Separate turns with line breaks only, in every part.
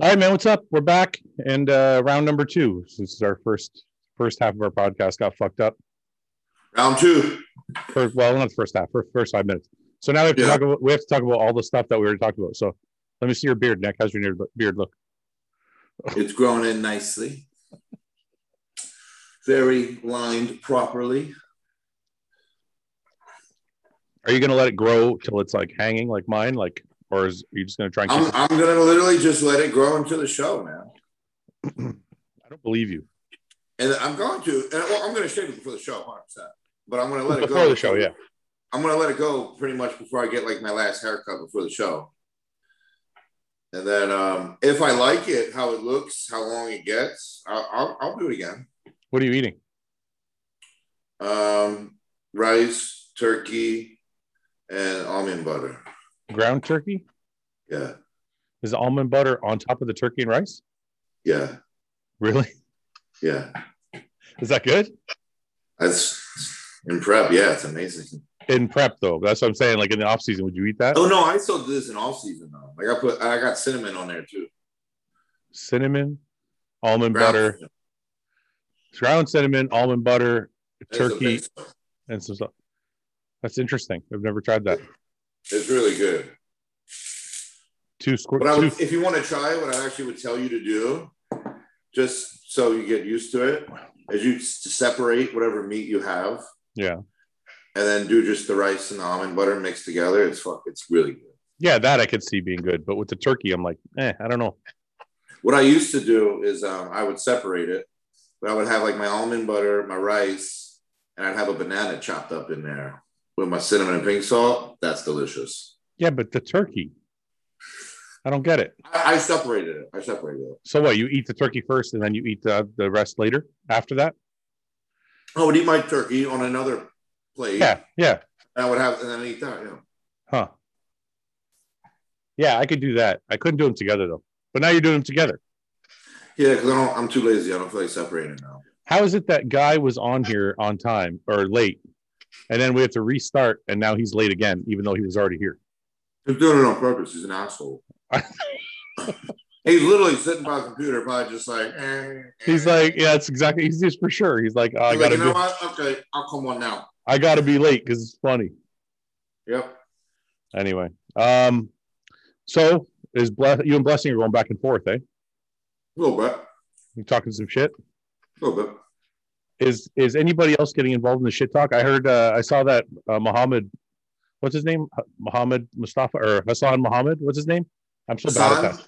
All right, man. What's up? We're back and uh, round number two. This is our first first half of our podcast got fucked up.
Round two.
First, well, not the first half. First, first five minutes. So now we have, to
Yeah.
talk about, we have to talk about all the stuff that we already talked about. So let me see your beard, Nick. How's your beard- beard look?
It's grown in nicely. Very lined properly.
Are you gonna let it grow till it's like hanging like mine, like, or is are you just gonna try and keep
I'm,
it?
I'm gonna literally just let it grow into the show, man.
I don't believe you.
And I'm going to, and well, I'm gonna shave it before the show, 100. percent But I'm gonna let it go
Before the show, yeah.
I'm gonna let it go pretty much before I get like my last haircut before the show. And then um, if I like it, how it looks, how long it gets, I'll, I'll, I'll do it again.
What are you eating?
Um, rice, turkey, and almond butter.
Ground turkey?
Yeah,
Is almond butter on top of the turkey and rice?
yeah,
Really?
yeah.
Is that good?
That's in prep. Yeah, it's amazing.
In prep though, that's what I'm saying. Like in the off season, would you eat that?
Oh no, I still do this in all season though. Like I put, I got cinnamon on there too.
Cinnamon, almond
Brown
butter,
cinnamon.
ground cinnamon, almond butter,
It's
turkey,
amazing.
and some stuff. That's interesting. I've never tried that.
It's really good.
Two square.
But I
Two,
would, if you want to try it, what I actually would tell you to do, just so you get used to it, is you s- separate whatever meat you have.
Yeah.
And then do just the rice and the almond butter mixed together. It's fuck. It's really good.
yeah, that I could see being good. But with the turkey, I'm like, eh, I don't know.
What I used to do is um, I would separate it, but I would have like my almond butter, my rice, and I'd have a banana chopped up in there with my cinnamon and pink salt. That's delicious.
Yeah, but the turkey. I don't get it.
I, I separated it. I separated it.
So what? You eat the turkey first, and then you eat the the rest later after that.
I would eat my turkey on another plate.
Yeah, yeah,
And I would have, and then I'd eat that. Yeah.
huh? Yeah, I could do that. I couldn't do them together though. But now you're doing them together.
Yeah, because I don't. I'm too lazy. I don't feel like separating now.
How is it that guy was on here on time or late, and then we have to restart, and now he's late again, even though he was already here?
He's doing it on purpose. He's an asshole. He's literally sitting by the computer, probably just like. eh, eh.
He's like, yeah, that's exactly. He's just for sure. He's like, oh, I
He's like,
gotta
you know
be,
what? Okay, I'll come on now.
I gotta be late because it's funny.
Yep.
Anyway, um, so is Ble- you and Blessing are going back and forth, eh?
A little bit.
You talking some shit?
A little bit.
Is is anybody else getting involved in the shit talk? I heard, uh, I saw that uh, Muhammad, what's his name? H- Muhammad Mustafa or Hassan Muhammad? What's his name? I'm so bad at
Hassan,
that.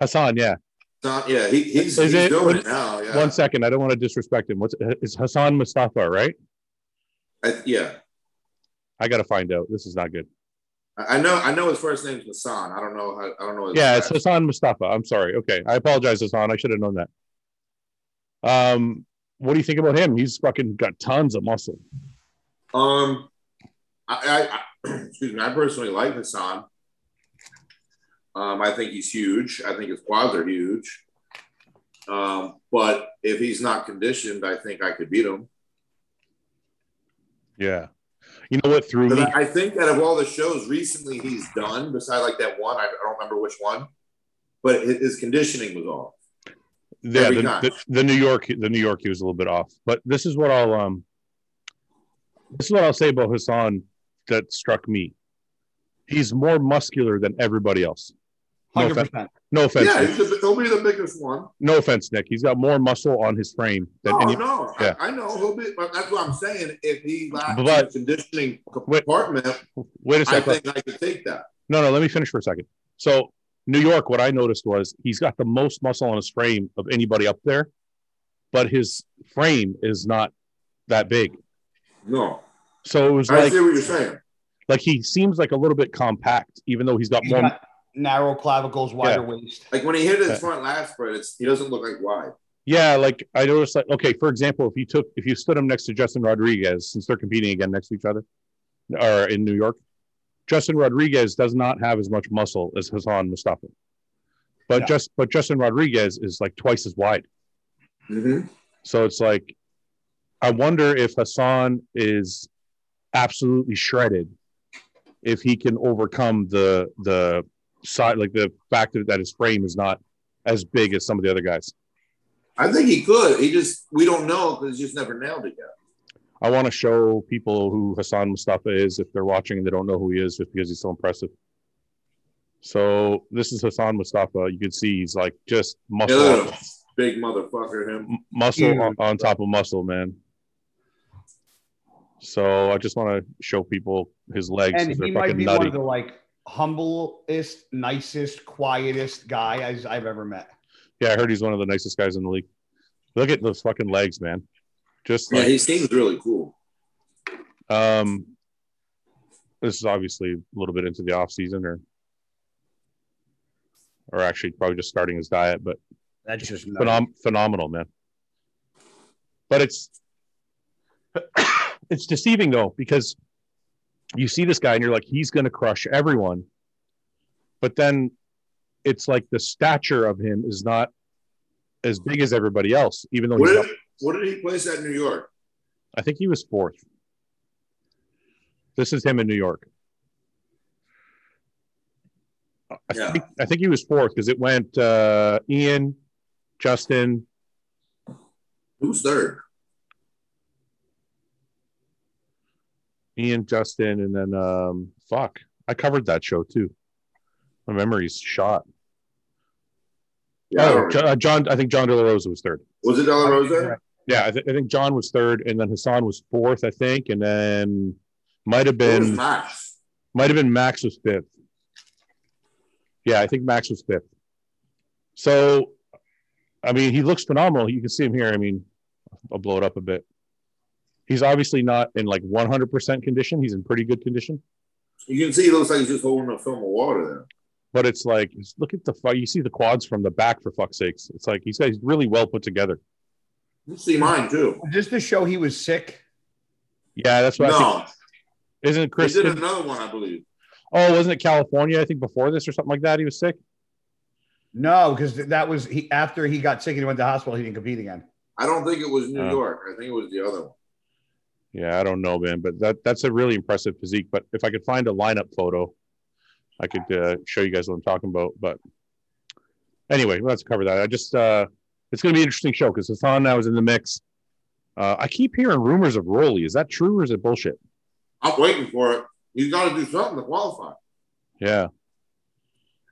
Hassan, yeah.
Hassan, yeah, he, he's,
Is
he's
it-
doing
what-
it now. Yeah.
One second, I don't want to disrespect him. What's is Hassan Mustafa, right?
I, yeah.
I gotta find out. This is not good.
I I know. I know his first name's Hassan. I don't know. How, I don't know. His
Yeah, it's
last-
Hassan Mustafa. I'm sorry. Okay, I apologize, Hassan. I should have known that. Um, what do you think about him? He's fucking got tons of muscle.
um, I, I, I excuse me. I personally like Hassan. Um, I think he's huge. I think his quads are huge. Um, but if he's not conditioned, I think I could beat him.
Yeah. You know what threw me?
But I I think that of all the shows recently he's done, besides like that one, I I don't remember which one, but his, his conditioning was off.
Yeah,
every
the,
time.
the, the New York, the New York, he was a little bit off. But this is what I'll um, this is what I'll say about Hassan that struck me. He's more muscular than everybody else. No
Hundred
offense.
percent.
No offense.
yeah,
Nick.
he's the, he'll be the biggest one.
no offense, Nick. He's got more muscle on his frame than
Oh
any.
no,
yeah.
I, I know he'll be. But that's what I'm saying. If he lacks
But-
the conditioning
Wait.
compartment,
Wait a
I
second.
think I could take that.
No, no. Let me finish for a second. So New York, what I noticed was he's got the most muscle on his frame of anybody up there, but his frame is not that big.
No,
So it was
I
like
see what you're saying.
like he seems like a little bit compact, even though he's got
He's
more.
got narrow clavicles, wider waist.
Like when he hit his
Yeah.
front lat spread, it's he doesn't look like wide.
Yeah, like I noticed, like okay, for example, if you took if you stood him next to Justin Rodriguez, since they're competing again next to each other, or in New York, Justin Rodriguez does not have as much muscle as Hassan Mustafa, but
No.
just but Justin Rodriguez is like twice as wide.
Mm-hmm.
So it's like, I wonder if Hassan is absolutely shredded, if he can overcome the the side like the fact that his frame is not as big as some of the other guys.
I think he could. He just we don't know because he's just never nailed it yet.
I want to show people who Hassan Mustafa is if they're watching and they don't know who he is just because he's so impressive. So this is Hassan Mustafa. You can see he's like just muscle,
Ugh, big motherfucker. Him.
m- muscle on,
Huge.
on top of muscle, man. So I just want to show people his legs.
And
'cause
he
they're
might
fucking
be one
nutty.
of the like humblest, nicest, quietest guy as I've ever met.
Yeah, I heard he's one of the nicest guys in the league. Look at those fucking legs, man. Just
Yeah,
like
he seems really cool.
Um, this is obviously a little bit into the off season, or or actually probably just starting his diet, but
That's just
phenom- phenomenal, man. But it's it's deceiving though because you see this guy and you're like, he's going to crush everyone, but then it's like the stature of him is not as big as everybody else, even though
What
he's
did, what did he place at in New York?
I think he was fourth. This is him in New York. I
Yeah.
think, I think he was fourth because it went uh, Ian, Justin.
Who's
Oh,
third?
Ian, Justin, and then um, fuck, I covered that show too. My memory's shot.
Yeah, I
oh,
don't
Jo- uh, John, I think John De La Rosa was third.
know. was it Della Rosa?
Yeah, I, th- I think John was third, and then Hassan was fourth, I think, and then might have
It was
been
Max.
Might have been Max was fifth. Yeah, I think Max was fifth. So, I mean, he looks phenomenal. You can see him here. I mean, I'll blow it up a bit. He's obviously not in like 100% condition. He's in pretty good condition,
You can see he looks like he's just holding a film of water there.
but it's like, just look at the, fu- you see the quads from the back for fuck's sakes. It's like he's, he's really well put together.
You can see mine too.
Just to show he was sick.
Yeah, that's what I think.
No,
Isn't
he
Chris?
did another one, I believe.
oh, wasn't it California? I think before this or something like that, he was sick.
No, because that was he after he got sick and he went to the hospital. He didn't compete again.
I don't think it was New
Uh.
York. I think it was the other one.
Yeah, I don't know, man, but that that's a really impressive physique. But if I could find a lineup photo, I could uh, show you guys what I'm talking about. But anyway, let's cover that. I just uh, it's going to be an interesting show because Hassan now is in the mix. Uh, I keep hearing rumors of Rolly. Is that true or is it bullshit?
I'm waiting for it. He's got to do something to qualify.
Yeah.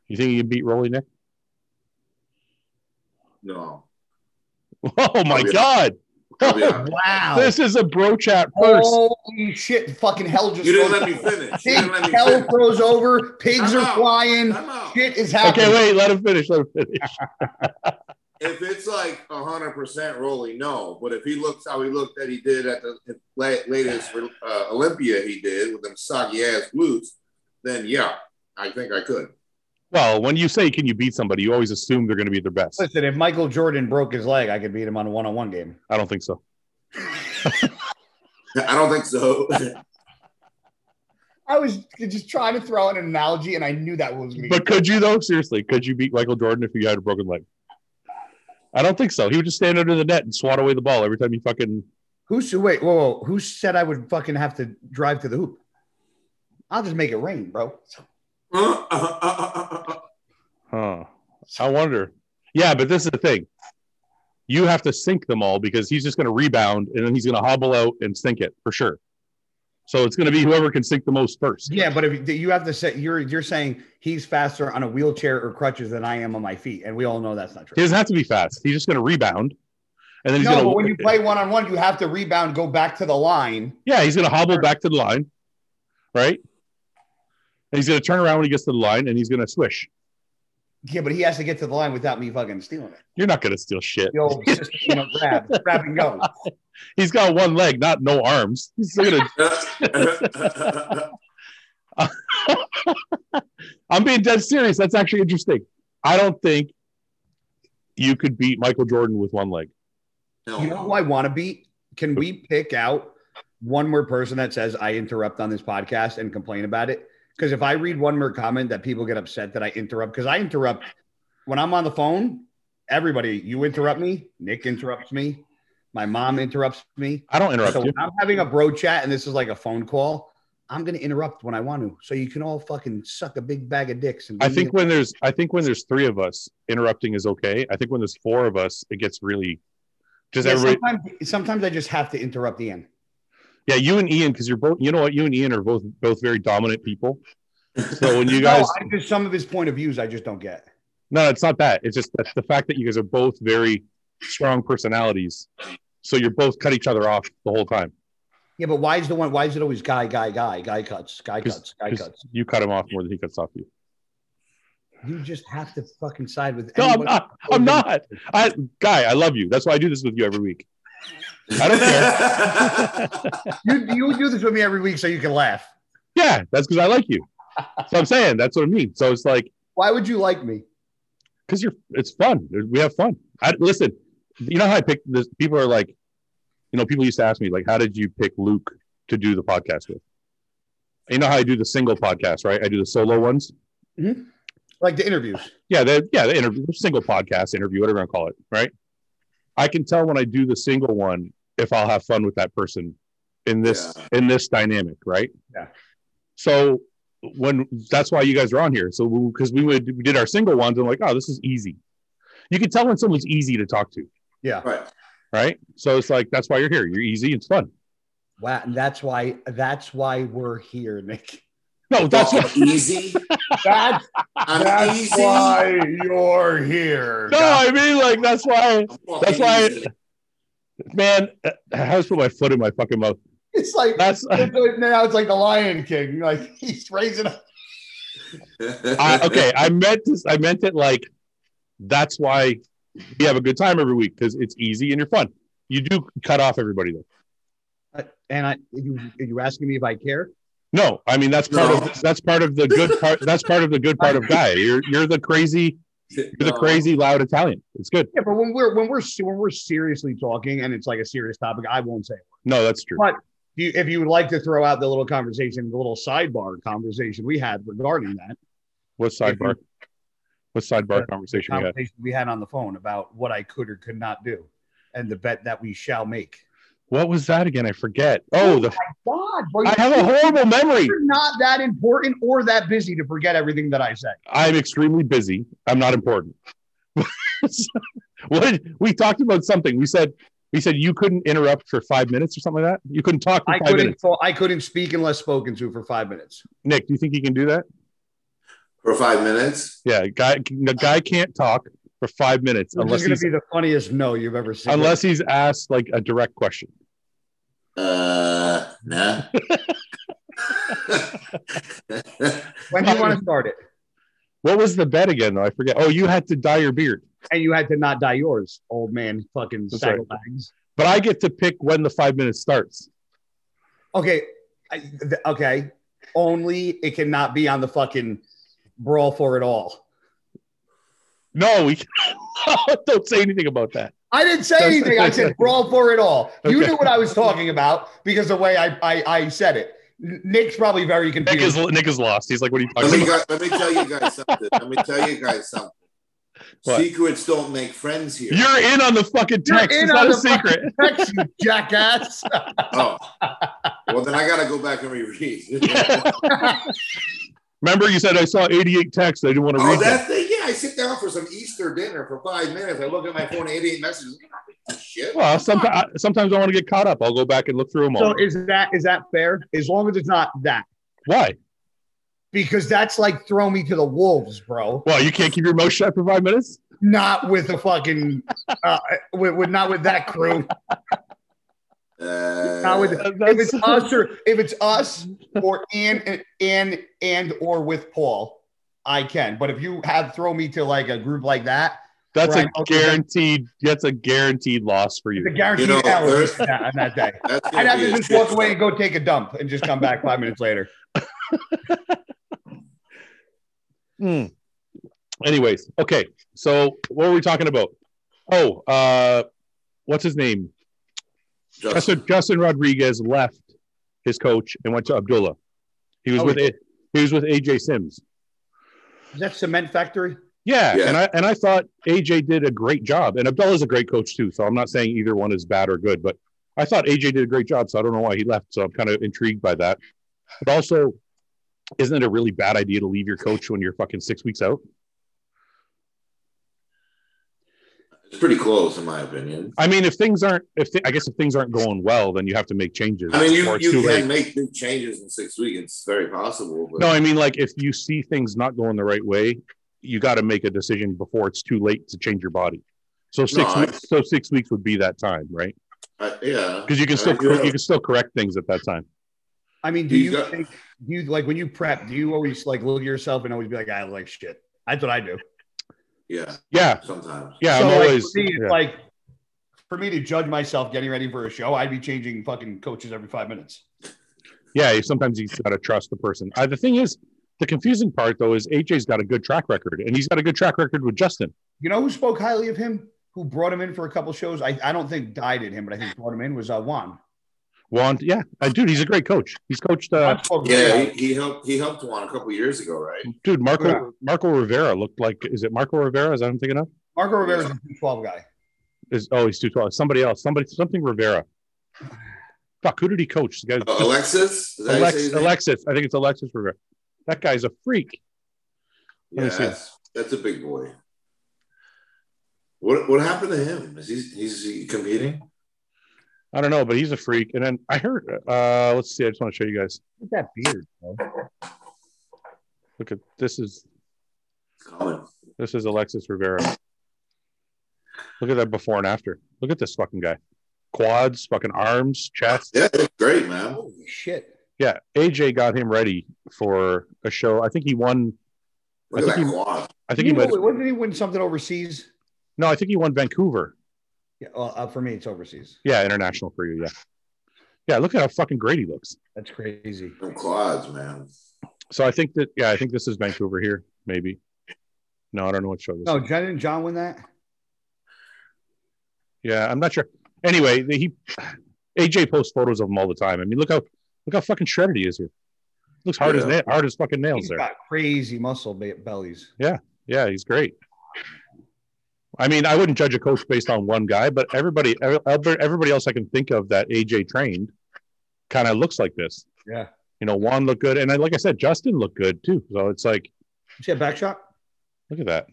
You think you can beat Rolly, Nick?
No,
Oh my
Oh, yeah.
God!
Oh, yeah.
Wow. Oh,
This is a bro chat first.
Holy shit. Fucking hell just
you didn't
froze
let me
over.
finish. You
Big
didn't let me
hell
finish.
froze over. Pigs
I'm
are
out.
flying.
I'm out.
Shit is
Okay,
happening.
wait. Let him finish. Let him finish.
If it's like hundred percent rolling, no. But if he looks how he looked that he did at the la- latest uh, Olympia, he did with them soggy ass glutes, then yeah, I think I could.
Well, when you say can you beat somebody, you always assume they're going to be their best.
Listen, if Michael Jordan broke his leg, I could beat him on a one on one game.
I don't think so.
I don't think so.
I was just trying to throw out an analogy and I knew that was going to
But could you though? Seriously, could you beat Michael Jordan if you had a broken leg? I don't think so. He would just stand under the net and swat away the ball every time you fucking.
Who's wait, whoa, whoa, who said I would fucking have to drive to the hoop? I'll just make it rain, bro.
Huh. I wonder. Yeah, but this is the thing. You have to sink them all because he's just going to rebound and then he's going to hobble out and sink it for sure. So it's going to be whoever can sink the most first.
Yeah, but if you have to say you're you're saying he's faster on a wheelchair or crutches than I am on my feet, and we all know that's not
He
true.
doesn't have to be fast. He's just going to rebound, and then he's
no,
going to.
but when you play one on one, you have to rebound, go back to the line.
Yeah, he's going to hobble back to the line, right? And he's going to turn around when he gets to the line, and he's going to swish.
Yeah, but he has to get to the line without me fucking stealing it.
You're not going to steal shit.
The old system, you know, grab, grab and go.
He's got one leg, not no arms. He's still gonna. I'm being dead serious. That's actually interesting. I don't think you could beat Michael Jordan with one leg.
Hell
You know who I want to beat? Can we pick out one more person that says I interrupt on this podcast and complain about it? Because if I read one more comment that people get upset that I interrupt, because I interrupt when I'm on the phone, everybody, you interrupt me, Nick interrupts me, my mom interrupts me.
I don't interrupt
So
you.
when I'm having a bro chat and this is like a phone call, I'm going to interrupt when I want to. So you can all fucking suck a big bag of dicks. And
I think when there's I think when there's three of us, interrupting is okay. I think when there's four of us, it gets really just
Yeah,
everybody.
sometimes, sometimes I just have to interrupt the end.
Yeah, you and Ian, because you're both. You know what? You and Ian are both both very dominant people. So when you guys,
no, I just, some of his point of views I just don't get.
no, it's not that. It's just that's the fact that you guys are both very strong personalities. So you're both cut each other off the whole time
Yeah, but why is the one? Why is it always guy, guy, guy, guy cuts, guy
'Cause-
cuts, guy
'cause
cuts?
you cut him off more than he cuts off you.
You just have to fucking side with.
No, I'm
anyone-
not. I'm not. I guy, I love you. That's why I do this with you every week. I don't care.
You you do this with me every week so you can laugh.
Yeah, that's because I like you. So I'm saying that's what I mean. So it's like
Why would you like me?
because you're it's fun. We have fun. I listen. You know how I picked this? People are like, you know, people used to ask me like, how did you pick Luke to do the podcast with? You know how I do the single podcast, right? I do the solo ones.
Like the interviews.
Yeah, the yeah, the interview, single podcast interview, whatever I call it, right? I can tell when I do the single one if I'll have fun with that person in this in this dynamic, right?
Yeah.
So when that's why you guys are on here. So because we would we did our single ones, I'm like, oh, this is easy. You can tell when someone's easy to talk to,
Yeah.
Right.
right? So it's like that's why you're here. You're easy. It's fun.
Wow. And that's why that's why we're here, Nick.
No, that's
I'm
what.
easy.
That's,
I'm easy.
you're here.
No, I mean like that's why.
I'm fucking
That's why-
easy.
Man, I was put my foot in my fucking mouth.
It's like
That's
now it's like the Lion King. Like he's raising up.
I, okay, I meant this. I meant it like that's why we have a good time every week because it's easy and you're fun. You do cut off everybody though.
And I you are you asking me if I care?
No, I mean that's part of that's part of the good part. That's part of the good part of guy. You're you're the crazy you're the
No.
crazy loud Italian. It's good.
Yeah, but when we're when we're se- when we're seriously talking and it's like a serious topic, I won't say. it.
No, that's true.
If you, if you would like to throw out the little conversation, the little sidebar conversation we had regarding that
What sidebar? What sidebar conversation we had?
conversation we had on the phone about what I could or could not do, and the bet that we shall make.
What was that again? I forget. Oh, the
God, bro,
I have a horrible memory.
you're not that important or that busy to forget everything that I said.
I'm extremely busy. I'm not important. what did, we talked about something. We said we said you couldn't interrupt for five minutes or something like that. You couldn't talk for
I
five
couldn't.
minutes.
Call, I couldn't speak unless spoken to for five minutes.
Nick, do you think you can do that?
For five minutes.
Yeah, a guy. The guy can't talk for five minutes
This
unless
is going
he's
to be the funniest no you've ever seen.
unless he's asked like a direct question.
Uh, nah.
when do you want to start it,
What was the bet again? Though I forget. Oh, you had to dye your beard,
and you had to not die yours, old man, fucking
That's right.
saddlebags.
but I get to pick when the five minutes starts.
Okay, I, th- okay. Only it cannot be on the fucking brawl for it all.
No, we don't say anything about that.
I didn't say anything. I said brawl for it all. You
Okay.
knew what I was talking about because the way I I, I said it. N- Nick's probably very
Nick is
confused.
Nick is lost. He's like, what are you
let,
talking
me
about?
guys, let me tell you guys something. Let me tell you guys something.
What?
Secrets don't make friends here.
You're in on the fucking
You're
text. It's
in on
not a
the fucking-
secret.
Text you jackass.
oh. Well, then I got to go back and reread.
Remember, you said I saw 88 texts. I didn't want to
oh,
read that.
that thing? Yeah, I sit down for some Easter dinner for five minutes. I look at my phone, 88 messages. Shit.
Well, sometimes sometimes I want to get caught up. I'll go back and look through them all.
so is that is that fair? As long as it's not that,
Why?
because that's like throw me to the wolves, bro.
Well, you can't keep your mouth shut for five minutes.
Not with the fucking, uh, with, with not with that crew.
Uh,
Not with
That-
if
that's-
it's us or if it's us or and and and, and or with Paul, I can. But if you have throw me to like a group like that,
that's
Right,
a
okay.
guaranteed. That's a guaranteed loss for
it's a
you.
guaranteed
You know,
hour
there's-
on that- on that day.
that's gonna
I'd have
be
to
a
just
shit
walk away
show.
and go take a dump and just come back five minutes later.
Mm. Anyways, okay. So what were we talking about? Oh, uh, what's his name?
Justin.
Justin, Justin Rodriguez left his coach and went to Abdullah. He was
Oh,
with
he
A- he was with AJ Sims.
Is that cement factory?
Yeah,
Yeah.
and I and I thought AJ did a great job, and Abdullah's a great coach too. So I'm not saying either one is bad or good, but I thought AJ did a great job. So I don't know why he left. So I'm kind of intrigued by that. But also, isn't it a really bad idea to leave your coach when you're fucking six weeks out?
It's pretty close, in my opinion.
I mean, if things aren't, if th- I guess if things aren't going well, then you have to make changes.
I mean,
Or
you,
it's
you
too
can
late.
make big changes in six weeks. It's very possible. But
No, I mean, like if you see things not going the right way, you got to make a decision before it's too late to change your body. So six,
I-
weeks, so six weeks would be that time, right?
I- yeah,
Because you can still
I do.
cor- you can still correct things at that time.
I mean, do
You
you
got-
think you like when you prep? Do you always like look at yourself and always be like, I look like shit? That's what I do.
yeah,
Yeah,
sometimes.
yeah.
So,
I'm
like,
always
for me, it's
yeah.
like for me to judge myself getting ready for a show, I'd be changing fucking coaches every five minutes.
yeah. you- Sometimes you got to trust the person. Uh, the thing is, the confusing part though is AJ's got a good track record, and he's got a good track record with Justin.
You know who spoke highly of him? Who brought him in for a couple shows? I, I don't think died in him, but I think brought him in was uh, Juan.
Want yeah, uh, dude, he's a great coach. He's coached uh,
Juan spoke
Yeah,
highly.
he, he helped. He helped one a couple years ago, right?
dude Marco
Yeah.
Marco Rivera looked like is it Marco Rivera? Is that what I'm thinking of?
Marco Rivera's a 12 guy.
Is oh he's too tall. Somebody else, somebody something Rivera. Fuck, who did he coach? The guy,
Uh, Alexis. Is that how you say
Alex,
his name?
Alexis. I think it's Alexis Rivera. That guy's a freak.
Yeah,
Let me see.
that's, that's a big boy. What what happened to him? Is he he's he competing?
I don't know, but he's a freak. And then I heard. Uh, let's see. I just want to show you guys.
Look at that beard. bro.
Look at this is
Colin.
this is Alexis Rivera. Look at that before and after. Look at this fucking guy. Quads, fucking arms, chest.
Yeah, that's great, man.
Holy shit.
Yeah, AJ got him ready for a show. I think he won.
Look
I
at that
think he-
quad.
I think
You
he
know,
won.
wasn't he win something overseas?
No, I think he won Vancouver.
Yeah, well, uh, for me, it's overseas.
Yeah, international for you. Yeah, yeah. Look at how fucking great he looks.
That's crazy.
Them quads, man.
So I think that yeah, I think this is Vancouver here, maybe. No, I don't know what show this.
No,
is.
Jen and John win that.
Yeah, I'm not sure. Anyway, the, he AJ posts photos of him all the time. I mean, look how look how fucking shredded he is here. Looks hard as
Yeah.
na- hard as fucking nails
He's
there.
got crazy muscle ba- bellies.
Yeah, he's great. I mean, I wouldn't judge a coach based on one guy, but everybody ev- ev- everybody else I can think of that AJ trained kind of looks like this.
Yeah.
You know, Juan looked good, and I, like I said, Justin looked good too. So it's like,
You see that back shot?
look at that.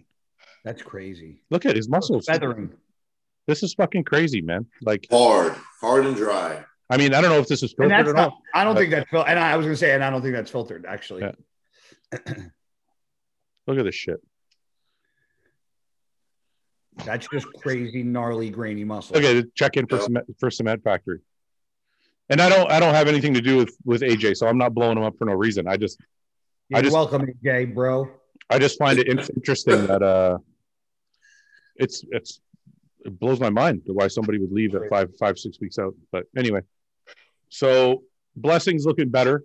That's crazy.
Look at his muscles.
Feathering.
This is fucking crazy, man. Like.
Hard, hard and dry.
I mean, I don't know if this is
And
filtered
that's
at
not,
all.
I don't
But-
think that's fil- and I was gonna say, and I don't think that's filtered actually.
Yeah. Look at this shit.
That's just crazy, gnarly, grainy muscle.
Okay, check in for
Yeah.
cement for cement factory. And I don't I don't have anything to do with with AJ, so I'm not blowing him up for no reason. I just
You're
I just-
welcome, Jay, bro.
I just find it in- interesting that uh, it's it's it blows my mind why somebody would leave at five five six weeks out. But anyway, so blessings looking better,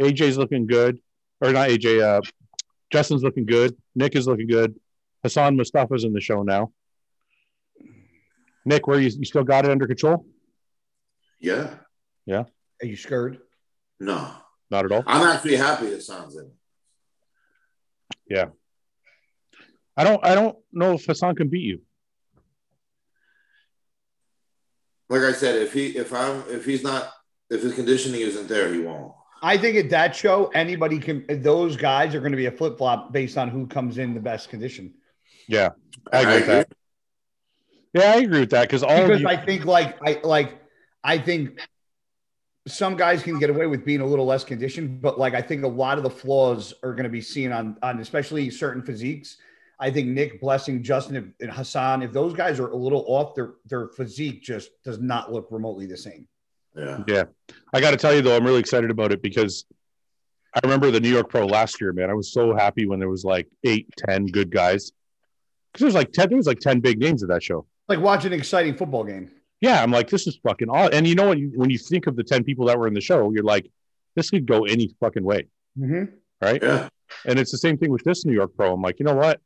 AJ's looking good, or not AJ. Uh, Justin's looking good. Nick is looking good. Hassan Mustafa's in the show now. Nick, where you, you still got it under control?
Yeah.
Are you scared?
No.
Not at all.
I'm actually happy it sounds in.
I don't. I don't know if Hassan can beat you.
Like I said, if he if I'm if he's not if his conditioning isn't there, he won't.
I think at that show, anybody can. Those guys are going to be a flip flop based on who comes in the best condition.
I agree with that. Yeah, I agree with that because all of
because
you.
I think like I like I think some guys can get away with being a little less conditioned, but like I think a lot of the flaws are going to be seen on on especially certain physiques. I think Nick Blessing, Justin, and Hassan, if those guys are a little off, their their physique just does not look remotely the same.
Yeah.
I got to tell you though, I'm really excited about it because I remember the New York Pro last year, man. I was so happy when there was like eight, ten good guys because there was like ten. There was like ten big names at that show.
Like watching an exciting football game.
Yeah, I'm like, this is fucking all. And you know what? You- When you think of the ten people that were in the show, you're like, this could go any fucking way,
Mm-hmm.
right?
Yeah.
And it's the same thing with this New York Pro. I'm like, you know what?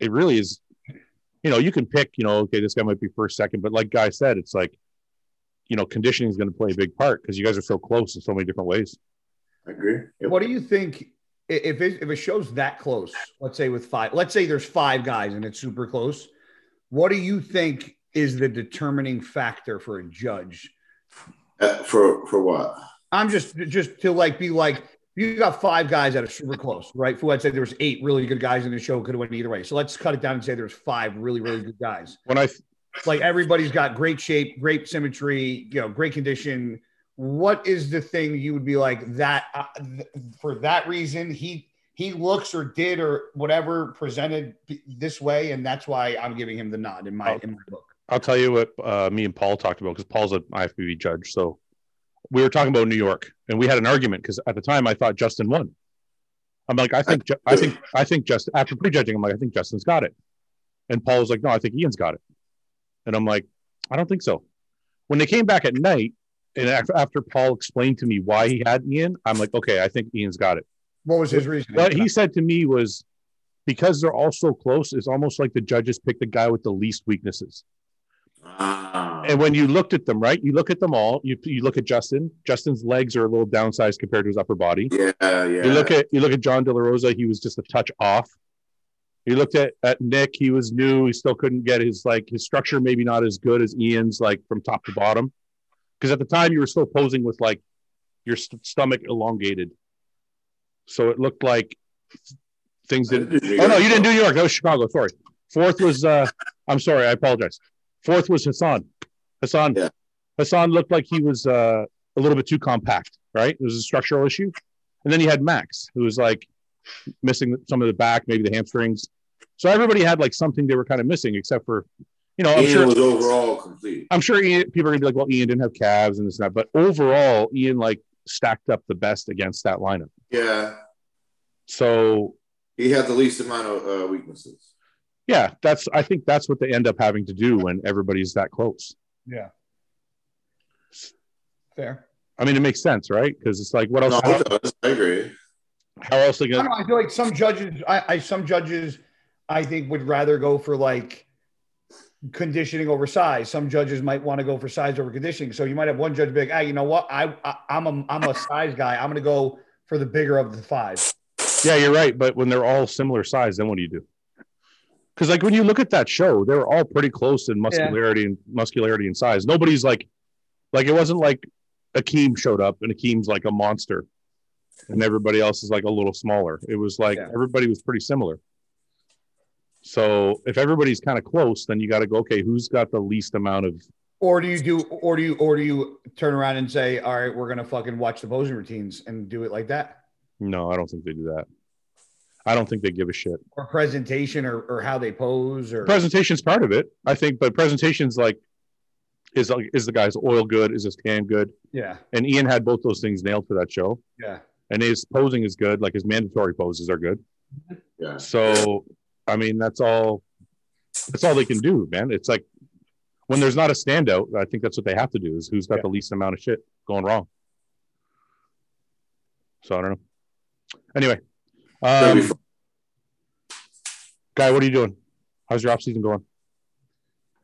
It really is. You know, you can pick. You know, okay, this guy might be first, second, but like Guy said, it's like, you know, conditioning is going to play a big part because you guys are so close in so many different ways.
I agree. Yep.
What do you think i- if it, if a show's that close? Let's say with five. Let's say there's five guys and it's super close. What do you think is the determining factor for a judge
Uh, for for what?
I'm just just to like be like you got five guys that are super close, right? Fuad said there was eight really good guys in the show could have went either way. So let's cut it down and say there's five really really good guys.
When I
Like everybody's got great shape, great symmetry, you know, great condition. What is the thing you would be like that uh, th- for that reason he he looks or did or whatever presented b- this way and that's why I'm giving him the nod in my in my book.
I'll tell you what uh, me and Paul talked about because Paul's an IFBB judge. So we were talking about New York, and we had an argument because at the time I thought Justin won. I'm like, I think, Ju- I think, I think just after prejudging, I'm like, I think Justin's got it, and Paul was like, No, I think Ian's got it, and I'm like, I don't think so. When they came back at night, and af- after Paul explained to me why he had Ian, I'm like, Okay, I think Ian's got it.
What was his reason?
What he said to me was because they're all so close, it's almost like the judges picked the guy with the least weaknesses.
Ah.
And when you looked at them, right? You look at them all. You, you look at Justin. Justin's legs are a little downsized compared to his upper body.
yeah, yeah.
You look at you look at John De La Rosa. He was just a touch off. You looked at, at Nick. He was new. He still couldn't get his like his structure. Maybe not as good as Ian's, like from top to bottom. Because at the time you were still posing with like your st- stomach elongated, so it looked like things didn't Oh no, you didn't do New York. That was Chicago. Sorry. Fourth was uh I'm sorry, I apologize. Fourth was Hassan. Hassan
Yeah.
Hassan looked like he was uh a little bit too compact, right? It was a structural issue. And then you had Max, who was like missing some of the back, maybe the hamstrings. So everybody had like something they were kind of missing, except for you know, I'm
Ian
sure
was overall complete.
I'm sure Ian, people are gonna be like, well, Ian didn't have calves and this and that, but overall, Ian like stacked up the best against that lineup.
Yeah,
So
he had the least amount of uh, weaknesses.
Yeah, that's. I think that's what they end up having to do when everybody's that close.
Yeah. Fair.
I mean, it makes sense, right? Because it's like, what else?
No,
how,
it does. I agree.
how else are they
I
gonna?
don't know. I feel like some judges, I, I some judges, I think would rather go for like conditioning over size. Some judges might want to go for size over conditioning. So you might have one judge be like, ah, you know what? I, I I'm a I'm a size guy. I'm gonna go for the bigger of the five.
Yeah, you're right. But when they're all similar size, then what do you do? Because like when you look at that show, they were all pretty close in muscularity and muscularity and size. Nobody's like, like it wasn't like Akeem showed up and Akeem's like a monster, and everybody else is like a little smaller. It was like
Yeah.
everybody was pretty similar. So if everybody's kind of close, then you got to go. Okay, who's got the least amount of
Or do you do or do you or do you turn around and say, all right, we're gonna fucking watch the posing routines and do it like that?
No, I don't think they do that. I don't think they give a shit.
Or presentation or, or how they pose or
Presentation's part of it, I think, but presentation's like is like is the guy's oil good? Is his tan good?
yeah,
And Ian had both those things nailed for that show.
yeah.
And his posing is good, like his mandatory poses are good.
Yeah.
So I mean that's all that's all they can do, man. It's like when there's not a standout, I think that's what they have to do is who's got
Yeah.
the least amount of shit going wrong. So I don't know. Anyway.
That'd be
Um,
fun.
Guy, what are you doing? How's your off season going?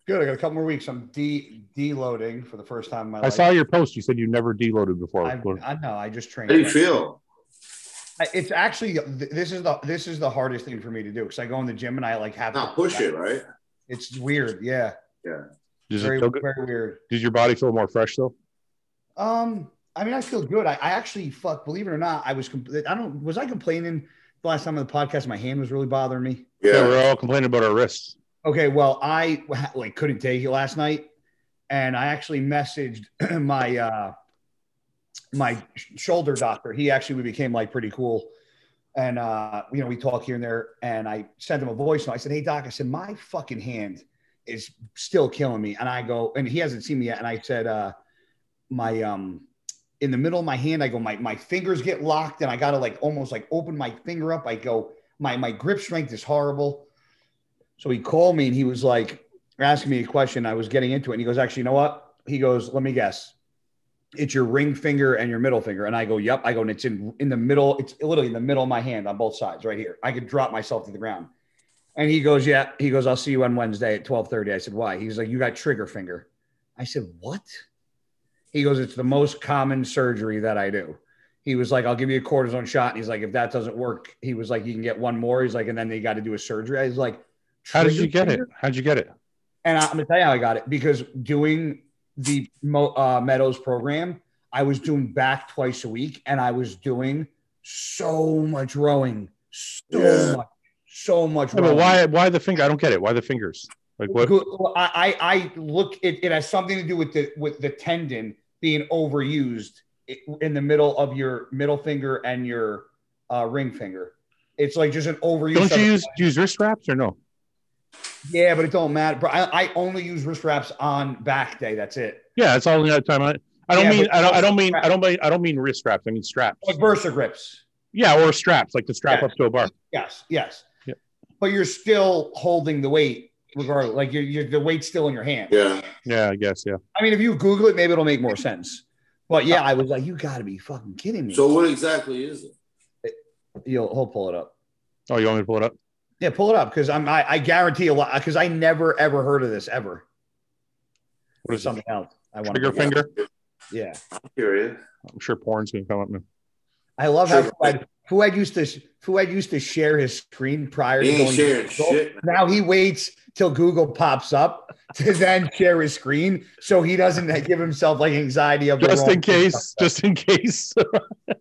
Good. I got a couple more weeks. I'm de deloading for the first time in my
I
life.
saw your post. You said you never deloaded before.
I, I know. I just trained.
How do you feel?
I- It's actually th- this is the this is the hardest thing for me to do because I go in the gym and I like have
Not push it, right?
It's weird. Yeah,
Does it
very
feel good?
very weird.
Does your body feel more fresh though?
Um, I mean, I feel good. I, I actually fuck. Believe it or not, I was. Compl- I don't. Was I complaining the last time on the podcast? My hand was really bothering me.
Yeah.
Yeah.
we're all complaining about our wrists.
Okay, well, I like couldn't take it last night, and I actually messaged my uh my sh- shoulder doctor. He actually we became like pretty cool, and uh, you know we talk here and there. And I sent him a voice note. I said, "Hey doc," I said, "My fucking hand is still killing me," and I go, and he hasn't seen me yet. And I said, uh, "My um." In the middle of my hand, I go, my, my fingers get locked and I gotta like almost like open my finger up. I go, my my grip strength is horrible. So he called me and he was like asking me a question. I was getting into it. And he goes, actually, you know what? He goes, let me guess. It's your ring finger and your middle finger. And I go, yep. I go, and it's in, in the middle. It's literally in the middle of my hand on both sides right here. I could drop myself to the ground. And he goes, yeah. He goes, I'll see you on Wednesday at 1230. I said, why? He was like, you got trigger finger. I said, what? He goes, it's the most common surgery that I do. He was like, I'll give you a cortisone shot. And he's like, if that doesn't work, he was like, you can get one more. He's like, and then they got to do a surgery. I was like,
How did you
trigger
get it?
finger?
How'd you get it?
And I'm gonna tell you how I got it because doing the Mo, uh, Meadows program, I was doing back twice a week and I was doing so much rowing. So
Yeah.
much, so much
Yeah, but
rowing.
why? Why the finger? I don't get it. Why the fingers? Like what?
Good- well, I, I I look it, it has something to do with the with the tendon being overused i- in the middle of your middle finger and your uh, ring finger. It's like just an overuse.
Don't
of
you
it.
use use wrist wraps or no?
Yeah, but it don't matter. Bro, I, I only use wrist wraps on back day. That's it.
Yeah, it's all the other time. I, I don't
Yeah,
mean
but
I don't, I don't mean
straps.
I don't mean I don't mean wrist straps. I mean straps.
Like Versa grips.
Yeah, or straps like the strap
Yeah.
up to a bar.
Yes, yes.
Yeah.
But you're still holding the weight regardless. Like you're, you're the weight's still in your hand.
Yeah.
Yeah, I guess. Yeah.
I mean, if you Google it, maybe it'll make more sense. But yeah, I was like, you got to be fucking kidding me.
Uh, So what exactly is it?
You'll, he'll pull it up.
Oh, you want me to pull it up?
Yeah, pull it up because I'm I, I guarantee a lot because I never ever heard of this ever.
What is it?
something else? I want
Trigger finger.
Yeah,
Period.
I'm sure porn's gonna come up. now.
I love how
Trigger
Fuad, Fuad used to Fuad used to share his screen prior
He
to
ain't
going.
sharing
to Google.
shit.
Now he waits till Google pops up to then share his screen, so he doesn't give himself like anxiety of the
Just
wrong-
in case. Just in case. all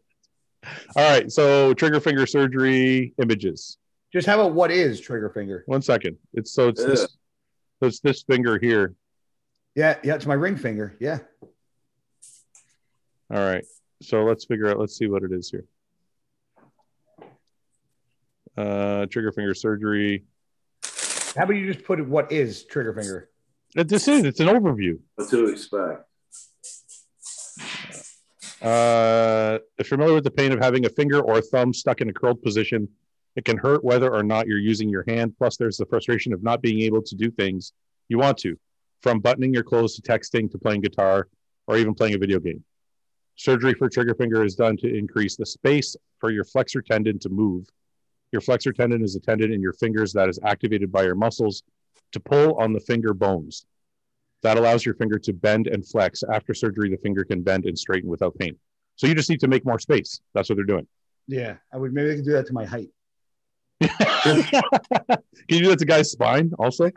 right. So trigger finger surgery images.
Just how about what is trigger finger?
One second. It's so it's this.
Ugh.
so It's this finger here.
Yeah, yeah, it's my ring finger. Yeah,
All right. So let's figure out. Let's see what it is here. Uh, trigger finger surgery.
how about you just put it? What is trigger finger?
Uh, This is. It's an overview.
What to expect?
Uh, if you're familiar with the pain of having a finger or thumb stuck in a curled position, it can hurt whether or not you're using your hand. Plus, there's the frustration of not being able to do things you want to, from buttoning your clothes to texting to playing guitar or even playing a video game. Surgery for trigger finger is done to increase the space for your flexor tendon to move. Your flexor tendon is a tendon in your fingers that is activated by your muscles to pull on the finger bones. That allows your finger to bend and flex. After surgery, the finger can bend and straighten without pain. So you just need to make more space. That's what they're doing.
Yeah, I would maybe I could do that to my height.
Can you do that to guy's spine also?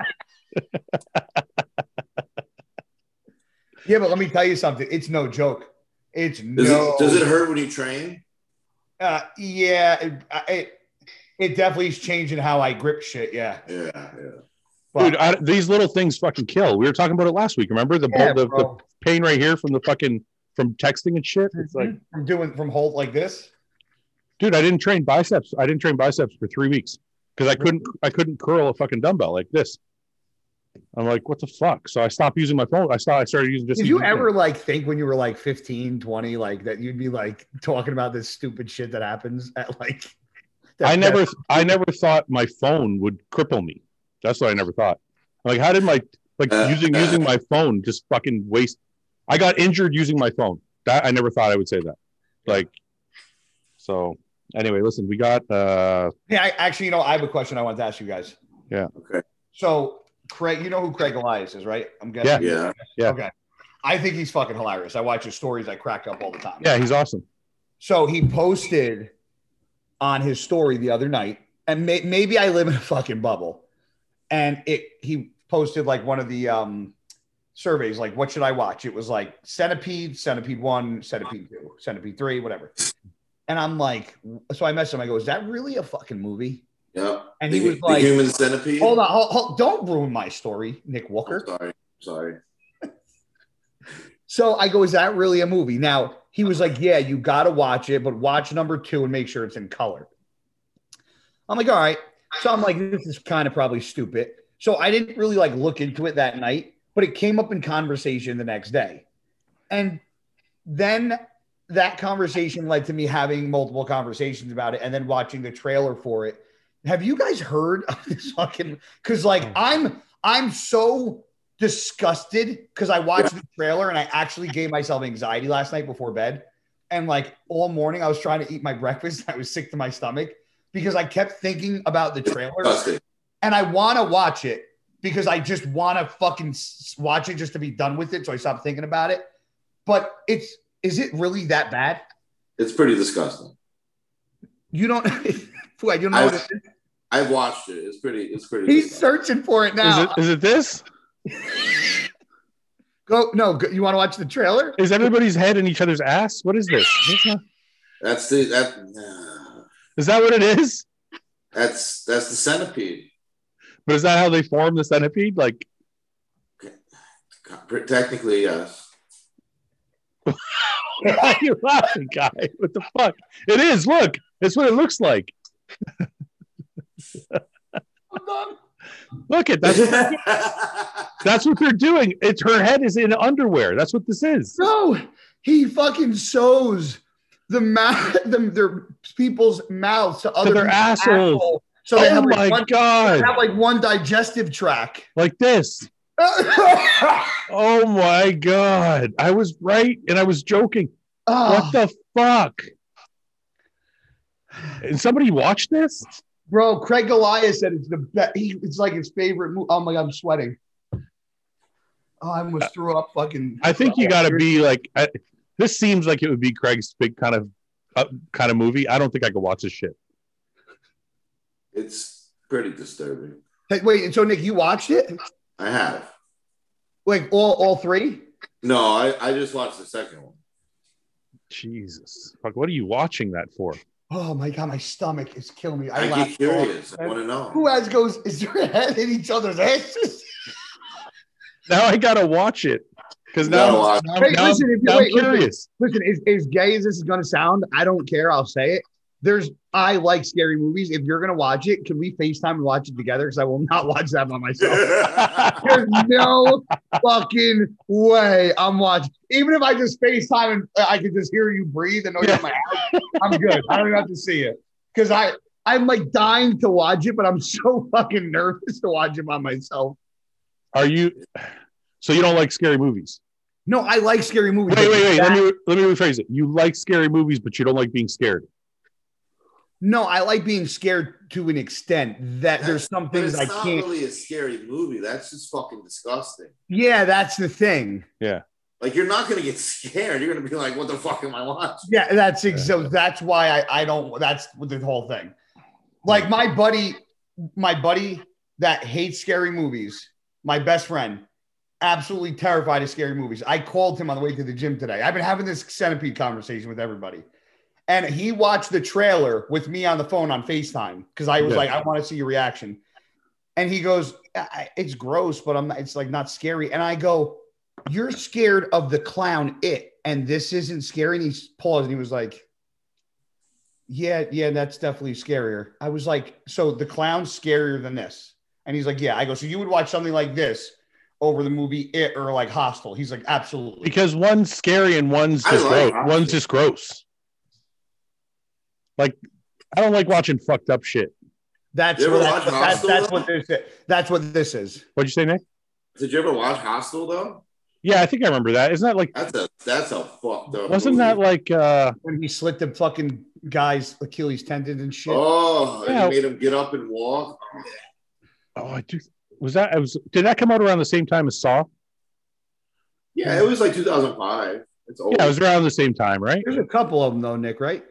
Yeah, but let me tell you something. It's no joke. It's
Does,
no.
it, does it hurt when you train?
Uh, yeah, it, I- it it definitely is changing how I grip shit. Yeah,
Yeah, yeah.
But-
Dude, I, these little things fucking kill. We were talking about it last week. Remember the,
yeah,
the, the
bro.
pain right here from the fucking from texting and shit? It's like,
from doing from hold like this. Mm-hmm.
dude, I didn't train biceps. I didn't train biceps for three weeks because I couldn't I couldn't curl a fucking dumbbell like this. I'm like, what the fuck? So I stopped using my phone. I stopped. I started using just.
Did you
using-
ever like think when you were like 15, 20, like that you'd be like talking about this stupid shit that happens at like? that-
I never,
that-
I never thought my phone would cripple me. That's what I never thought. Like, how did my like
Uh,
using
uh.
using my phone just fucking waste? I got injured using my phone. That I never thought I would say that. Like, so anyway, listen, we got uh
yeah, I, actually, you know, I have a question I wanted to ask you guys.
Okay.
So Craig, you know who Craig Elias is, right? I'm guessing.
Yeah.
Yeah.
Okay. I think he's fucking hilarious. I watch his stories. I crack up all the time.
yeah, he's awesome.
So he posted on his story the other night, and may- maybe I live in a fucking bubble. And it he posted like one of the um, surveys, like what should I watch? It was like Centipede, Centipede One, Centipede Two, Centipede Three, whatever. And I'm like, so I messaged him. I go, is that really a fucking movie?
Yep.
And
the,
he was
the
like,
human centipede.
hold on, hold, hold, don't ruin my story, Nick
I'm
Walker.
sorry. I'm sorry.
So I go, is that really a movie? Now he was like, yeah, you got to watch it, but watch number two and make sure it's in color. I'm like, all right. So I'm like, this is kind of probably stupid. So I didn't really like look into it that night, but it came up in conversation the next day. And then that conversation led to me having multiple conversations about it and then watching the trailer for it. Have you guys heard of this fucking cuz like I'm I'm so disgusted cuz I watched the trailer and I actually gave myself anxiety last night before bed and like all morning I was trying to eat my breakfast I was sick to my stomach because I kept thinking about the trailer
Disgusting.
and I want to watch it because I just want to fucking s- watch it just to be done with it. So I stopped thinking about it. But it's is it really that bad?
It's pretty disgusting.
You don't. Fuad, you don't know
I-
what it is.
I've watched it. It's pretty. It's pretty.
He's
disgusting.
searching for
Is
it now.
it is it this?
Go no, go, you want to watch the trailer?
Is everybody's head in each other's ass? What is this? That's not-
That's the that. nah.
Is that what it is?
That's that's the centipede.
But is that how they form the centipede? Like,
God, Technically, yes.
why are you laughing, guy? What the fuck? It is. Look, it's what it looks like. Look at that's that's what they're doing. It's her head is in underwear. That's what this is.
No, he fucking sews the mouth, the, their people's mouths to other
their
people's
assholes.
asshole. So they
Oh
have
my
like one, they
god!
have like one digestive track.
Like this.
oh,
Oh my god! I was right, and I was joking.
Ah.
What the fuck? And somebody watched this?
bro, Craig Elias said it's the best. He, it's like his favorite movie. Oh my god, I'm sweating. Oh, I almost threw up. Fucking.
I think you got to be like. I, this seems like it would be Craig's big kind of uh, kind of movie. I don't think I could watch this shit.
it's pretty disturbing.
Hey, wait, and so Nick, you watched it?
I have.
Like all, all three?
No, I, I just watched the second one.
Jesus, fuck! What are you watching that for?
Oh my god, my stomach is killing me. I,
I,
laugh.
get curious. I want to know.
Who has goes? Is your head in each other's asses?
Now I gotta watch it because
Gotta
now,
watch.
now,
Wait,
now-
uh, listen, if you-
now I'm
wait, listen.
curious.
Listen, as, as gay as this is gonna sound, I don't care. I'll say it. There's I like scary movies. If you're gonna watch it, can we FaceTime and watch it together? Because I will not watch that by myself. There's no fucking way I'm watching. Even if I just FaceTime and uh, I can just hear you breathe and know you're in my house, I'm good. I don't even have to see it. Cause I I'm like dying to watch it, but I'm so fucking nervous to watch it by myself.
Are you? So you don't like scary movies?
No, I like scary movies.
Wait, wait, wait. Let me let me rephrase it. You like scary movies, but you don't like being scared.
No, I like being scared to an extent that there's some
But it's
things I
not
can't.
really a scary movie. That's just fucking disgusting.
Yeah, that's the thing.
Like you're not gonna get scared. You're gonna be like, what the fuck am I watching?
Yeah, that's ex- so that's why I, I don't that's the whole thing. Like my buddy, my buddy that hates scary movies, my best friend, absolutely terrified of scary movies. I called him on the way to the gym today. I've been having this centipede conversation with everybody. And he watched the trailer with me on the phone on FaceTime because I was
Yeah.
like, I want to see your reaction. And he goes, "I- I- It's gross, but I'm not, it's like not scary. And I go, You're scared of the clown it, and this isn't scary. And he s- paused and he was like, Yeah, yeah, that's definitely scarier. I was like, So the clown's scarier than this. And he's like, Yeah. I go, So you would watch something like this over the movie It or like Hostel? He's like, Absolutely.
Because one's scary and one's
I
just gross.
like that.
One's just gross. Like I don't like watching fucked up shit.
That's
You ever
what,
watch
that's, that's,
Hostel,
that's
though?
what this is. That's what this is.
What'd you say, Nick?
Did you ever watch Hostel though?
Yeah, I think I remember that. Isn't that like
That's a that's a fucked up.
wasn't that
movie.
like uh
When he slit the fucking guy's Achilles tendon and shit.
Oh, and
Yeah.
you made him get up and walk.
oh I do was that I was did that come out around the same time as Saw?
Yeah, it was like 2005. It's old.
Yeah, it was around the same time, right?
There's a couple of them though, Nick. Right?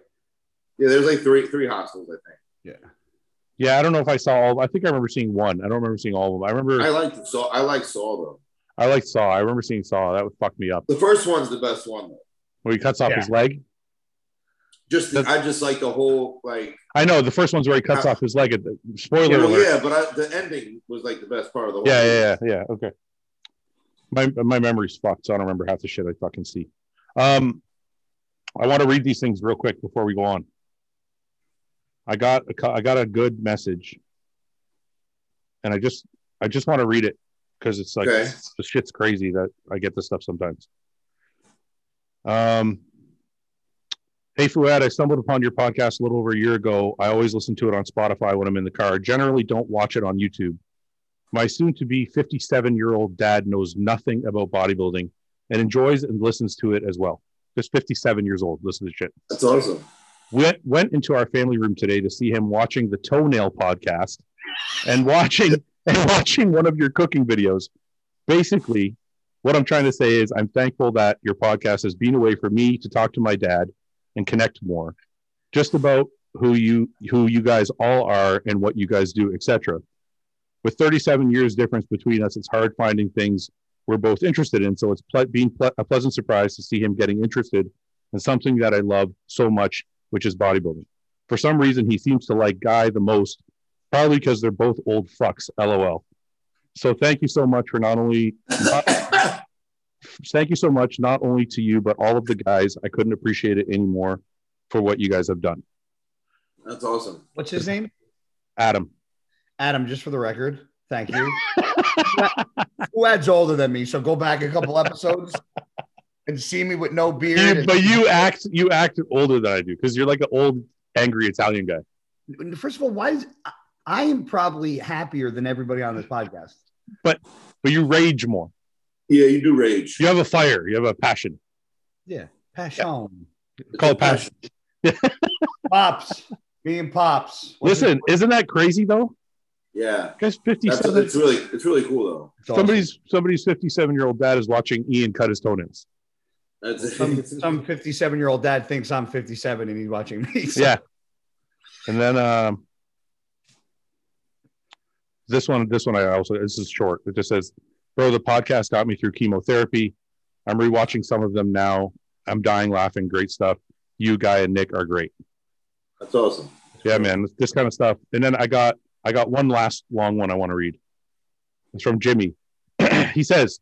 Yeah, there's like three three hostels, I think.
Yeah, I don't know if I saw all I think I remember seeing one. I don't remember seeing all of them. I
I
remember
like Saw. I like Saw though.
I, liked Saw. I remember seeing Saw. That would fuck me up.
The first one's the best one though.
Where he cuts off
Yeah.
his leg.
Just
That's-
I just like the whole like.
I know the first one's where he cuts
Uh,
off his leg at the spoiler
Well,
alert.
yeah, but I, the ending was like the best part of the whole.
Yeah,
movie.
yeah, yeah, yeah. Okay. My my memory's fucked, so I don't remember half the shit I fucking see. Um, I want to read these things real quick before we go on. I got a, co- I got a good message, and I just I just want to read it because it's like
Okay.
the shit's crazy that I get this stuff sometimes. Um. Hey Fuad, I stumbled upon your podcast a little over a year ago. I always listen to it on Spotify when I'm in the car. I generally don't watch it on YouTube. My soon to be 57 year old dad knows nothing about bodybuilding and enjoys and listens to it as well. Just 57 years old, listen to shit.
That's awesome.
Went, went into our family room today to see him watching the toenail podcast and watching and watching one of your cooking videos. Basically, what I'm trying to say is I'm thankful that your podcast has been a way for me to talk to my dad and connect more just about who you who you guys all are and what you guys do, etc. With 37 years difference between us, it's hard finding things we're both interested in. So it's ple- being ple- a pleasant surprise to see him getting interested in something that I love so much, which is bodybuilding. For some reason, he seems to like Guy the most, probably because they're both old fucks. LOL. So thank you so much for not only thank you so much not only to you but all of the guys. I couldn't appreciate it anymore for what you guys have done.
That's awesome.
What's his name?
Adam,
Adam, just for the record, thank you. Wad's older than me, so go back a couple episodes and see me with no beard.
You-
and-
but you act you act older than I do because you're like an old angry Italian guy.
First of all, why is I- I am probably happier than everybody on this podcast.
But you rage more.
Yeah, you do rage.
You have a fire. You have a passion.
Passion,
It's
Call
a
it passion.
pops, me and pops.
Listen, isn't that crazy though?
Yeah,
Guys,
that's,
fifty-seven.
it's really it's really cool though.
It's awesome.
Somebody's somebody's fifty-seven-year-old dad is watching Ian cut his toenails.
That's
some some 57 year old dad thinks I'm 57 and he's watching me. So-
Yeah. And then um, this one, this one, I also this is short. It just says, "Bro, the podcast got me through chemotherapy. I'm rewatching some of them now. I'm dying laughing. Great stuff. You, guy, and Nick are great.
that's awesome.
Yeah, man, this- this kind of stuff. And then I got I got one last long one I want to read. It's from Jimmy. he says,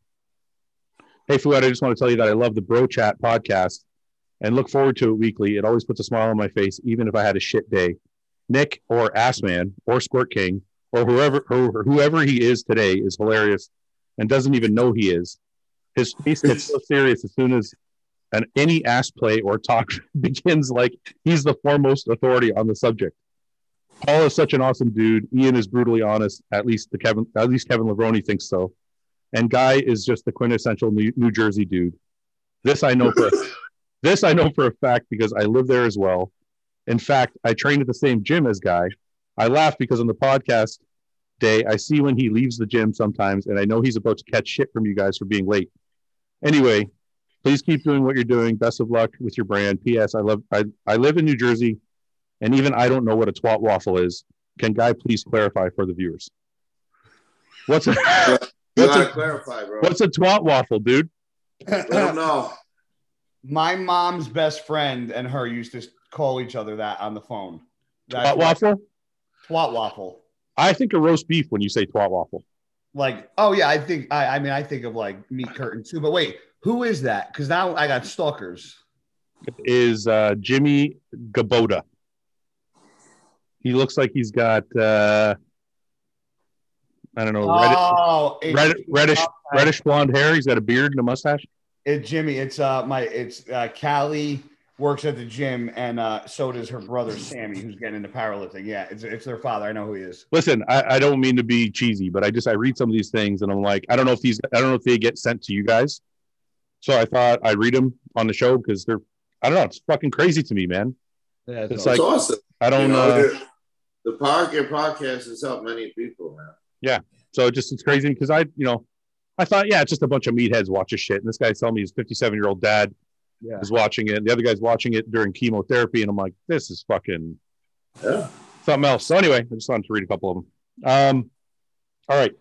"Hey Fuad, I just want to tell you that I love the Bro Chat podcast and look forward to it weekly. It always puts a smile on my face, even if I had a shit day. Nick or Assman or Squirt King or whoever or whoever he is today is hilarious and doesn't even know he is. His face gets so serious as soon as an any ass play or talk begins, like he's the foremost authority on the subject. Paul is such an awesome dude. Ian is brutally honest. At least the Kevin, at least Kevin Lavroni thinks so. And Guy is just the quintessential New, New Jersey dude. This I know for this I know for a fact because I live there as well. In fact, I train at the same gym as Guy. I laugh because on the podcast day, I see when he leaves the gym sometimes, and I know he's about to catch shit from you guys for being late. Anyway, please keep doing what you're doing. Best of luck with your brand. P.S. I love I, I live in New Jersey, and even I don't know what a twat waffle is. Can guy please clarify for the viewers? What's a
You
What's
gotta
a-
clarify, bro.
what's a twat waffle, dude?
I don't know.
My mom's best friend and her used to call each other that on the phone. That's
Twat waffle?
Twat waffle.
I think of roast beef when you say twat waffle.
Like, oh yeah, I think I, I mean I think of like meat curtain too. But wait, who is that? Because now I got stalkers.
Is uh, Jimmy Gaboda? He looks like he's got uh, I don't know reddish,
Oh, it,
red, reddish reddish blonde hair. He's got a beard and a mustache.
it- Jimmy, it's uh my it's uh Callie works at the gym and uh so does her brother Sammy who's getting into powerlifting. Yeah, it's it's their father. I know who he is.
listen I, I don't mean to be cheesy but i just i read some of these things and i'm like i don't know if these i don't know if they get sent to you guys so i thought i'd read them on the show because they're i don't know it's fucking crazy to me man
Yeah,
It's
It's
like-
awesome.
i don't
You
know
know,
uh,
the- the pocket podcast has helped many people, man.
so it just it's crazy because i you know i thought yeah it's just a bunch of meatheads watch this shit and this guy's telling me his 57 year old dad
Yeah.
is watching it and the other guy's watching it during chemotherapy and i'm like this is fucking
Yeah.
something else so anyway i just wanted to read a couple of them um all right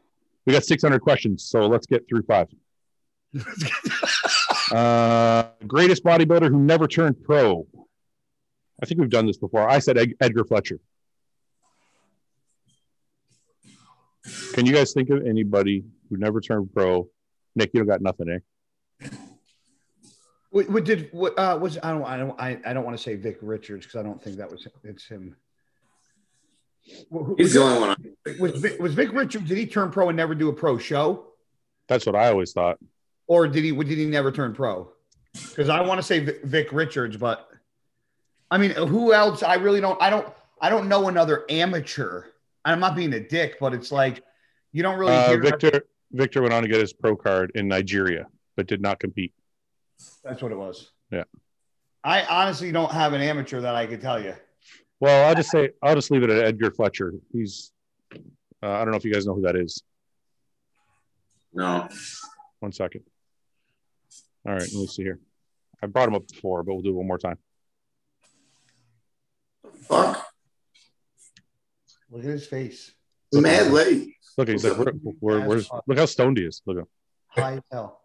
we got 600 questions so let's get through five Uh, greatest bodybuilder who never turned pro. I think we've done this before. I said Ed- Edgar Fletcher. Can you guys think of anybody who never turned pro? Nick, you don't got nothing, eh?
What, what did what uh was I don't I don't I, I don't want to say Vic Richards because I don't think that was it's him. Wh- who-
He's
Was,
the only one. I can think
was
of.
Vic, was Vic Richards? Did he turn pro and never do a pro show,
That's what I always thought.
or did he? Did he never turn pro? Because I want to say Vic, Vic Richards, but I mean, who else? I really don't. I don't. I don't know another amateur. And I'm not being a dick, but it's like you don't really.
Uh,
hear
Victor Victor went on to get his pro card in Nigeria, but did not compete.
That's what it was.
Yeah.
I honestly don't have an amateur that I could tell you.
Well, I'll just say I'll just leave it at Edgar Fletcher. He's uh, I don't know if you guys know who that is.
No.
One second. All right, let me see here. I brought him up before, but we'll do it one more time.
Fuck.
Look at his face.
Mad late.
Look, he's like, where, where, where's look how stoned he is. Look at him.
high as hell.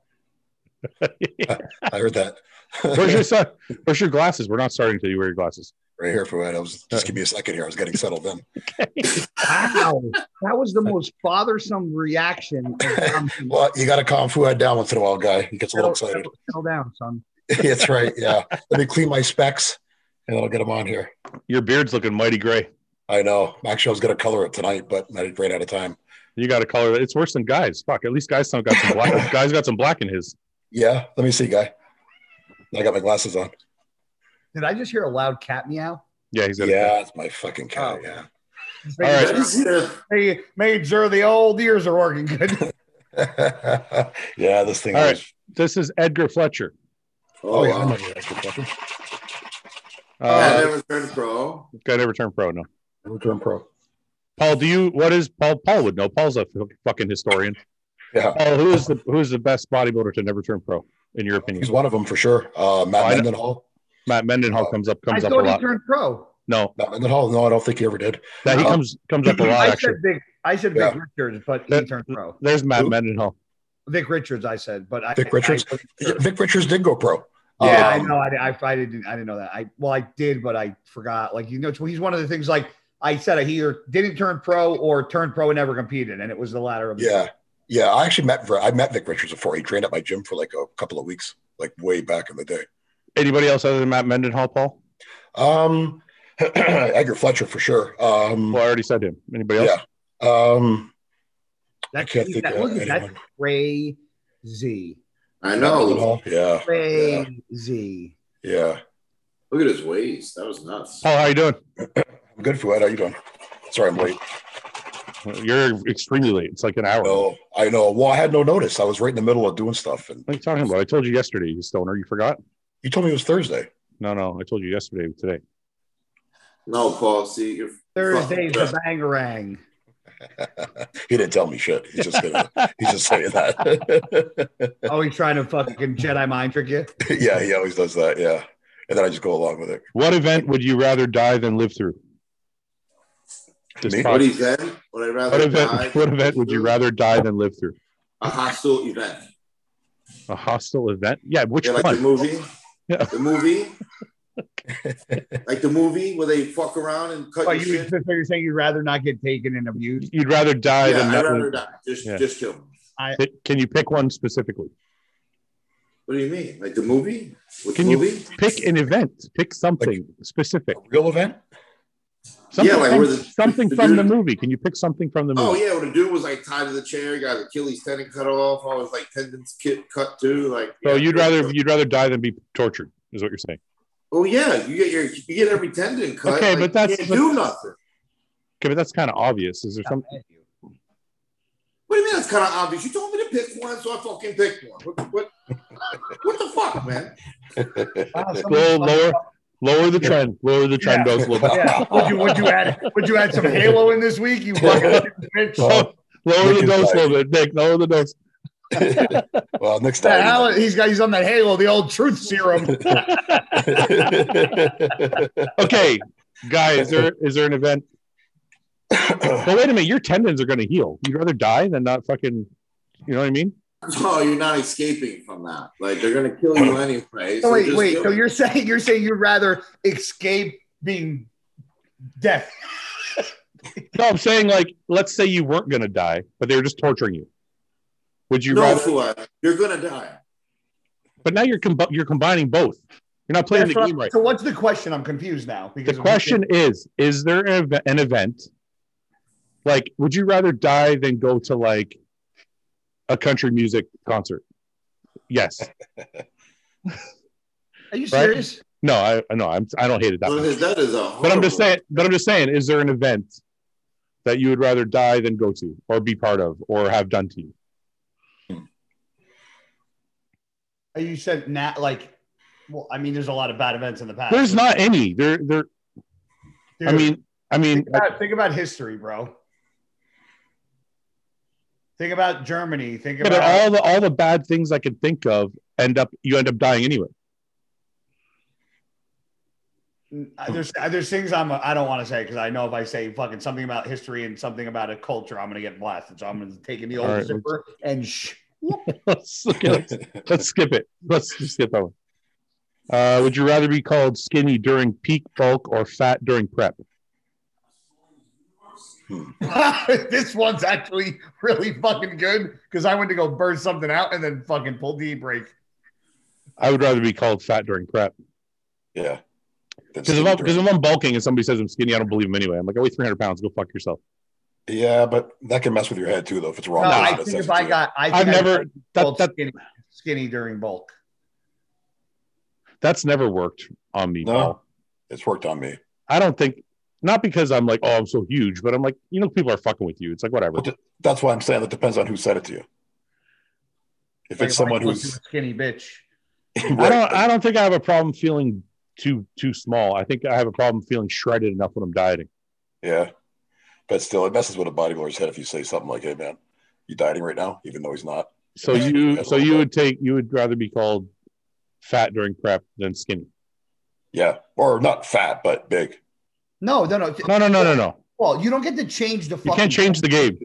I heard that.
Where's your son? Where's your glasses? We're not starting until you wear your glasses.
right here for it. I was just give me a second here. I was getting settled in.
Wow, that was the most bothersome reaction.
Well, you got to calm Fuad down once in a while, guy. He gets a little excited.
Settle down, son.
That's right. Yeah. Let me clean my specs and I'll get him on here.
Your beard's looking mighty gray.
I know. Actually, I was going to color it tonight, but I ran out of time.
You got to color. It's worse than guys. Fuck. At least guys some got some black. guys got some black in his.
Yeah. Let me see, guy. I got my glasses on.
Did I just hear a loud cat meow?
Yeah, he's got. A,
Yeah. It's my fucking cat. Yeah.
All right.
They made sure the old ears are working good.
yeah. This thing.
All
is-
this is Edgar Fletcher.
Oh,
Oh,
yeah. I
wow.
know you asked a question.
I
Uh,
never turned pro.
guy never turned pro. No.
We'll turn pro.
Paul, do you? What is Paul? Paul would know. Paul's a fucking historian.
Yeah.
Paul, who is the who is the best bodybuilder to never turn pro in your opinion?
He's one of them for sure.
Oh, I
Uh, Matt
know.
Mendenhall.
Matt Mendenhall comes up
I
comes up a
thought he
lot.
turned pro.
No,
Matt Mendenhall. No, I don't think he ever did.
that he
Oh.
comes comes up a lot.
I
Actually,
said Vic. I said Vic
Yeah.
Richards, but he
That-
turned pro.
there's Matt
Who?
Mendenhall.
Vic Richards, I said, but I,
Vic Richards?
I-
Yeah, Vic Richards did go pro.
yeah, I
Um,
know. I, I, I didn't. I didn't know that. I well, I did, but I forgot. Like you know, it's- he's one of the things. Like I said, I either didn't turn pro or turned pro and never competed, and it was the latter of the
Yeah, yeah. I actually met I met Vic Richards before. He trained at my gym for like a couple of weeks, like way back in the day.
Anybody else other than Matt Mendenhall? Paul.
Um, Edgar Fletcher for sure. Um,
Well, I already said him. Anybody else?
Yeah. um, I
That,
can't think
that,
of
look at that
anyone.
crazy,
I know.
Mendenhall? Yeah,
crazy.
yeah.
Look at his waist. That was nuts.
Paul, how you doing?
I'm good, Fuad. How you doing? Sorry, I'm late.
You're extremely late. It's like an
Oh.
hour.
No, I know. Well, I had no notice. I was right in the middle of doing stuff, and
What are you talking about? I told you yesterday, you stoner. You forgot?
you told me it was Thursday.
No, no. I told you yesterday. Today.
No, Paul. See, you're
Thursday's
fucking-
the bangarang.
he didn't tell me shit. He's just gonna, he's just saying that.
Oh, he's trying to fucking Jedi mind trick you.
yeah, he always does that. Yeah, and then I just go along with it.
What event would you rather die than live through? This
Me?
pod-
What he said? Would I rather
what
die
event? What event would you rather die than live through?
A hostile event.
A hostile event? Yeah. Which
Yeah, like the
one?
movie.
Yeah.
The movie. like the movie where they fuck around and cut
Oh,
your
you,
shit.
so you're saying you'd rather not get taken and abused?
You'd rather die
Yeah,
than
I'd
not.
rather die. Just,
Yeah.
just kill me.
Can- Can you pick one specifically?
What do you mean? Like the movie? With
Can
the
you-
movie?
Pick an event. Pick something specific.
Real event?
Something,
Yeah, like
from,
where the-
something
the
from the
dude-
movie. Can you pick something from the movie?
Oh yeah, when the dude was like tied to the chair, got his Achilles tendon cut off. All his like tendons ki- cut too. Like
So
yeah.
you'd rather you'd rather die than be tortured, is what you're saying.
Oh yeah, you get your you get every tendon cut.
Okay,
like,
but that's-
you
but-
can't do nothing.
Okay, but that's kind of obvious. Is there some?
What do you mean? That's kind of obvious. You told me to pick one, so I fucking picked one. What what, what the fuck, man?
Wow, somebody-
Well, lower, lower the trend, lower the trend,
Yeah.
goes a little bit.
Yeah. Would you would you add would you add some Halo in this week? You fucking bitch.
Well,
Lower
Nick
the dose
is
a
like-
little bit, Nick. Lower the dose.
well, next
The hell,
time.
he's got he's on that Halo, the old truth serum.
Okay, guy, is there is there an event? But wait a minute, your tendons are going to heal. You'd rather die than not fucking. You know what I mean?
No, Oh, you're not escaping from that. Like they're gonna kill you anyway.
So
so
wait,
just
wait.
do
So
it.
you're saying you're saying you'd rather escape being death?
No, I'm saying like, let's say you weren't going to die, but they were just torturing you. Would you
no,
rather?
Fuad, you're gonna die.
But now you're combi- you're combining both. You're not playing
That's
the
what-
game right.
So what's the question? I'm confused now.
The
because we-
question is: Is there an, ev- an event? Like, would you rather die than go to like a country music concert? Yes.
Are you serious?
No. I I know. I'm. I don't hate it that
Well,
much.
that is a.
But I'm just
horrible-
saying. But I'm just saying. Is there an event that you would rather die than go to, or be part of, or have done to you?
Are you said Nat like? Well, I mean, there's a lot of bad events in the past.
There's not any. There. There.
Dude,
I mean. I mean.
think about, think about history, bro. Think about Germany. Think
Yeah,
about
but all the all the bad things I can think of end up you end up dying anyway.
Uh, there's uh, there's things I'm I don't want to say because I know if I say fucking something about history and something about a culture I'm gonna get blasted so I'm gonna take in the old
All right,
zipper and sh-
let's, okay, let's, let's skip it. Let's just skip that one. Uh, would you rather be called skinny during peak bulk or fat during prep?
this one's actually really fucking good because I went to go burn something out and then fucking pull the break.
I would rather be called fat during prep
Yeah. That's
because if, I'm- 'cause
dangerous.
if I'm bulking and somebody says I'm skinny, I don't believe them anyway. I'm like, "Oh, I weigh 300 pounds. Go fuck yourself.
yeah, but that can mess with your head too, though. If it's wrong.
no, I
process,
think if
that's
I
it.
got, I think
I've
I
never that,
felt
that
skinny, skinny during bulk.
that's never worked on me.
No.
Paul.
it's worked on me.
I don't think not because I'm like, oh, I'm so huge, but I'm like, you know, people are fucking with you. It's like whatever.
But That's why I'm saying that depends on who said it to you. If
Like,
it's
if I
someone
go to
who's
a skinny bitch.
I don't. I don't think I have a problem feeling too too small. I think I have a problem feeling shredded enough when I'm dieting.
Yeah. But still, it messes with a bodybuilder's head if you say something like, hey, man, you dieting right now? Even though he's not.
So you so you would take you would rather be called fat during prep than skinny.
Yeah. Or not fat, but big.
No, no, no.
No, no, no, no, no.
Well, you don't get to change the fucking.
You can't change the game.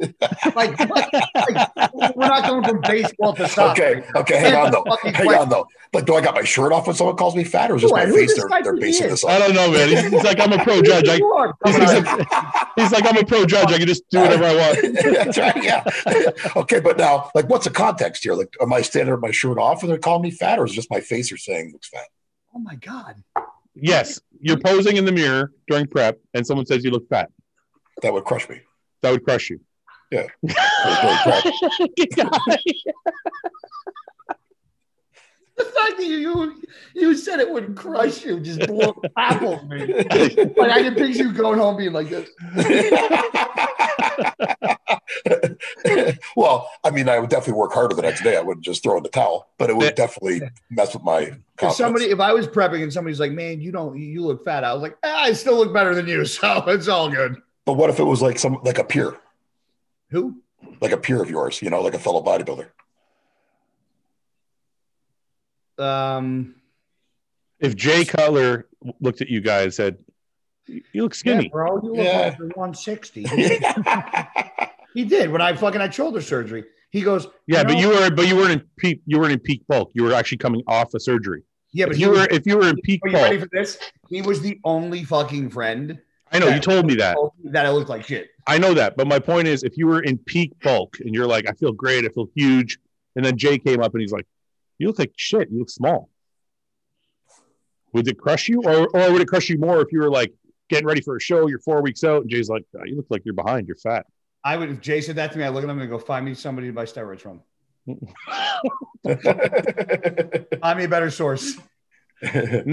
Like, what? Like, we're not going from baseball to soccer.
Okay. Okay. Hang on, though. Hang on, though. But do I got my shirt off when someone calls me fat or is this
Who-
my
who
face?
this
They're,
guy
they're
think he
basing
is?
this
I don't
on.
know, man. He's, he's like, I'm a pro judge. I,
You are
he's,
coming out.
he's- he's like, I'm a pro judge. I can just do whatever I want.
That's right. Yeah. okay. But now, like, what's the context here? Like, am I standing with my shirt off and they're calling me fat or is it just my face they're saying looks fat?
Oh my god!
Yes, you're posing in the mirror during prep, and someone says you look fat.
That would crush me.
That would crush you.
The fact that you you said it would crush you just blew baffled me. Like I can picture you going home being like this.
well, I mean, I would definitely work harder the next day. I wouldn't just throw in the towel, but it would definitely mess with my
If
confidence.
somebody, if I was prepping and somebody's like, "Man, you don't, you look fat," I was like, ah, "I still look better than you, so it's all good."
but what if it was like some like a peer,
Who?
like a peer of yours, you know, like a fellow bodybuilder?
Um,
If Jay Cutler looked at you guys and said, You look
yeah,
skinny.
bro, you look
Yeah.
like you're 160. he did when I fucking had shoulder surgery. He goes,
Yeah, but
know-
you were but you weren't in peak you weren't in peak bulk. You were actually coming off a surgery.
"Yeah, but
If
he
you
was
were if you were in peak
Are you ready
bulk,
for this? He was the only fucking friend
I know you told me that.
that I looked like shit.
I know that. But my point is if you were in peak bulk and you're like, I feel great, I feel huge, and then Jay came up and he's like, You look like shit, you look small. Would it crush you? Or or would it crush you more if you were like getting ready for a show, you're four weeks out, and Jay's like, "Oh, you look like you're behind, you're fat.
I would if Jay said that to me, I look at him and go, find me somebody to buy steroids from. Find me a better source.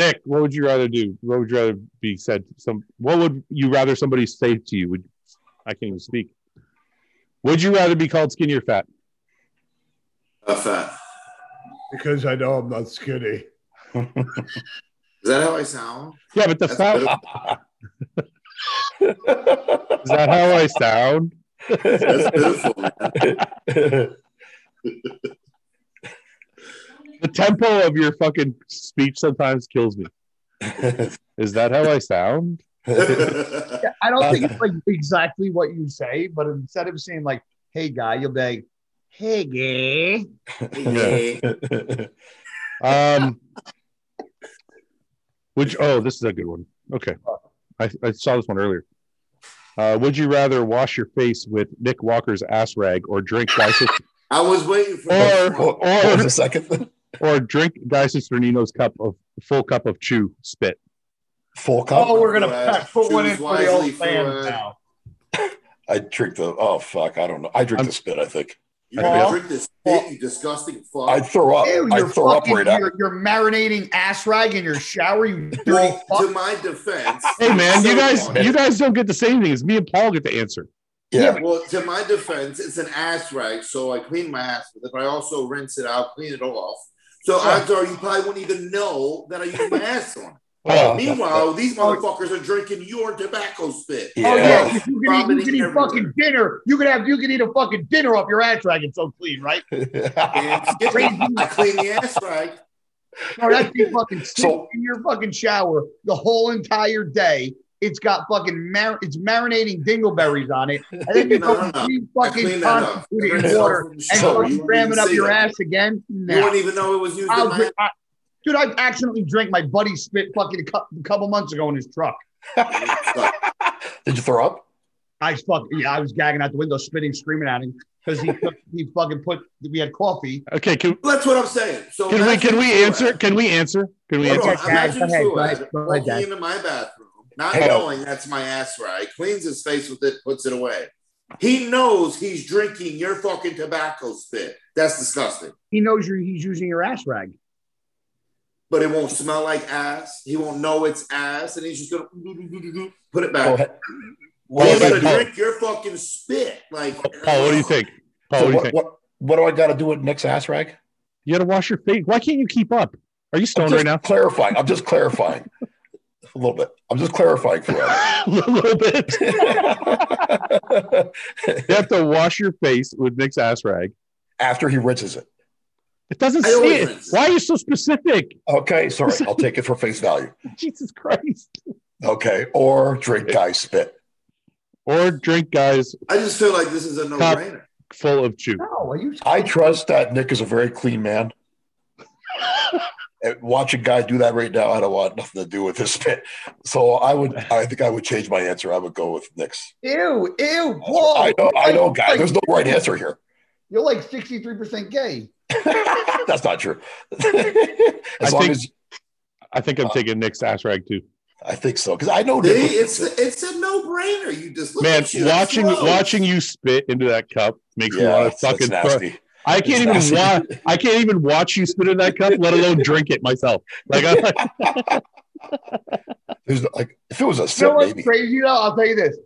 Nick, what would you rather do? What would you rather be said? Some what would you rather somebody say to you? Would I can't even speak. Would you rather be called skinny or fat?
Uh, fat.
Because I know I'm not skinny.
Is that how I sound?
Yeah, but the
That's
fat
better-
is that how I sound?
That's beautiful, man.
The tempo of your fucking speech sometimes kills me. Is that how I sound?
Yeah, I don't think it's like exactly what you say, but instead of saying like, hey guy, you'll be like, hey gay.
Yeah.
Um, which oh, this is a good one. Okay, I, I saw this one earlier. Uh, would you rather wash your face with Nick Walker's ass rag or drink Dyson
I was waiting for
Or-
this
Hold
one.
on a second.
or drink Guy Cisternino's cup of full cup of chew spit.
Full cup.
Oh, we're gonna
Fluid.
put one in
Choose
for the old
wisely,
fans
fluid.
now.
I drink the. Oh fuck! I don't know. I drink
I'm-
the spit. I think
You
Well-
drink this shit, you disgusting fuck.
I throw up.
Ew,
I
you're,
throw up
fucking,
right after.
you're, you're marinating ass rag in your shower, you dirty
Well,
fuck.
to my defense.
Hey man, you guys,
Well,
you guys don't get to say anything. It's me and Paul get to answer.
Yeah.
Well, to my defense, it's an ass rag, so I clean my ass with it, but I also rinse it out, clean it off. So odds are you probably wouldn't even know that I use my ass on.
Oh,
it. Meanwhile, these motherfuckers are drinking your tobacco spit.
Oh
Yeah.
yeah, you can eat, you can eat fucking dinner. You can have you can eat a fucking dinner off your ass rag. It's so clean, right?
And
Crazy.
I clean the ass rag.
No, that's you fucking sitting
So-
in your fucking shower the whole entire day, It's got fucking mar- it's marinating dingleberries on it. And then you
No,
go
no, no.
three
I
fucking
cleaned that
tons
up.
of food
Everything
in water
else from the
and
show, you
fucking
wouldn't
ram it
even
up
see
your
that.
ass again.
You
No.
wouldn't even know it was used
I'll
in my
drink- I- dude, I've accidentally drank my buddy's spit fucking a, cou- a couple months ago in his truck.
Did you throw up?
I fuck, yeah, I was gagging out the window, spitting, screaming at him because he took- he fucking put we had coffee.
Okay, can,
Well, that's what I'm saying. So
can we
imagine
can we
you
answer?
had-
Can we answer? Can we
Hold
answer?
on,
Go ahead,
imagine
go ahead,
Fuad
go ahead, go ahead,
walking
Dad.
into my bathroom, not
Hey, yo.
knowing that's my ass right, cleans his face with it, puts it away. He knows he's drinking your fucking tobacco spit. That's disgusting.
He knows you he's using your ass rag.
But it won't smell like ass. He won't know it's ass, and he's just gonna put it
Go
back.
ahead.
Go
He's
ahead,
gonna
Paul.
drink your fucking spit. Like,
Paul, what do you think? Paul, what do
So
Oh, you
what,
think?
what, what do I got to do with Nick's ass rag?
You got to wash your face. Why can't you keep up? Are you
I'm
stoned
just
right now?
clarifying. I'm just clarifying. A little bit. I'm just clarifying for us.
a little bit. You have to wash your face with Nick's ass rag.
After he rinses it.
It doesn't
I
see
always
it.
rinse.
Why are you so specific?
Okay, sorry. I'll take it for face value.
Jesus Christ.
Okay, or drink guy spit.
Or drink guys
I just feel like this is a no-brainer.
full of juice.
No, are you
I trust that Nick is a very clean man. And watch a guy do that right now, I don't want nothing to do with his spit. So I would, I think I would change my answer. I would go with Nick's.
ew, ew, Paul.
I know, I know, guy.
Oh, Like,
There's no right answer here.
You're like 63% gay.
That's not true. as long
think-
as
I think I'm
Uh,
taking Nick's ass rag too.
I think so, because I know
See,
Nick. would-
it's a, it's a no-brainer. You just look
Man,
at you,
watching
it's gross.
watching you spit into that cup makes me
yeah,
want to
that's, that's
fucking throw.
nasty.
I can't even
It's
watch.
nasty.
I can't even watch you spit in that cup, let alone drink it myself. Like, I'm like
There's like if it was a
You
sip,
know what's
maybe.
crazy though? I'll tell you this.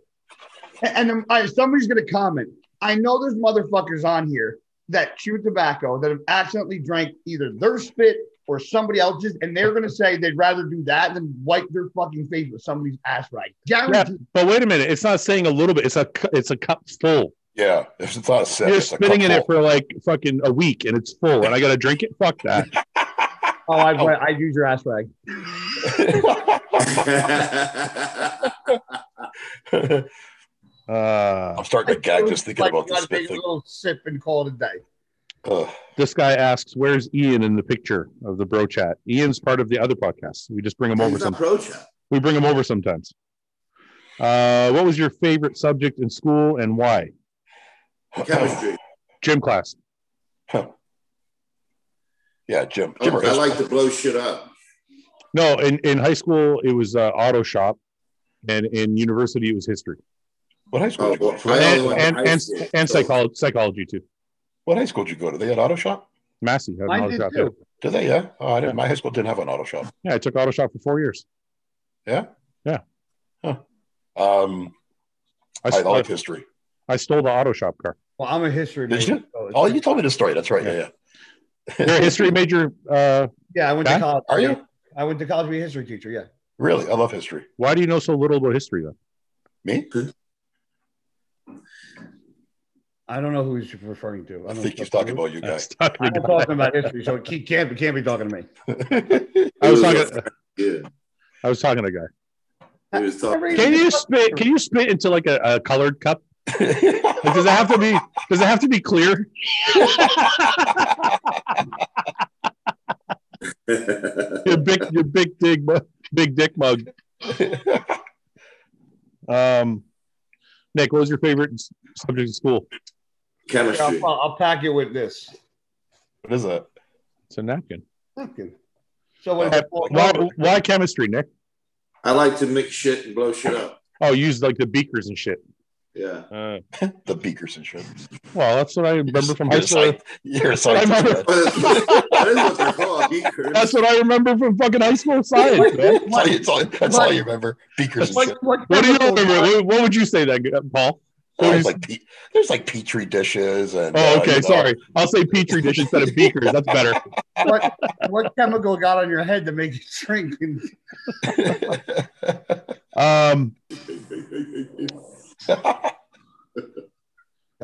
And, and then, I- somebody's gonna comment. I know there's motherfuckers on here that chew tobacco that have accidentally drank either their spit or somebody else's, and they're gonna say they'd rather do that than wipe their fucking face with somebody's ass right. Guaranteed.
but wait a minute, it's not saying a little bit. It's a cu- it's a cup full.
Yeah, if it's not a sip,
You're
it's a
spitting in it
couple.
for like fucking a week, and it's full, and I gotta drink it. Fuck that.
Oh, I, I I'd use your ass rag.
Uh,
Uh.
I'm starting to gag just thinking
Like,
about
you
this
gotta
spit
take a
thing.
little sip and call it a day.
Ugh.
this guy asks, "Where's Ian in the picture of the bro chat?" Ian's part of the other podcast. We just bring him over
He's
some.
not pro-chat.
We bring him over sometimes. Uh, what was your favorite subject in school and why?
Chemistry.
Gym class.
yeah, Jim.
I
Jim or
I
his-
like to blow shit up.
No, in, in high school it was uh, auto shop, and in university it was history
what high school?
Oh,
did you go
well, I-
to?
and
only went to
and,
high
and,
school,
and
so-
psychology psychology too.
What high school did you go to? They had auto shop.
Massey had an
Mine
auto
did
shop. Yeah.
too.
Did they? Yeah. Oh, I didn't. My high school didn't have an auto shop.
yeah, I took auto shop for four years.
Um,
I,
I,
stole,
like history.
I stole the auto shop car.
Well, I'm a history
Did
major.
you?
so it's-
Oh, you told me the story. That's right. Yeah, yeah.
You're a history major. Uh,
yeah, I went
Huh?
to college.
Are you
I went to college to be a history teacher. Yeah.
really? I love history.
why do you know so little about history then?
Me?
I don't know who he's referring to.
I
don't
think
know.
he's talking about you
I was
guys.
talking
I'm
about,
talking about history, so he can't, he can't be talking to me.
I was talking,
Yeah.
I was talking to a guy.
He was talking.
Can you spit? Can you spit into like a, a colored cup? Like, does it have to be? Does it have to be clear? Your big, your big dig, mu- big dick mug. Um, Nick, what was your favorite s- subject in school?
Chemistry.
I'll, I'll pack it with this.
what is that?
It's a napkin.
Fucking. So when
Uh, Why, why chemistry, Nick?
I like to mix shit and blow shit up.
Oh, you used like the beakers and shit.
Yeah.
Uh,
The beakers and shit.
well, that's what I remember from high
You're
school.
psyched. You're psyched.
I remember-
But it's- that is what they're called. beakers.
That's what I remember from fucking high school science. man.
That's all you- that's all- that's all you remember. Beakers and shit.
What do you remember? What, what would you say then, Paul?
Oh,
What
there's
is-
like pe- there's like petri dishes and
Oh,
uh,
okay.
you know,
Sorry. I'll say petri dish instead of beakers. That's better.
What, what chemical got on your head to make you shrink? And
Um,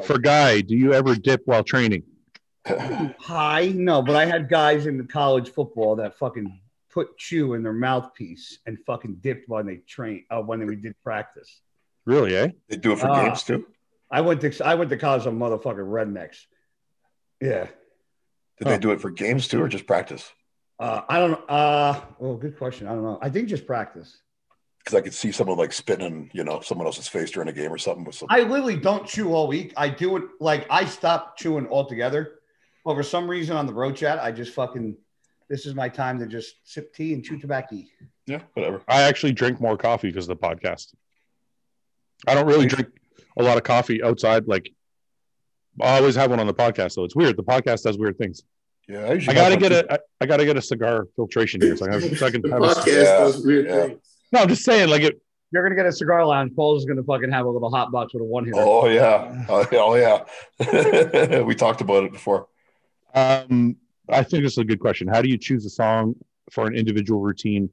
for Guy, do you ever dip while training?
high? No, but I had guys in the college football that fucking put chew in their mouthpiece and fucking dipped when they train uh, when we did practice.
Really, eh?
They do it for
Ah.
games too.
I went to I went to college on motherfucking rednecks. Yeah.
Did
Huh.
they do it for games too, or just practice?
Uh, I don't uh oh good question. I don't know. I think just practice.
Because I could see someone like spitting, in, you know, someone else's face during a game or something with some.
I literally don't chew all week. I do it like I stopped chewing altogether. But for some reason on the road chat, I just fucking this is my time to just sip tea and chew tobacco.
yeah, whatever.
I actually drink more coffee because of the podcast. I don't really drink a lot of coffee outside. Like, I always have one on the podcast, so it's weird. The podcast does weird things.
Yeah, I,
I
usually
gotta
have one
get a, I, I gotta get a cigar filtration here, so I, have, so I can
the
have a,
podcast
Yeah,
does weird
yeah.
things.
No, I'm just saying, like it.
You're gonna get a cigar lounge. Paul's gonna fucking have a little hot box with a one
too.
hitter.
Oh yeah, oh yeah, oh yeah. we talked about it before.
Um, I think this is a good question. How do you choose a song for an individual routine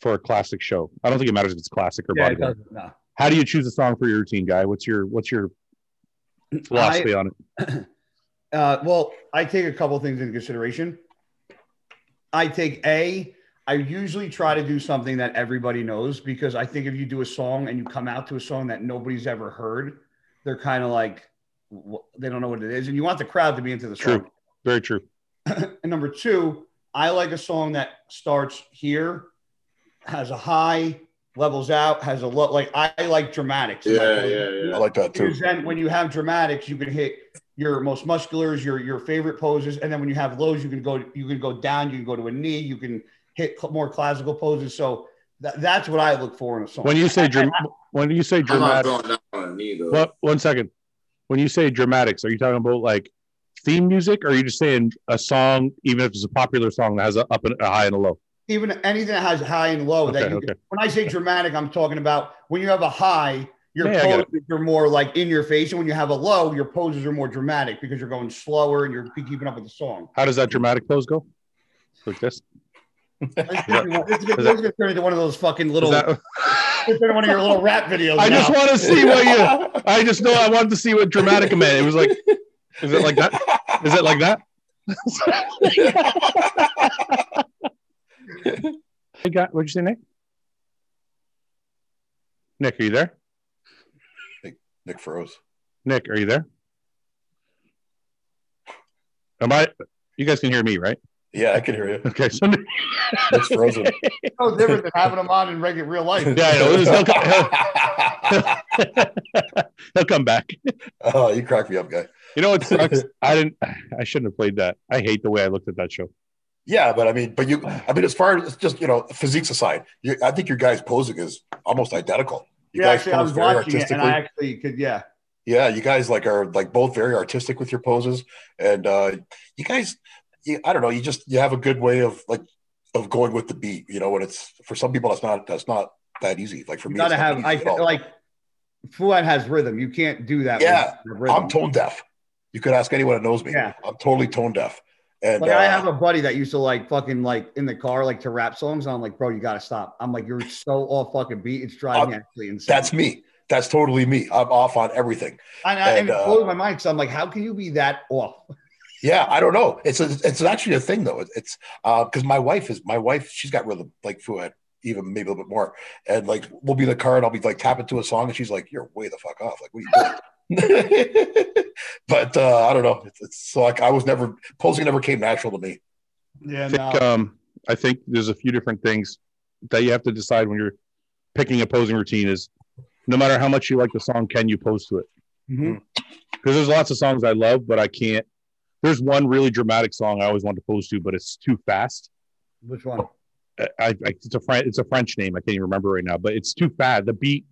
for a classic show? I don't think it matters if it's classic or
yeah, it
bodyguard.
doesn't- no.
How do you choose a song for your routine, guy? What's your what's your philosophy on it?
Uh, well, I take a couple things into consideration. I take a. I usually try to do something that everybody knows because I think if you do a song and you come out to a song that nobody's ever heard, they're kind of like wh- they don't know what it is, and you want the crowd to be into the
True.
song.
Very true.
And number two, I like a song that starts here, has a high, levels out, has a low. Like I like dramatics. in my
Yeah,
music.
yeah, yeah.
I like that too.
Because then when you have dramatics, you can hit your most musculars, your your favorite poses, and then when you have lows, you can go you can go down, you can go to a knee, you can hit cl- more classical poses. So tha- that's what I look for in a song.
When you say dram- when you say
I'm not
dramatic,
going down on a knee though.
Well, one second. When you say dramatics, are you talking about like theme music, or are you just saying a song, even if it's a popular song that has a up and a high and a low?
even anything that has high and low, Oh, that
Okay,
you
okay.
can, when I say dramatic, I'm talking about when you have a high, your
Yeah, I get
poses are more like in your face, and when you have a low, your poses are more dramatic because you're going slower and you're keeping up with the song.
How does that dramatic pose go? Like this?
This is gonna this is
Is
gonna turn into one of those fucking little,
Is
this
that-
is gonna be one of your little rap videos.
I
now.
just want to see what you. I just know I wanted to see what dramatic meant. It was like, is it like that? Is it like that? Hey, guy- what'd you say, Nick? Nick, are you there?
Nick froze.
Nick, are you there? Am I? You guys can hear me, right?
Yeah, I can hear you.
Okay, so
Nick's frozen.
no Oh, different than having them on in regular real life.
Yeah, I know. It was- he'll come back.
oh, you crack me up, guy.
You know what sucks? I didn't. I shouldn't have played that. I hate the way I looked at that show.
Yeah, but I mean, but you, I mean, as far as just you know, physiques aside, you, I think your guys' posing is almost identical. You
Yeah,
guys
actually, I was
pose very
watching it, and
artistically.
I actually could. Yeah,
yeah, you guys like are like both very artistic with your poses, and uh you guys, you, I don't know, you just you have a good way of like of going with the beat. You know, when it's for some people, that's not that's not that easy. Like for
you
me,
gotta
it's not
have.
easy
I
at all.
like Fuad has rhythm. You can't do that.
Yeah,
with rhythm.
I'm tone deaf. You could ask anyone that knows me.
Yeah.
I'm totally tone deaf. And
Like I
uh,
have a buddy that used to like fucking like in the car like to rap songs, and I'm like, bro, you gotta stop. I'm like, you're so off fucking beat. It's driving me actually insane.
Uh, that's me. That's totally me. I'm off on everything.
and, I, and
and,
it
uh,
blows my mind. So I'm like, how can you be that off?
Yeah, I don't know. It's a, it's actually a thing though. It- It's because my wife is my wife. She's got rhythm like Fuad, even maybe a little bit more. And like we'll be in the car and I'll be like tapping to a song and she's like, "You're way the fuck off." Like, what are you doing? but uh, I don't know. It's, it's so, like I was never posing never came natural to me.
Yeah,
I think, um, I think there's a few different things that you have to decide when you're picking a posing routine. Is no matter how much you like the song, can you pose to it?
mm-hmm.
Mm-hmm.
Because there's lots of songs I love, but I can't. There's one really dramatic song I always wanted to pose to, but it's too fast.
Which one?
I, I, it's a French, it's a French name. I can't even remember right now, but it's too fast. The beat,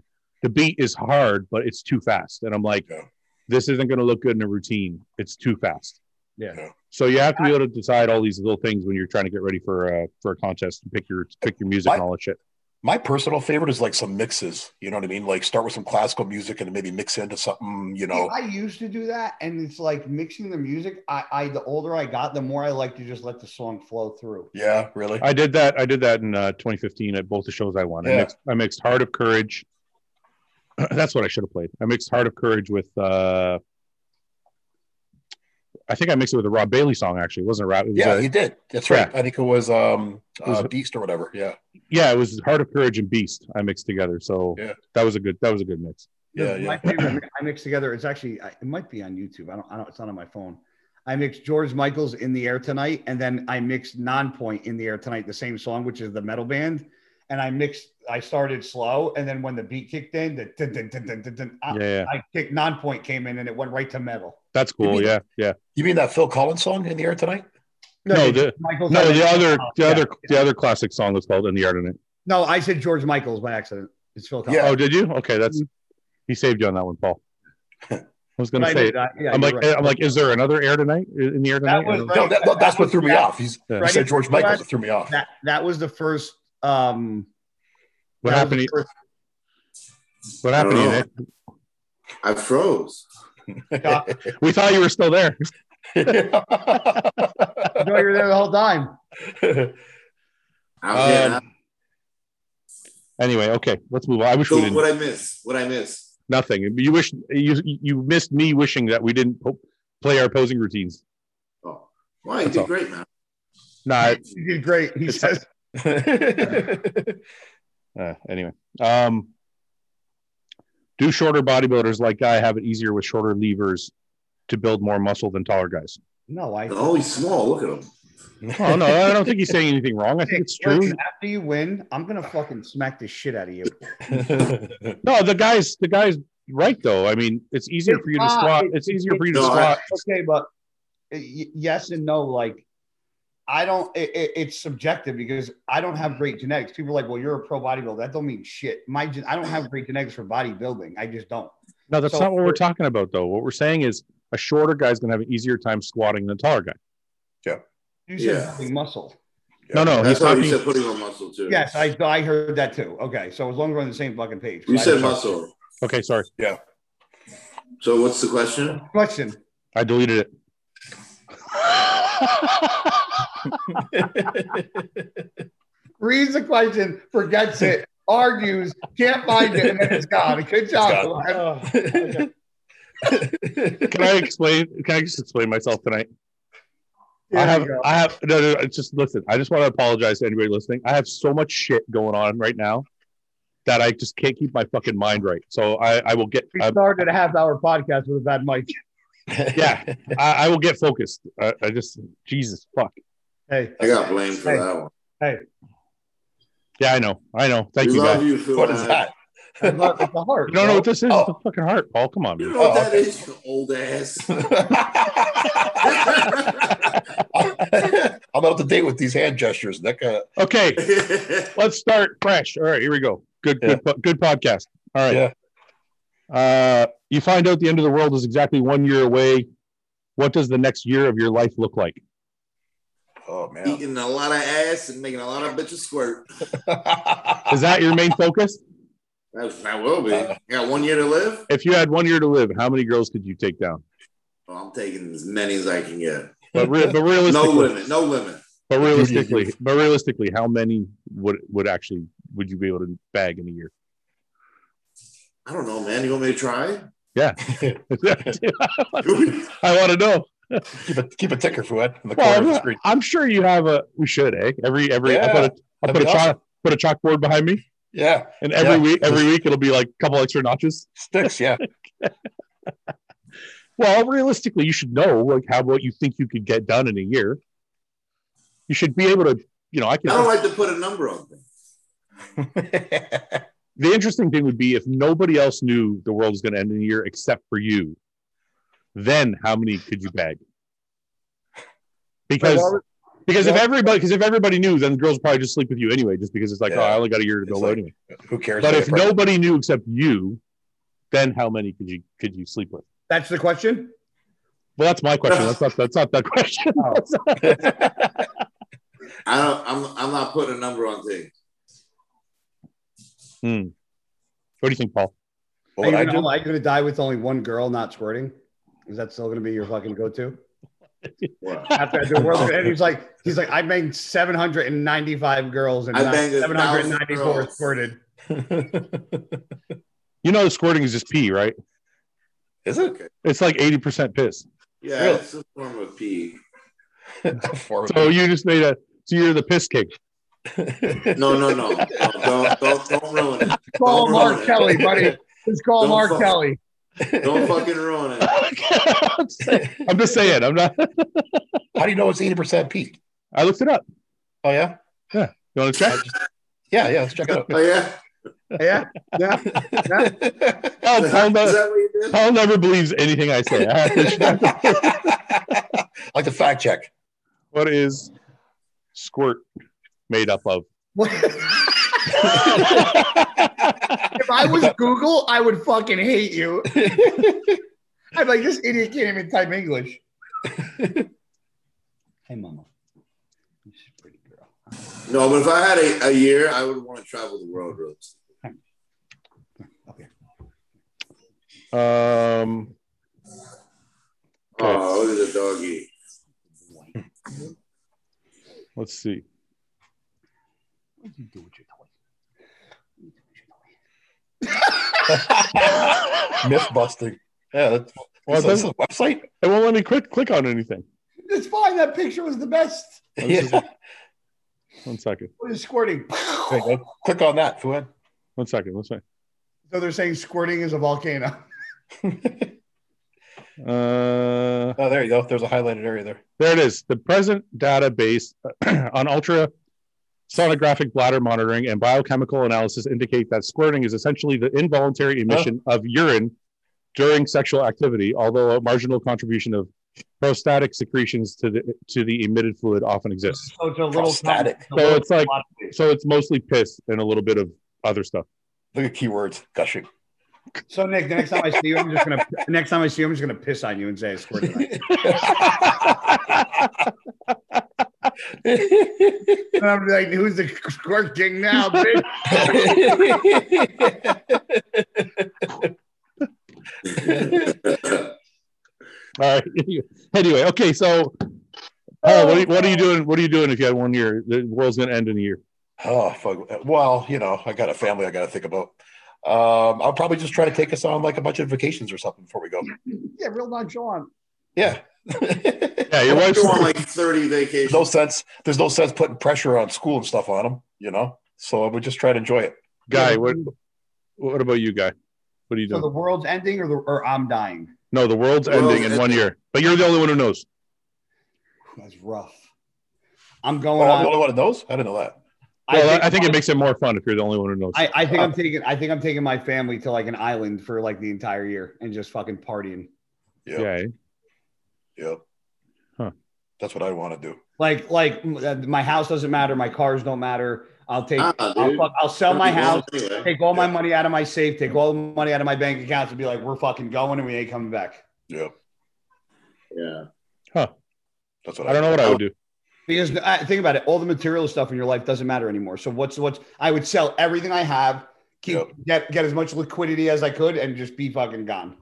the beat is hard, but it's too fast. And I'm like,
Yeah.
this isn't going to look good in a routine. It's too fast.
Yeah.
Yeah.
So you have to be able to decide all these little things when you're trying to get ready for uh, for a contest and pick your pick your music
My-
and all that shit.
My personal favorite is like some mixes. You know what I mean? Like start with some classical music and maybe mix into something. You know,
I used to do that, and it's like mixing the music. I, I the older I got, the more I like to just let the song flow through.
yeah, really.
I did that. I did that in uh, 2015 at both the shows I won. I
Yeah.
mixed I mixed Heart of Courage. That's what I should have played. I mixed Heart of Courage with uh, I think I mixed it with a Rob Bailey song. Actually, it wasn't a rap. It was
Yeah,
a-
he did. That's
yeah.
right. I think it was um
It was-
uh, Beast or whatever. Yeah,
yeah, it was Heart of Courage and Beast. I mixed together, so
Yeah.
that was a good that was a good mix.
yeah, yeah.
My favorite mi- I mixed together. It's actually I- it might be on YouTube. I don't. I don't. It's not on my phone. I mixed George Michael's "In the Air Tonight" and then I mixed Nonpoint "In the Air Tonight," the same song, which is the metal band. And I mixed. I started slow, and then when the beat kicked in, the dun, dun, dun, dun, dun, dun, I,
Yeah, yeah.
I kicked Nonpoint came in, and it went right to metal.
that's cool.
mean-
Yeah, yeah.
You mean that Phil Collins song in the air tonight?
No,
George
the-
Michael's
No,
had
the
it-
other
Oh,
the
yeah.
other the other classic song was called "In the Art of It."
No, I said George Michael's by accident. It's Phil Collins.
Yeah.
Oh, did you? Okay, that's he saved you on that one, Paul. I was
But
gonna
I
say.
did, uh, yeah,
I'm
you're
like,
right.
I'm like, is there another air tonight? In the air
That
tonight?
was
Another-
right.
No, that, that's what threw me off. He's
Yeah.
you said George Michael that threw me off.
that that was the first. Um,
What
that
happened?
was the
to you-
first-
What happened? to you, Nick?
I froze.
We thought you were still there.
No, you were there the whole time.
I was-
Um, Anyway, okay, let's move on. I wish we
so
didn't
what I miss? What I miss?
nothing. You wish you you missed me wishing that we didn't po- play our posing routines.
Oh, why you
That's
did
all.
great, man.
No, I-
You did great. He
It's-
says
uh, anyway. Um, do shorter bodybuilders like Guy have it easier with shorter levers to build more muscle than taller guys?
no. I
Oh, he's small. Look at him.
Oh no, I don't think he's saying anything wrong. I think it's true.
Listen, after you win, I'm gonna fucking smack the shit out of you.
No, the guys, the guys, right though. I mean, it's easier for you to
It's not.
squat.
It-
It's easier for you to
No, I-
squat.
okay, but uh, y- yes and no. Like, I don't. It, it- it's subjective because I don't have great genetics. People are like, "Well, you're a pro bodybuilder." That don't mean shit. My gen- I don't have great genetics for bodybuilding. I just don't.
No, that's
So
not what we're
for-
talking about though. What we're saying is a shorter guy's going to have an easier time squatting than a taller guy.
You said
Yeah.
building muscle.
No, no, Oh, he's
That's why you
talking.
said putting on muscle too.
Yes, I I heard that too. Okay, so as long as we're on the same fucking page.
You
I-
said muscle.
Okay, sorry,
So what's the question?
question.
I deleted it.
reads the question, forgets it, argues, can't find it, and then it's gone. Good job.
gone.
Glenn.
Can I explain? Can I just explain myself tonight?
There
I
you
have,
go.
I have, no, no, no, just listen. I just want to apologize to anybody listening. I have so much shit going on right now that I just can't keep my fucking mind right. So I, I will get,
We
I,
started a half-hour podcast with a bad mic.
Yeah. I, I will get focused. I, I just, Jesus fuck.
Hey,
I got blamed for
Hey.
that one.
Yeah, I know, I know. Thank
we
you,
love
guys.
you, Phil.
what is that?
I love it. the heart.
You don't know what this is?
Oh.
It's the fucking heart, Paul. Come on,
You
man.
know what
Oh,
that
okay.
is, you old ass.
I'm out to date with these hand gestures, Nick. Uh,
Okay, let's start fresh. All right, here we go. Good, good, po- good podcast. All right. Uh, you find out the end of the world is exactly one year away. What does the next year of your life look like?
Oh man.
Eating a lot of ass and making a lot of bitches squirt.
Is that your main focus?
That's, that will be.
Uh-huh.
Uh.
got one year to live.
If you had one year to live, how many girls could you take down?
Well, I'm taking as many as I can get.
But, re- but
No
realistically,
limit. No limit.
but realistically, but realistically, how many would would actually would you be able to bag in a year?
I don't know, man. You want me to try?
I want to know.
keep a keep a ticker, Fuad, in the corner of the
Well, I'm,
screen.
I'm sure you have a. We should, eh? Every every.
Yeah,
I'll put a, I'll
that'd
put a
be
chalk, put a chalkboard behind me,
Yeah,
and every
Yeah.
week every week it'll be like a couple extra notches.
sticks. Yeah,
Well, realistically, you should know like how what you think you could get done in a year. You should be able to. You know, I
I
can.
don't like to put a number on things.
the interesting thing would be if nobody else knew the world was going to end in a year except for you, then how many could you bag? Because
Wait,
because if
yeah.
everybody because if everybody knew, then the girls would probably just sleep with you anyway, just because it's like,
Yeah.
oh, I only got a year to go
It's
low
like-
anyway.
who cares?
But
about
if
it, right?
nobody knew except you, then how many could you could you sleep with?
That's the question.
Well, that's my question. That's not that's not the question.
Oh.
I don't. I'm. I'm not putting a number on things.
what do you think, Paul?
What
are,
would
you
I
gonna,
do?
hold on, are you gonna die with only one girl not squirting? Is that still gonna be your fucking go-to?
Wow.
After the world and he's like, he's like, I banged 795 girls and
I
not-
banged a
794
thousand girls.
squirted.
You know, squirting is just pee, right?
Is it?
It's like eighty percent piss.
Yeah,
Really?
it's just form of P.
Four
So you just made a. So you're the piss king.
women.
No, no, no. no don't, don't, don't ruin it.
Call
Don't ruin
Mark
it.
Kelly, buddy. Just call
Don't
Mark
fuck-
Kelly.
Don't fucking ruin it.
I'm saying- I'm just saying. I'm not.
How do you know it's eighty percent Pete?
I looked it up.
Oh yeah,
You want to check?
yeah, yeah. Let's check it out.
Oh yeah.
Yeah.
Paul,
Is that,
Paul,
is
ne-
that what you did?
Paul never believes anything I say. I have to check.
like the fact check.
What is squirt made up of?
What- if I was Google, I would fucking hate you. I'm like, this idiot can't even type English.
Hey, mama. This is a pretty girl.
No, but if I had a, a year, I would want to travel the world, really.
Um,
Oh, look at the doggy.
White.
let's see.
What did you do with your toy? What did you do with your toy?
Myth busting. Yeah, that's,
Well, it
that's
doesn't-
a website.
it won't let me click click on anything.
It's fine. That picture was the best.
Oh, This
Yeah.
is- One second.
What is squirting?
There you go. Click on that, Fuad.
One second. One second.
So they're saying squirting is a volcano.
Uh,
Oh, there you go. There's a highlighted area there.
there it is. The present data based on ultra sonographic bladder monitoring and biochemical analysis indicate that squirting is essentially the involuntary emission of urine during sexual activity, although a marginal contribution of prostatic secretions to the to the emitted fluid often exists.
So it's a little
Prostatic.
So it's like so it's mostly piss and a little bit of other stuff.
Look at keywords gushing.
So Nick, the next time I see you, I'm just gonna. next time I see you, I'm just gonna piss on you and say I squirted. on you.
And I'm like, who's the squirt king now, bitch?
All right. anyway, okay. So, Paul, what are, you, what are you doing? What are you doing if you had one year? The world's going to end in a year.
oh, fuck. Well, you know, I got a family I got to think about. Um, I'll probably just try to take us on like a bunch of vacations or something before we go.
Yeah, real nonchalant.
Yeah.
Yeah, your
I
wife's.
go on like 30 vacations.
no sense. There's no sense putting pressure on school and stuff on them, you know? So I would just try to enjoy it.
Guy, what? What about you, guy? What are you
So
doing?
the world's ending, or the, or I'm dying.
no, the world's
World's
ending in one
ending.
year, but you're the only one who knows.
That's rough. I'm
Oh,
going
I'm
on.
the only one of those? I didn't know that.
Well, I think, I, think it makes Uh, it more fun if you're the only one who knows.
I, I think I'm taking. I think I'm taking my family to like an island for like the entire year and just fucking partying.
Yeah.
yeah.
Yeah.
eh? Huh.
That's what I want to do.
Like like uh, my house doesn't matter. My cars don't matter. I'll take.
Ah,
I'll,
dude.
fuck, I'll sell my house.
Anyway.
Take all my money out of my safe. Take all the money out of my bank accounts and be like, we're fucking going and we ain't coming back.
Yeah.
Yeah.
That's what
I don't know what I would do.
Because uh, think about it, all the material stuff in your life doesn't matter anymore. So what's what's I would sell everything I have, keep
Yep.
get get as much liquidity as I could, and just be fucking gone,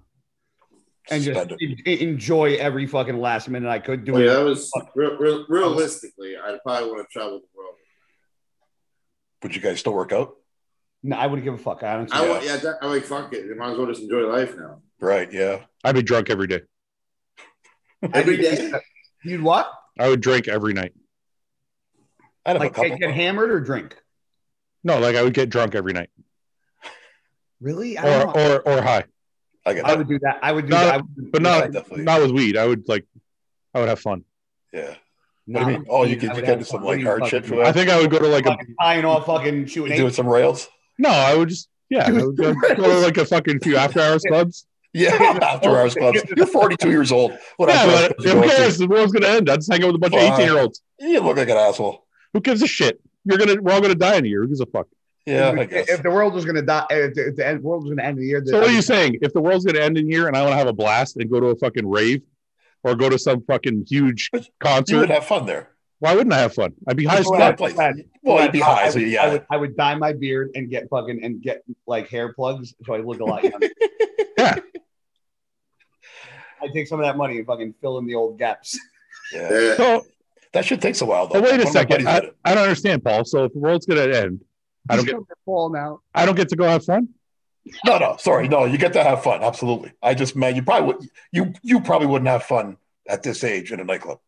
and just
Spend it. Oh,
en- enjoy every fucking last minute I could. Do
Well, yeah, that
it.
was real, real, realistically, I'd probably want to travel the world.
Would you guys still work out?
No, I wouldn't give a fuck. I honestly,
I want, yeah, that, I'm like, fuck it. You might as well just enjoy life now.
Right. Yeah.
I'd be drunk every day.
Every day.
you'd what?
I would drink every night.
I'd have
Like
a
get,
couple.
get hammered or drink?
No, like I would get drunk every night,
Really? I don't
or
know.
or or high,
I get
I
that.
would do that. I would do
No,
that. I would,
but
Yeah,
not
definitely.
not with weed. I would like, I would have fun.
yeah.
no,
what do you mean? Oh, you
I would
could you
have
get into some
fun.
like
What
hard
do you
shit
fucking
for
I
that.
think I would go to like a
Fucking tying off, fucking
You
shooting.
doing some rails?
No, I would just yeah, I would go, go to like a fucking few after hours clubs.
Yeah. After hours clubs. You're 42 years old. What
Yeah,
after hours
but
clubs you
who
going to?
cares? The world's gonna end. I just hang out with a bunch of
Fuck.
eighteen year olds.
You look like an asshole.
Who gives a shit? You're gonna we're all gonna die in a year. Who gives a fuck?
Yeah. I
if,
guess.
if the world was gonna die, if the, if the end, world was gonna end the year,
So what are you saying? If the world's gonna end in here and I want to have a blast and go to a fucking rave or go to some fucking huge
But You
concert,
would have fun there.
why wouldn't I have fun? I'd be high as
Well,
fuck.
place.
Well,
Well,
I-
you'd be
I-
high.
I
So
would-
yeah.
I would, I would dye my beard and get fucking and get like hair plugs so I look a lot younger.
Yeah.
I take some of that money and fucking fill in the old gaps.
yeah.
Yeah.
So
That shit takes a while though.
oh, wait
One
a
of my
second.
buddies
I,
did it.
I don't understand, Paul. So if the world's gonna end, I don't get
fall now.
I don't get to go have fun.
No, no, sorry, no. You get to have fun, absolutely. I just, man, you probably would, you you probably wouldn't have fun at this age in a nightclub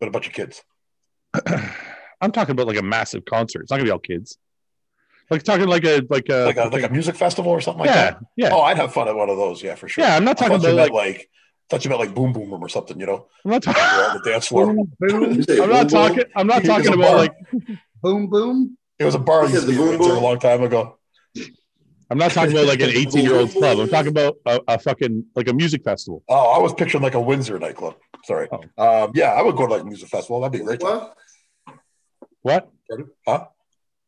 with a bunch of kids.
I'm talking about like a massive concert. It's not gonna be all kids. Like talking like a like a,
like a like a music festival or something like
Uh, yeah
that.
yeah
Oh, I'd have fun at one of those. Yeah, for sure.
yeah. I'm not
I
talking
thought you
about
meant
like,
like, thought you meant like boom boom room or something. You know,
I'm not,
You're
talking.
on the dance floor.
boom,
I'm not talking I'm not
It's
talking
a
about
bar.
like
boom, boom.
It was a bar I
Is it
used to
the
be
Boom
in Windsor a
Boom?
long time ago.
I'm not talking about like an 18 year old club. I'm talking about a, a fucking like a music festival.
Oh, I was picturing like a Windsor nightclub. Sorry.
Oh.
Um, yeah, I would go to like a music festival. That'd be a great. Time.
What?
What?
Huh?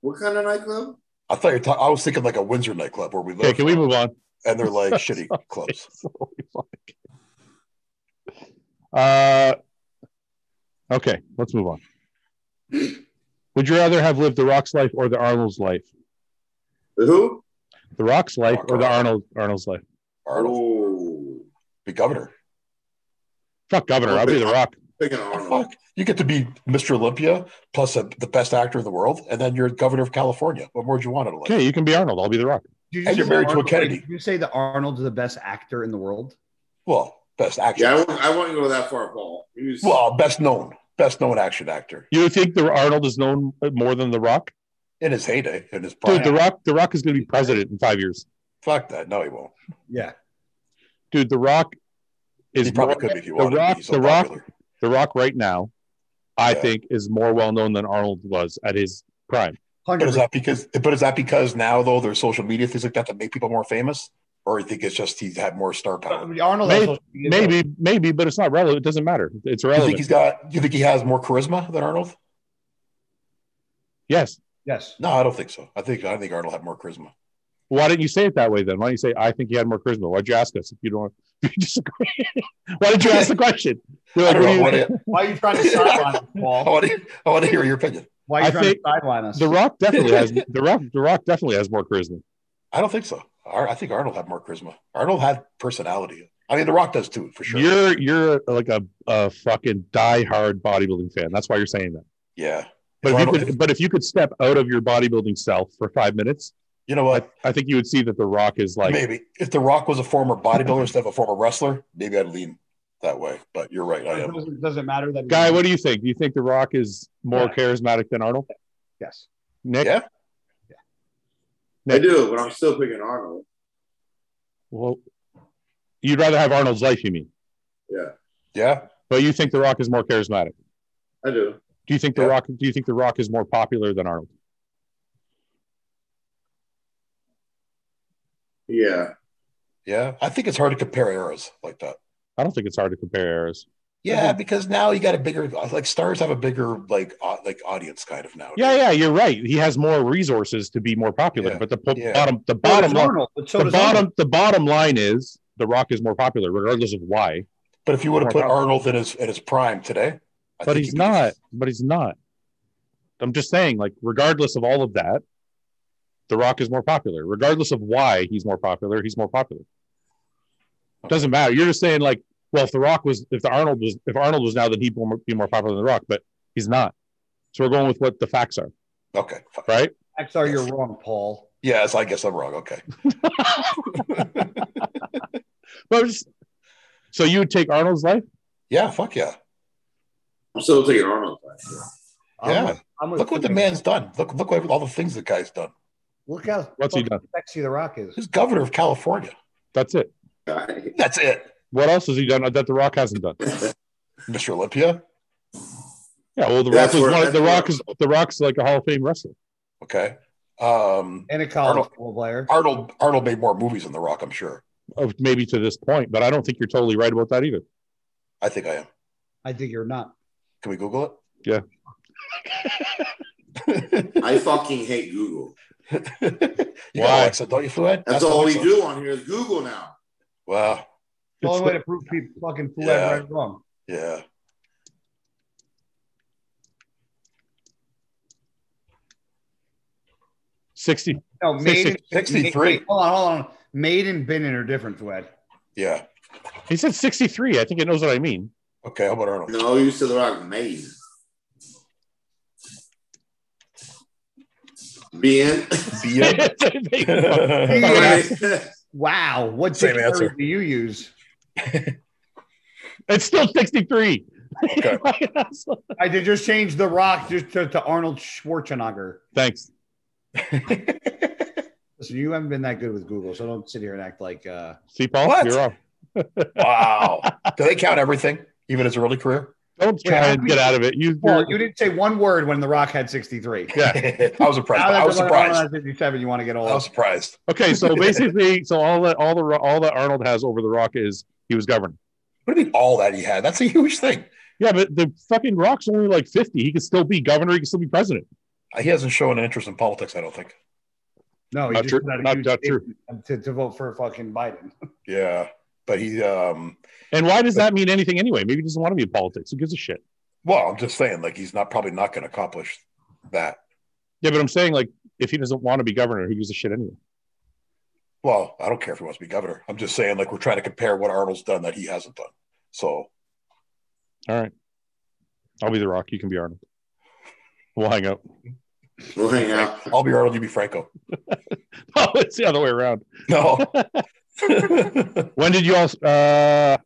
What kind of nightclub?
I thought you were talking. I was thinking like a Windsor nightclub where we live.
Okay, can we move on?
And they're like shitty clubs.
Uh, okay, let's move on. Would you rather have lived the Rock's life or the Arnold's life?
The who?
The Rock's life
Rock
or the
Arnold.
Arnold Arnold's life?
Arnold
Oh,
be governor.
Fuck governor, I'll be the Rock.
picking Arnold.
Fuck. You get to be Mr. Olympia plus a, the best actor in the world, and then you're governor of California. What more do you want out of life?
Okay, you can be Arnold. I'll be the Rock.
Did
And
say
you're married to a
Arnold-
Kennedy.
did you say that Arnold's the best actor in the world?
Well, best actor.
Yeah, I won't, I won't go that far, Paul. He was-
Well, best known, best known action actor
You think the Arnold is known more than the Rock?
in his heyday, in his prime.
Dude, the Rock, the Rock is going to be president in five years.
Fuck that. No, he won't.
Yeah.
Dude, the Rock
he
is
probably
more,
could if he
The
wanted.
Rock-
He's so
The Rock-
popular.
the Rock right now. I
Yeah.
think is more well known than Arnold was at his prime.
But
Hundred
is that because? But is that because now though there's social media things like that to make people more famous, or you think it's just he had more star power?
percent. Arnold
Maybe-
has social media.
Maybe, maybe, but it's not relevant. It doesn't matter. It's
You think
irrelevant.
he's got? You think he has more charisma than Arnold?
Yes.
Yes.
No, I don't think so. I think I think Arnold had more charisma.
Why didn't you say it that way then? Why don't you say I think he had more charisma? Why'd you ask us if you don't if you disagree? Why did you ask the question? You're
I
like,
don't
what do
know.
you-
What do you-
Why are you trying to sideline us,
I
Paul?
want to. I want to hear your opinion.
Why are you
I
trying
think-
to sideline us?
the Rock definitely has the Rock. The Rock definitely has more charisma.
I don't think so. Ar- I think Arnold had more charisma. Arnold had personality. I mean, The Rock does too, for sure.
You're you're like a, a fucking diehard bodybuilding fan. That's why you're saying that.
yeah.
But
If
if you
Arnold-
could, but if you could step out of your bodybuilding self for five minutes,
you know
I,
what?
I think you would see that The Rock is like
maybe if The Rock was a former bodybuilder instead of a former wrestler, maybe I'd lean that way. But you're right. I
It
am.
doesn't, doesn't matter that
guy. What do you think? Do you think The Rock is more
Yeah.
charismatic than Arnold?
Yes.
Nick,
Yeah.
I do, but I'm still picking Arnold.
well, you'd rather have Arnold's life, you mean?
Yeah.
But you think The Rock is more charismatic?
I do.
Do you think the
Yeah.
Rock? Do you think the Rock is more popular than Arnold?
Yeah.
Yeah. I think it's hard to compare eras like that.
I don't think it's hard to compare eras.
Yeah, because now you got a bigger like stars have a bigger like au- like audience kind of now.
Yeah, yeah, you're right. He has more resources to be more popular,
Yeah.
but the po-
Yeah.
bottom, the
So does
bottom, line,
Arnold, but so
the
does
bottom,
Arnold.
the bottom line is the Rock is more popular, regardless of why.
But if you would have put
More powerful.
Arnold in his in his prime today, I
Oh but
think
he's
he'd be-
not. But he's not. I'm just saying, like, regardless of all of that, the Rock is more popular. Regardless of why he's more popular, he's more popular. Doesn't matter. You're just saying, like, well, if the Rock was, if the Arnold was, if Arnold was now, then he'd be more popular than the Rock. But he's not. So we're going with what the facts are,
Okay. fine.
right?
XR, you're wrong, Paul.
Yes, I guess I'm wrong. Okay.
Well, just, so you would take Arnold's life?
Yeah. Fuck yeah.
I'm still taking Arnold.
Um,
I'm
Yeah.
with- I'm with
Look what the
Cooper.
man's done. Look, look what all the things the guy's done.
Look how
What's he
fucking
done?
sexy the Rock is.
He's governor of California.
That's it.
Guy.
That's it.
What else has he done that The Rock hasn't done?
Mr. Olympia.
Yeah, well, The Rock
That's
was
where-
one of, The
that's
Rock is The Rock's like a Hall of Fame wrestler.
Okay. Um,
And a college
Arnold-
football player.
Arnold Arnold made more movies than The Rock. I'm sure.
Of maybe to this point, but I don't think you're totally right about that either.
I think I am.
I think you're not.
Can we Google it?
Yeah.
I fucking hate Google.
you
Why?
got Alexa, don't you, Fluid?
That's, all we do on here is Google now.
Wow.
The
It's
only way to prove people fucking fool
Yeah.
everyone wrong.
Yeah.
Sixty.
No, made in,
63.
made- hold on, hold on. Made and been are different, Thread.
Yeah.
He said sixty-three. I think it knows what I mean.
Okay. How about Arnold?
No, you still rock made. Being
Yeah.
Yeah.
That's
Wow, what
Same
dictionary
answer.
do you use?
It's still 63.
Okay.
I did just change The Rock just to, to Arnold Schwarzenegger.
Thanks.
Listen, you haven't been that good with Google, so don't sit here and act like uh,
See, Paul,
What?
you're off.
Wow. Do they count everything, even as an early career?
Don't
Yeah,
try
how
and
can
get
you-
out of it. You,
well,
you're-
you didn't say one word when The Rock had 63.
yeah.
I was surprised.
Now that
I was
The Rock
surprised.
had 57, you want to get all
I was surprised.
Okay, so basically, so all that all the all that Arnold has over the Rock is he was governed.
What do you mean all that he had? That's a huge thing.
Yeah, but the fucking Rock's only like 50. He can still be governor. He can still be president.
Uh, He hasn't shown an interest in politics, I don't think.
No, he
Not
just
true.
put out a
Not-
huge
not
statement To, to vote for fucking Biden.
Yeah. But he, um,
And why does that mean anything anyway? Maybe he doesn't want to be in politics. Who gives a shit?
well, I'm just saying, like, he's not probably not going to accomplish that.
Yeah, but I'm saying like if he doesn't want to be governor, who gives a shit anyway?
Well, I don't care if he wants to be governor. I'm just saying, like, we're trying to compare what Arnold's done that he hasn't done. So,
All right, I'll be the Rock. You can be Arnold. We'll hang out.
We'll hang out.
I'll be Arnold, you be Franco.
Oh, it's the other way around.
No.
When did you all? Uh,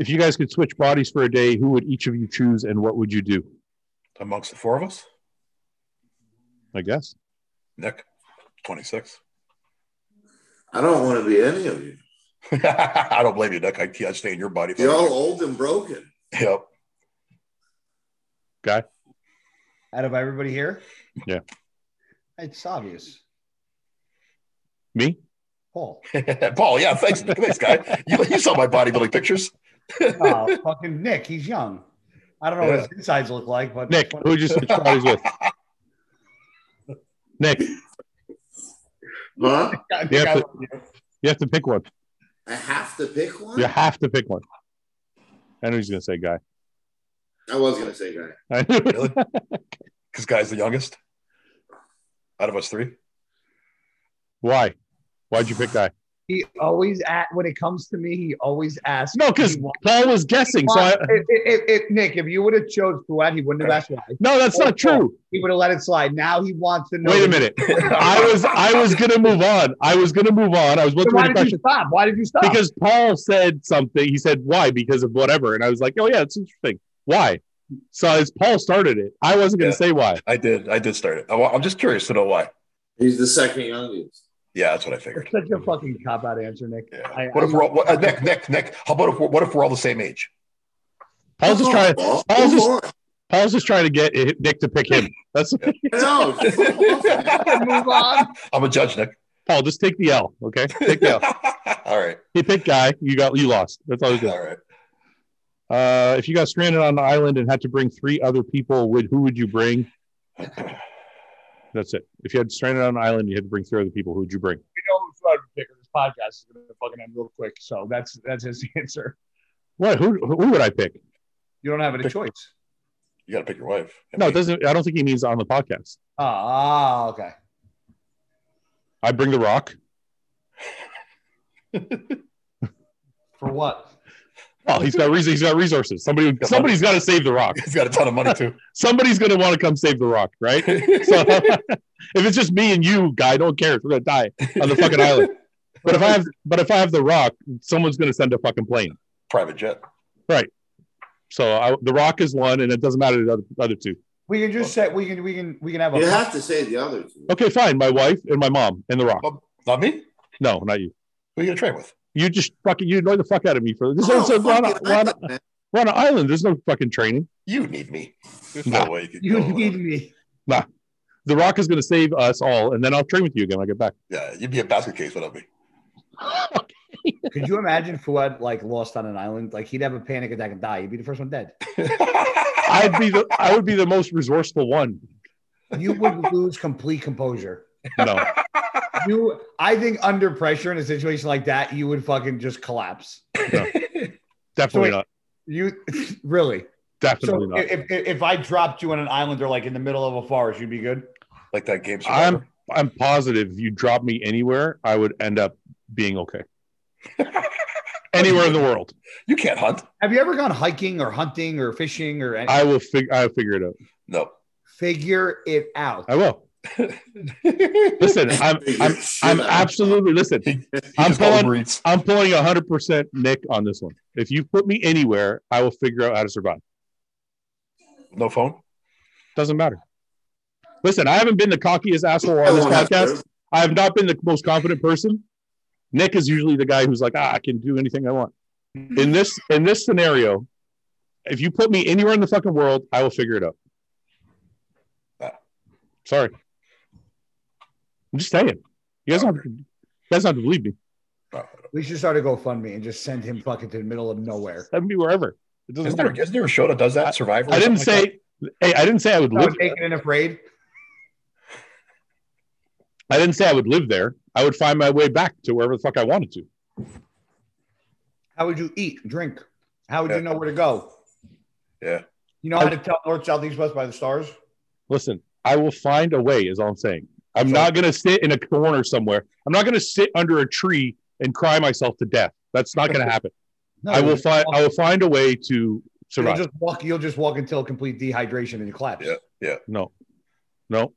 if you guys could switch bodies for a day, who would each of you choose, and what would you do?
Amongst the four of us,
I guess.
Nick, 26.
I don't want to be any of you.
I don't blame you, Nick. I can't stay in your body.
You're all old and broken.
Yep.
Out of everybody here?
Yeah.
It's obvious.
Me?
Paul.
Paul, yeah, thanks, thanks, guy. You, you saw my bodybuilding pictures.
Oh, fucking Nick, he's young. I don't know what his insides look like, but
Nick? Who would you switch bodies with? Nick, you
Huh?
I think
Yeah,
I
but-
love you.
have to pick one.
I have to pick one.
You have to pick one. I know he's gonna say guy.
I was gonna say guy.
I knew it.
Really? Because guy's the youngest out of us three.
Why? Why'd you pick guy?
He always at when it comes to me, he always asks.
No, because
he wants-
Paul was guessing. So I,
If- if- if- if- Nick, if you would have chose Fuad, he wouldn't have asked why.
no, that's not true.
He would have let it slide. Now he wants to know.
Wait a minute. I was I was gonna move on. I was gonna move on. I was
So
about to
why
read a
did
question
you stop? Why did you stop?
because Paul said something. He said why because of whatever, and I was like, oh yeah, it's interesting. Why? So it's Paul started it. I wasn't gonna
Yeah.
say why.
I did. I did start it. I, am just curious to know why.
He's the second youngest.
Yeah, that's what I figured.
such a fucking cop out answer, Nick.
Yeah.
I-
what if
I-
we're all, what, uh, Nick, Nick, Nick? How about if we're, what if we're all the same age?
Paul's just trying.
Come on, Paul.
Paul's
Come
just-
on.
Paul's just trying to get it- Nick to pick him. That's
No,
move on.
I'm a judge, Nick.
Paul. Just take the L. Okay, take the L.
all right.
He picked guy. You got you lost. That's all he's doing.
All right.
Uh, if you got stranded on an island and had to bring three other people, would who would you bring? That's it. If you had stranded on an island, you had to bring three other people. Who would you bring?
you know who Fuad would pick. This podcast is going to fucking end real quick. So that's that's his answer.
What? Who? Who would I pick?
You don't have any choice.
You got to pick your wife.
No, it doesn't. I don't think he means on the podcast.
Ah, okay.
I bring The Rock.
For what?
Well, Oh, he's got reason. He's got resources. Somebody. Somebody's got to save The Rock.
He's got a ton of money too.
Somebody's going to want to come save The Rock, right? So if it's just me and you, guy, don't care. We're going to die on the fucking island. But if I have, but if I have The Rock, someone's going to send a fucking plane.
Private jet.
So I, the Rock is one, and it doesn't matter the other, other two.
We can just say we can we can we can have a
Oh. you have to say the other two.
Okay, fine. My wife and my mom and the Rock.
Well- Not me.
No, not you.
Who you gonna train with?
You just fucking you annoy the fuck out of me for this.
Oh,
episode, we're, on a,
fucking
we're, on a,
island, man.
we're on an island. There's no fucking training.
You need me. There's no
Nah.
way you could.
you
go alone.
need me.
The Rock is going to save us all, and then I'll train with you again when I get back.
Yeah, you'd be a basket case without me.
Could you imagine Fuad like lost on an island? Like he'd have a panic attack and die. He'd be the first one dead.
I'd be the I would be the most resourceful one.
You would lose complete composure.
No,
You, I think, under pressure in a situation like that, you would fucking just collapse.
definitely
So wait,
not.
You really?
Definitely
So
not.
if, if if I dropped you on an island or like in the middle of a forest, you'd be good.
like that game.
I'm-
Survivor.
I'm positive if you drop me anywhere, I would end up being okay. anywhere in the world,
You can't hunt.
Have you ever gone hiking or hunting or fishing or any-
I will figure. I'll figure it out.
No.
figure it out?
I will. Listen, I'm I'm I'm absolutely listen. I'm pulling-
overeats.
I'm pulling 100% Nick on this one. If you put me anywhere, I will figure out how to survive.
No phone.
Doesn't matter. Listen, I haven't been the cockiest asshole on this podcast. I have not been the most confident person. Nick is usually the guy who's like, ah, I can do anything I want. In this in this scenario, if you put me anywhere in the fucking world, I will figure it out. Sorry. I'm just saying. You guys don't have to, you guys don't have to believe me.
We should start a GoFundMe and just send him fucking to the middle of nowhere.
Send me wherever. It doesn't
Isn't there,
matter.
isn't there a show that does that? Survivor. or
I didn't
something like
say. Hey, I didn't say I would
No,
live.
naked and afraid.
I didn't say I would live there. I would find my way back to wherever the fuck I wanted to.
How would you eat, drink? How would
Yeah.
you know where to go?
Yeah.
You know how to tell north, south, east, west by the stars?
Listen, I will find a way. Is all I'm saying. I'm
So-
not gonna sit in a corner somewhere. I'm not gonna sit under a tree and cry myself to death. That's not gonna happen.
No,
I will
you'll
find. I will find a way to survive.
You'll just walk. You'll just walk until complete dehydration and you collapse.
Yeah.
no, no,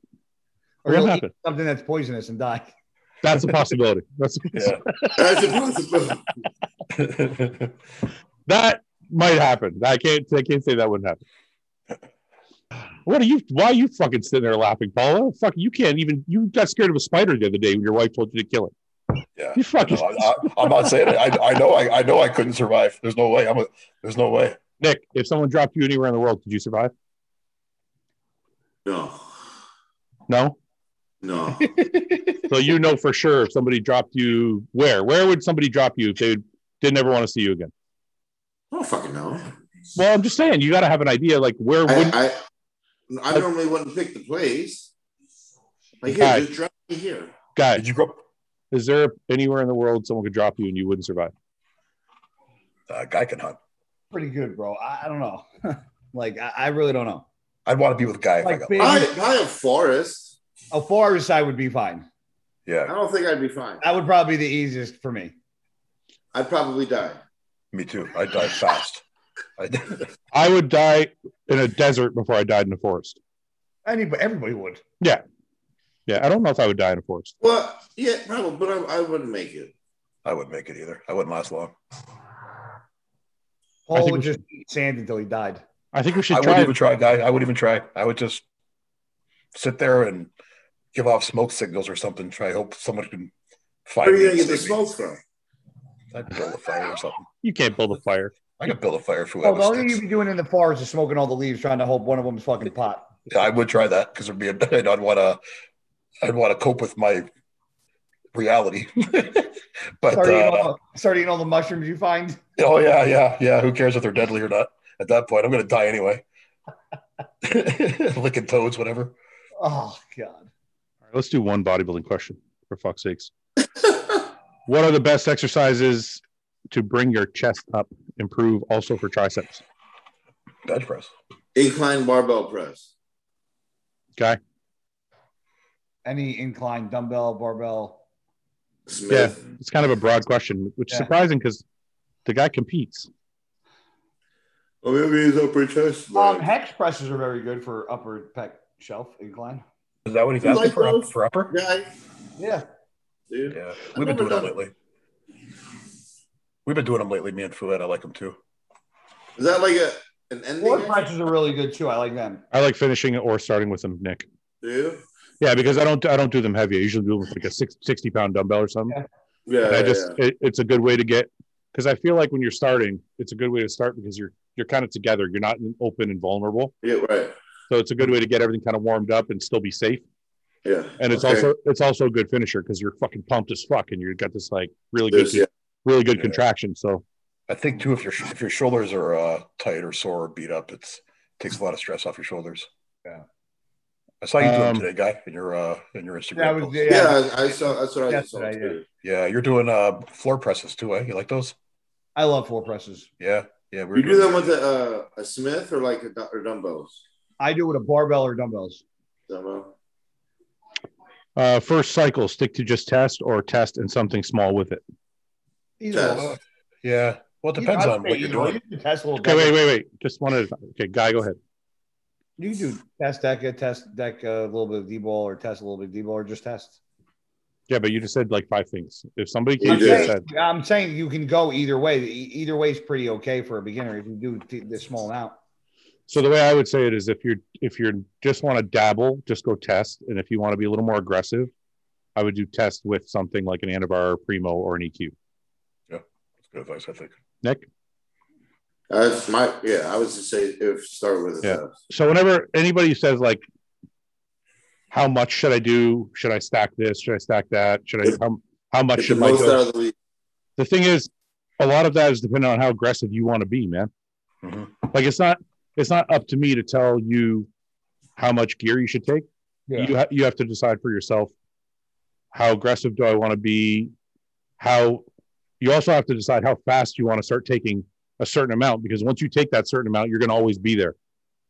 Or
It'll
you'll
happen.
eat something that's poisonous and die.
that's a possibility. That's
That's a possibility.
that?
that might happen. I can't. I can't say that wouldn't happen. What are you? Why are you fucking sitting there laughing, Paula? Fuck, you can't even. You got scared of a spider the other day when your wife told you to kill it.
yeah.
You fucking
No, I, I, am not saying it. I, I know. I, I know. I couldn't survive. There's no way. I'm. A, there's no way.
Nick. If someone dropped you anywhere in the world, could you survive?
No,
No.
no.
So you know for sure if somebody dropped you where? Where would somebody drop you if they didn't ever want to see you again?
I don't fucking know.
Well, I'm just saying you got to have an idea like where would
I, I, I normally wouldn't pick the place. Like here,
Alright.
just drop me here.
guy?
Did you grow up?
Is there anywhere in the world someone could drop you and you wouldn't survive?
Uh, guy can hunt.
Pretty good, bro. I, I don't know. like I, I really don't know.
I'd want to be with guy. If I
Like
got,
big,
I, I have forest.
a forest side would be fine.
I
yeah.
don't think I'd be fine.
That would probably be the easiest for me.
I'd probably die.
Me too. I die fast. I,
I would die in a desert before I died in a forest.
Anybody, everybody would.
Yeah, I don't know if I would die in a forest.
Well, yeah, probably, but I, I wouldn't make it.
I wouldn't make it either. I wouldn't last long.
I
Paul
think
would
we
just eat sand until he died.
I think we should
I
try.
wouldn't even try, guy. I wouldn't even try. I would just sit there and give off smoke signals or something. Try hope someone can find
Where are
me.
you gonna
and
get the
save me.
smoke from?
I'd build a fire or something.
You can't build a fire.
I could build a fire if we
Oh,
had
the only thing
sticks.
you'd be doing in the forest is smoking all the leaves, trying to hold one of them's fucking pot.
Yeah, I would try that because it'd be. A, I'd want to. I'd want to cope with my reality. but
Start, eating
uh,
all the, start eating all the mushrooms you find.
oh yeah, yeah, yeah. Who cares if they're deadly or not? At that point, I'm going to die anyway. Licking toads, whatever.
Oh god.
All right, let's do one bodybuilding question for fuck's sakes. what are the best exercises to bring your chest up? Improve also for triceps.
Bench press.
Incline barbell press.
Guy,
Any incline, dumbbell, barbell.
Smith.
it's kind of a broad question, which is
Yeah.
surprising because the guy competes.
Or Oh, maybe he's upper chest.
Um,
Um,
hex presses are very good for upper pec shelf incline.
Is that what he's
You
asking
like
for? up-
those?
For upper?
guy,
Yeah.
dude.
Yeah, we've been
never
doing them
done it.
lately. We've been doing them lately. Me and Fuad, I like them too.
Is that like a an ending?
Board presses are really good too. I like them.
I like finishing or starting with them, Nick.
Dude.
Yeah, because I don't I don't do them heavy. I usually do them with like a six, 60 pound dumbbell or something.
Yeah.
And
yeah,
I just
yeah.
it, it's a good way to get because I feel like when you're starting, it's a good way to start because you're you're kind of together. You're not open and vulnerable,
yeah. Right.
so it's a good way to get everything kind of warmed up and still be safe.
Yeah.
And it's
Okay.
also it's also a good finisher because you're fucking pumped as fuck and you've got this like really good
There's- yeah.
really good
Yeah.
contraction. So
I think too, if your if your shoulders are uh, tight or sore or beat up, it's takes a lot of stress off your shoulders.
Yeah.
I saw you do them
Um,
today, guy, in your uh, in your Instagram.
Yeah, I was-
post.
yeah.
Yeah, I, I saw. That's what I
That's
saw.
what I
too.
Yeah, you're doing uh, floor presses too, eh? You like those?
I love floor presses.
Yeah, yeah. we were
You do
doing-
them with a, uh, a Smith or like a, du- or dumbbells?
I do with a barbell or dumbbells.
Dumbbell.
uh, first cycle, stick to just test or test and something small with it.
Either
Yes.
one.
Yeah. Well, it depends
I'd
on
say
what you're
either one.
doing.
You can test a little
Okay, wait,
bit.
wait, wait. Just wanted. Okay, guy, go ahead.
You can do test deck, uh, test deck uh, a little bit of D ball, or test a little bit of D ball, or just test.
Yeah, but you just said like five things. If somebody
You
came to you
did.
and said,
I'm saying you can go either way. E- Either way is pretty okay for a beginner if you do t- this small amount.
so the way I would say it is if you're if you're just want to dabble, just go test. And if you want to be a little more aggressive, I would do test with something like an Anavar or Primo or an E EQ.
That's good advice, I think.
That's my yeah. I was just say if start with a
Yeah.
test.
So whenever anybody says like, how much should I do? Should I stack this? Should I stack that? Should I how, how much
Get the
should I
most
do?
out of the week.
the thing is, a lot of that is dependent on how aggressive you want to be, man.
Mhm.
Like it's not it's not up to me to tell you how much gear you should take. You ha- you have to decide for yourself how aggressive do I want to be. How you also have to decide how fast you want to start taking a certain amount because once you take that certain amount, you're going to always be there.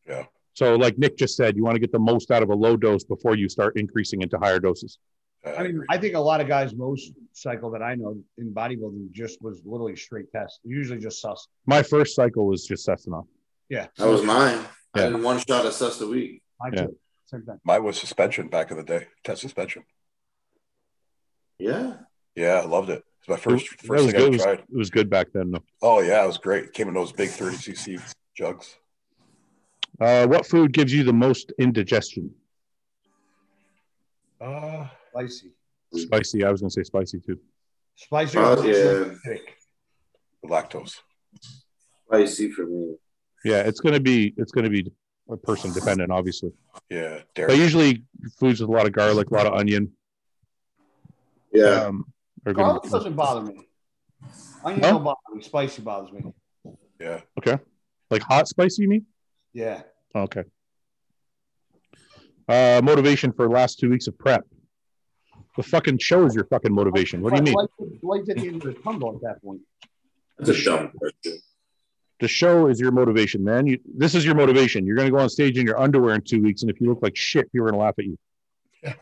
Yeah.
So, like Nick just said, you want to get the most out of a low dose before you start increasing into higher doses.
Uh,
I mean,
agree.
I think a lot of guys most cycle that I know in bodybuilding just was literally straight test. Usually just sus.
My first cycle was just Cessna.
Yeah,
That was mine. I
Yeah.
did one shot of Suss the week.
I
Yeah.
too. Same thing.
mine was suspension back in the day, test suspension.
Yeah.
Yeah, I loved it. It's my first
It
first
was good.
thing
It
I
was-
tried.
It was good back then. though.
Oh yeah, it was great. It came in those big 30cc jugs.
Uh, what food gives you the most indigestion?
Uh,
Spicy.
Spicy. I was going to say spicy too.
Spicy.
Oh, yeah.
lactose.
Spicy for me.
Yeah, it's going to be it's going to be person dependent, obviously.
Yeah,
But
dairy.
usually, foods with a lot of garlic, a lot of onion.
Yeah.
Um, are gonna
Garlic
be-
doesn't bother me. Onion
No?
don't bother me. Spicy bothers me.
Yeah,
like hot spicy. You mean? Oh,
Yeah.
Okay. Uh, motivation for last two weeks of prep. The fucking show is your fucking motivation. What do you mean?
Why, why did he even fumble at that point?
That's a dumb question.
The show is your motivation, man. You, this is your motivation. You're going to go on stage in your underwear in two weeks, and if you look like shit, people are going to laugh at you.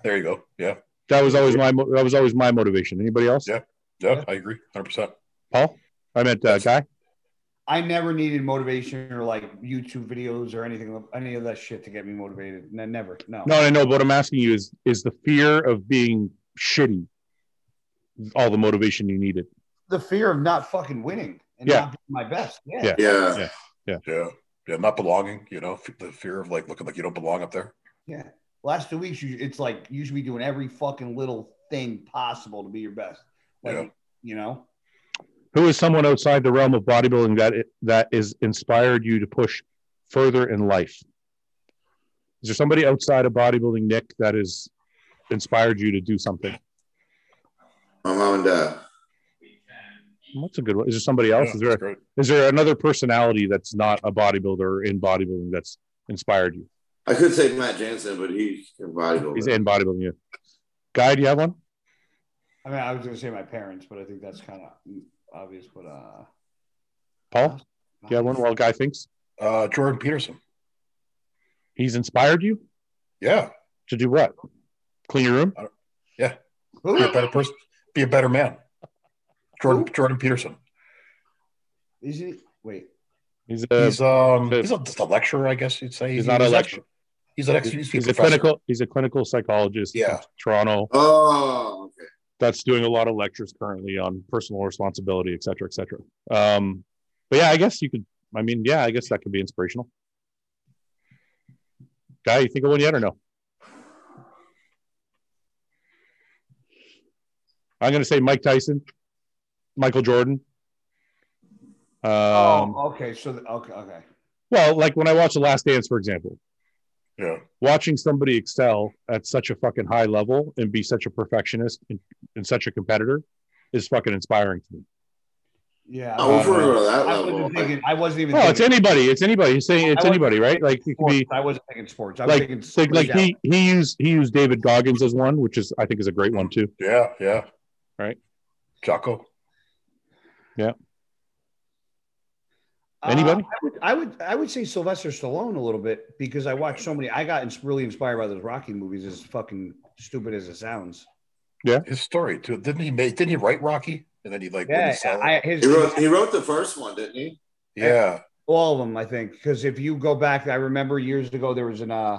there you go. Yeah,
That was always my mo- that was always my motivation. Anybody else?
Yeah. yeah, I agree, hundred percent.
Paul? I meant uh, guy.
I never needed motivation or like YouTube videos or anything, any of that shit to get me motivated. Ne- Never. No.
No, I know. What I'm asking you is is the fear of being shitty all the motivation you needed?
The fear of not fucking winning and
Yeah.
not being my best. Yeah.
Yeah.
Yeah.
Yeah, yeah, not belonging. You know, f- the fear of like looking like you don't belong up there.
Yeah. Last two weeks, you, it's like you should be doing every fucking little thing possible to be your best. Like,
Yeah.
you know,
Who is someone outside the realm of bodybuilding that that is inspired you to push further in life? Is there somebody outside of bodybuilding, Nick, that has inspired you to do something?
My mom and dad.
That's a good one. Is there somebody else?
Yeah,
Is
that's
there
great.
is there another personality that's not a bodybuilder or in bodybuilding that's inspired you?
I could say Matt Jansen, but he's invaluable.
He's in bodybuilding. Yeah. Guy, do you have one?
I mean, I was going to say my parents, but I think that's kind of obvious. But, uh,
Paul, do you have one? While Guy thinks
Uh, Jordan Peterson.
he's inspired you
Yeah,
to do what? Clean your room.
be
Who?
a better person. Be a better man. Jordan Jordan Peterson.
Is he? Wait.
He's a
He's um
the-
he's not just a lecturer, I guess you'd say.
Uh, He's
He
not a
was
lecturer.
actually- He's an ex.
he's,
used to be
a
professor.
clinical he's a clinical psychologist.
Yeah.
in Toronto
Oh, okay.
that's doing a lot of lectures currently on personal responsibility, et cetera, et cetera. Um, but yeah, I guess you could. I mean, yeah, I guess that could be inspirational. Guy, you think of one yet or no? I'm going to say Mike Tyson, Michael Jordan. Um,
oh, okay. So, the, okay. Okay.
Well, like when I watch The Last Dance, for example,
Yeah,
watching somebody excel at such a fucking high level and be such a perfectionist and, and such a competitor is fucking inspiring to me. Uh,
Yeah.
Oh, if we're going to that
I
level,
wasn't thinking. I wasn't even.
Well, Oh, it's
thinking
anybody. It's anybody. He's saying it's
I wasn't
anybody, right? Like you could be
sports. I wasn't thinking sports. I was
like-
thinking
like, like
somebody
he he used he used David Goggins as one, which is I think is a great one too.
yeah, yeah.
Right.
Jocko.
else.
anybody?
Uh, I would. I would. I would say Sylvester Stallone a little bit because I watched so many. I got ins- really inspired by those Rocky movies. As fucking stupid as it sounds.
His story too. Didn't he make? Didn't he write Rocky? And then he like wouldn't
Yeah.
sell it?
I, his,
he wrote, he wrote the first one, didn't he?
yeah.
All of them, I think, because if you go back, I remember years ago there was an, uh,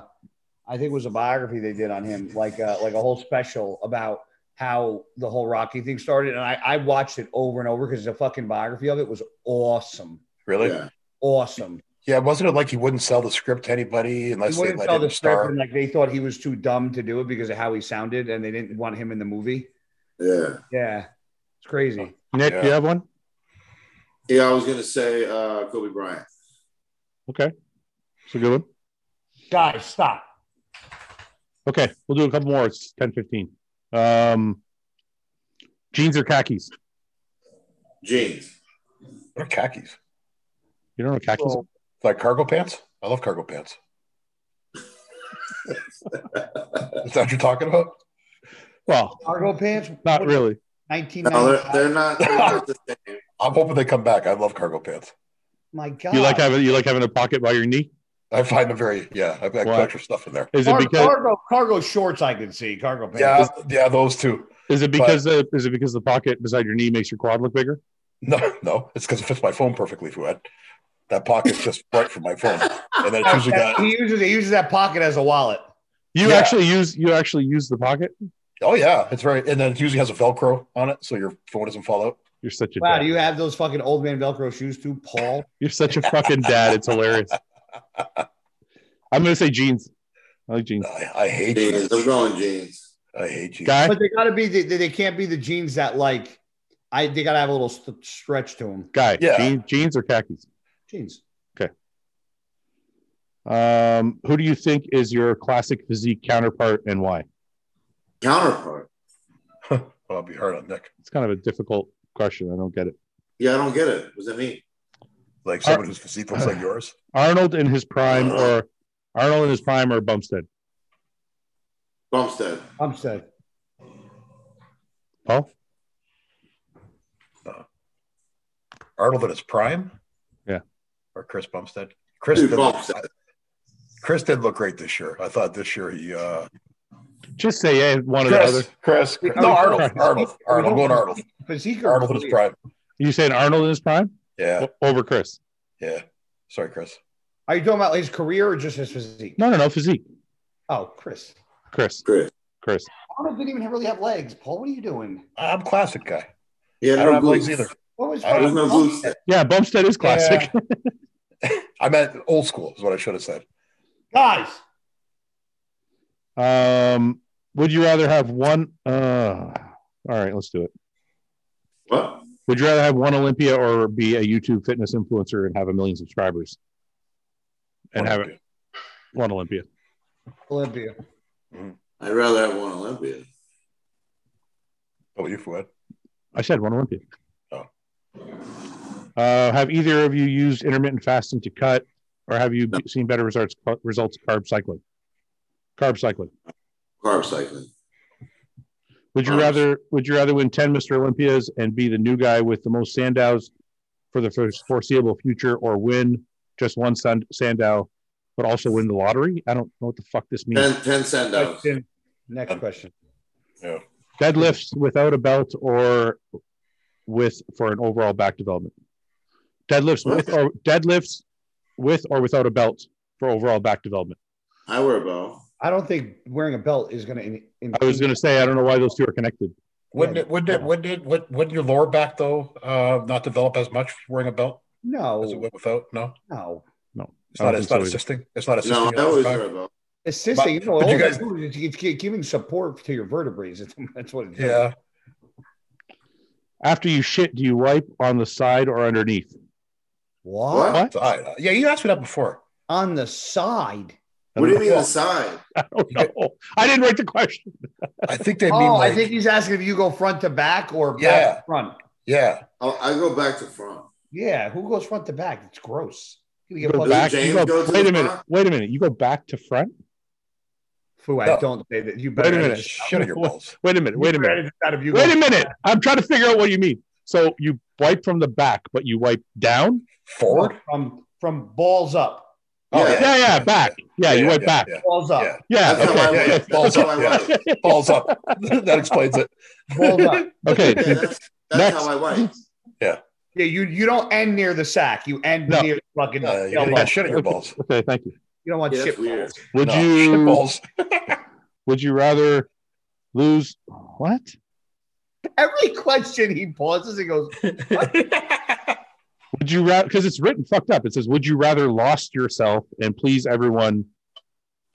I think it was a biography they did on him, like uh, like a whole special about how the whole Rocky thing started, and I, I watched it over and over because the fucking biography of it was awesome,
Really? Yeah.
yeah.
awesome.
wasn't it like he wouldn't sell the script to anybody
He
unless they
wouldn't
let
tell
him
the script,
star?
and like they thought he was too dumb to do it because of how he sounded, and they didn't want him in the movie.
Yeah.
Yeah, it's crazy.
Nick, do you
Yeah.
have one?
Yeah, I was going to say uh, Kobe Bryant.
Okay. It's a good one.
Guys, stop.
Okay. We'll do a couple more. It's 10 Um, jeans or khakis?
Jeans.
They're khakis.
You don't know khakis?
Well- Like cargo pants? I love cargo pants. Is that what you're talking about?
Well,
Cargo pants?
not really.
Nineteen
No,
ninety.
they're, they're not. They're not the same.
I'm hoping they come back. I love cargo pants.
My God.
You like having you like having a pocket by your knee?
I find them very, yeah, I've got
Why?
extra stuff in there.
Is it
Car-
because
cargo cargo shorts? I could see cargo pants.
Yeah, yeah, those two.
is it because the, is it because the pocket beside your knee makes your quad look bigger?
No, no, it's because it fits my phone perfectly, Fuad. That pocket's just right for my phone. And then it's usually got,
he uses he uses that pocket as a wallet.
You
Yeah.
actually use you actually use the pocket?
oh, yeah, it's very, and then it usually has a Velcro on it so your phone doesn't fall out.
You're such a
Wow,
dad.
do you have those fucking old man Velcro shoes too, Paul?
You're such a fucking dad. It's hilarious. I'm gonna say jeans. I like jeans.
I, I hate
Jeans. I'm
you.
going jeans.
I hate you.
Guy,
But they gotta be they, they can't be the jeans that like I they gotta have a little st- stretch to them.
guy,
Yeah.
jeans, jeans or khakis?
Jeans.
Um, who do you think is your classic physique counterpart and why?
Counterpart.
I'll be hard on Nick.
It's kind of a difficult question. I don't get it.
Yeah, I don't get it. What does that mean?
Like someone
Uh,
whose physique looks like yours.
Arnold in his prime or Arnold in his prime or Bumstead?
Bumstead.
I'm saying
Paul?
Arnold at his prime?
Yeah.
Or Chris Bumstead? Chris,
Dude,
did,
Bumstead.
Chris did look great this year. I thought this year he, uh,
Just say eh, one or the other.
Chris, Chris, Chris. No, Arnold, Arnold, Arnold. I'm going Arnold.
Physique or
Arnold in his
career?
prime.
You saying Arnold in his prime?
Yeah,
O- Over Chris.
yeah. Sorry, Chris.
Are you talking about his career or just his physique?
No, no, no, physique.
Oh, Chris.
Chris.
Chris.
Chris.
Arnold didn't even really have legs. Paul, what are you doing?
I'm classic guy.
Yeah,
I
no
don't have
boots.
legs either.
What was
I
There's no boots. there.
Yeah, Bumstead is classic.
I meant old school is what I should have said.
guys?
Um, would you rather have one? Uh, all right, let's do it.
What?
Would you rather have one Olympia or be a YouTube fitness influencer and have a million subscribers? And have it one Olympia.
Olympia.
I'd rather have one Olympia.
Oh, you for what?
I said one Olympia.
Oh.
Uh, have either of you used intermittent fasting to cut, or have you
No.
seen better results results carb cycling? Carb cycling.
Carb cycling.
Would you
Carbs.
rather? Would you rather win ten Mr. Olympias and be the new guy with the most Sandows for the first foreseeable future, or win just one sand, Sandow, but also win the lottery? I don't know what the fuck this means.
10, 10 cent dollars.
Question. Next
Um,
question.
Yeah.
Deadlifts without a belt or with for an overall back development. Deadlifts with or deadlifts with or without a belt for overall back development.
I wear a bow.
I don't think wearing a belt is going to.
I was going to say I don't know why those two are connected.
Wouldn't it? Wouldn't it? Wouldn't it? Would, wouldn't your lower back though uh, not develop as much wearing a belt as it
No,
would without? No,
no.
it's
I don't think
not. It's not
so either.
assisting. It's not assisting.
No,
at
I
the
always
back.
wear a bow.
Assisting, you
But-
know,
but you
all
guys-
it is is it's gi- giving support to your vertebrae. It's- That's what. It
Yeah.
After you shit, do you wipe on the side or underneath?
What?
What?
So I- uh, yeah. You asked me that before.
On the side.
I
What do you
don't
mean
know.
the side?
I don't know. I didn't write the question.
I think they
oh,
mean. Like,
I think he's asking if you go front to back or back
Yeah.
to front.
Yeah.
I'll, I go back to front.
Yeah. Who goes front to back? It's gross. You
You
get
go
fucking-
back.
James
You go,
go to
wait
the
a minute.
front?
Wait a minute. You go back to front.
Foo, I
No.
don't say that. You better
Wait a minute.
Shit on your balls.
Wait a minute. Wait a
you better
minute.
edit that if you
Wait
go-
a minute. I'm trying to figure out what you mean. So you wipe from the back, but you wipe down. Oh,
Forward.
From from balls up.
Oh,
Yeah.
Yeah, yeah, back. Yeah, you wipe back.
yeah.
Balls up.
Yeah.
Yeah.
That's
okay.
how I
yeah, yeah.
wear. That's
Balls
how
up,
I
yeah.
wear.
Balls up. that explains it.
Balls up.
Okay.
Yeah, that's that's
Next.
how I wear.
Yeah, you you don't end near the sack. You end
No.
near the fucking.
Uh, you
elbow.
gotta get shit in your balls.
Okay, thank you.
You don't want
Yeah,
shit.
that's weird.
Would
No, shit
you
balls?
would you rather lose what?
Every question he pauses and goes,
Would you rather? Because it's written fucked up. It says, "Would you rather lost yourself and please everyone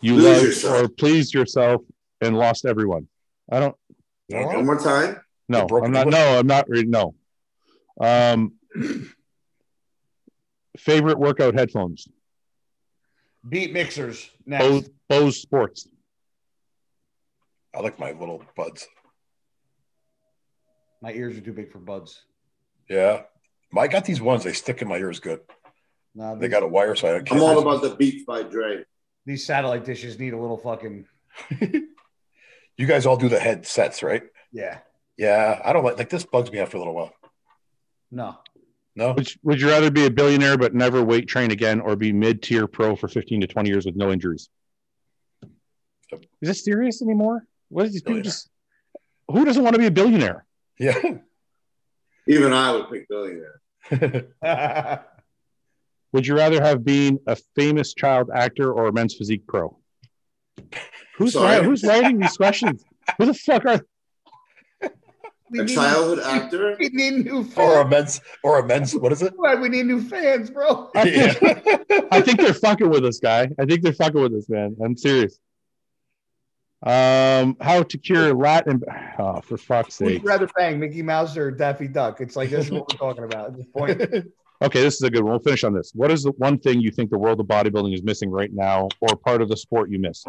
you
Lose
love,
yourself.
or please yourself and lost everyone?" I don't.
One more time.
No,
You broke
I'm
the
not.
book.
No, I'm not. re- No. Um. favorite workout headphones.
beat mixers next.
Bose, Bose Sports.
I like my little buds.
My ears are too big for buds.
Yeah. I got these ones. They stick in my ears good.
No,
They
these,
got a wire, so I can't.
I'm all about the Beats by Dre.
these satellite dishes need a little fucking.
You guys all do the headsets, right?
Yeah,
Yeah. I don't like like this bugs me after a little while.
no.
No.
Would, would you rather be a billionaire but never weight train again, or be mid-tier pro for 15 to 20 years with no injuries? Is this serious anymore? What is these people
Billionaire.
just? Who doesn't want to be a billionaire?
Yeah.
Even I would pick Billionaire.
Would you rather have been a famous child actor or a men's physique pro? Who's,
Sorry.
wri- who's writing these questions? Who the fuck are?
we,
A
need,
childhood actor?
we need new
or a
fans.
men's or a men's what is it?
Why we need new fans, bro.
I
Yeah.
think, I think they're fucking with us, guy. I think they're fucking with us, man. I'm serious. Um, how to cure lat and oh, for fuck's
Would you
sake.
rather bang Mickey Mouse or Daffy Duck? It's like this is what we're talking about at this point.
Okay, this is a good one. We'll finish on this. What is the one thing you think the world of bodybuilding is missing right now, or part of the sport you miss?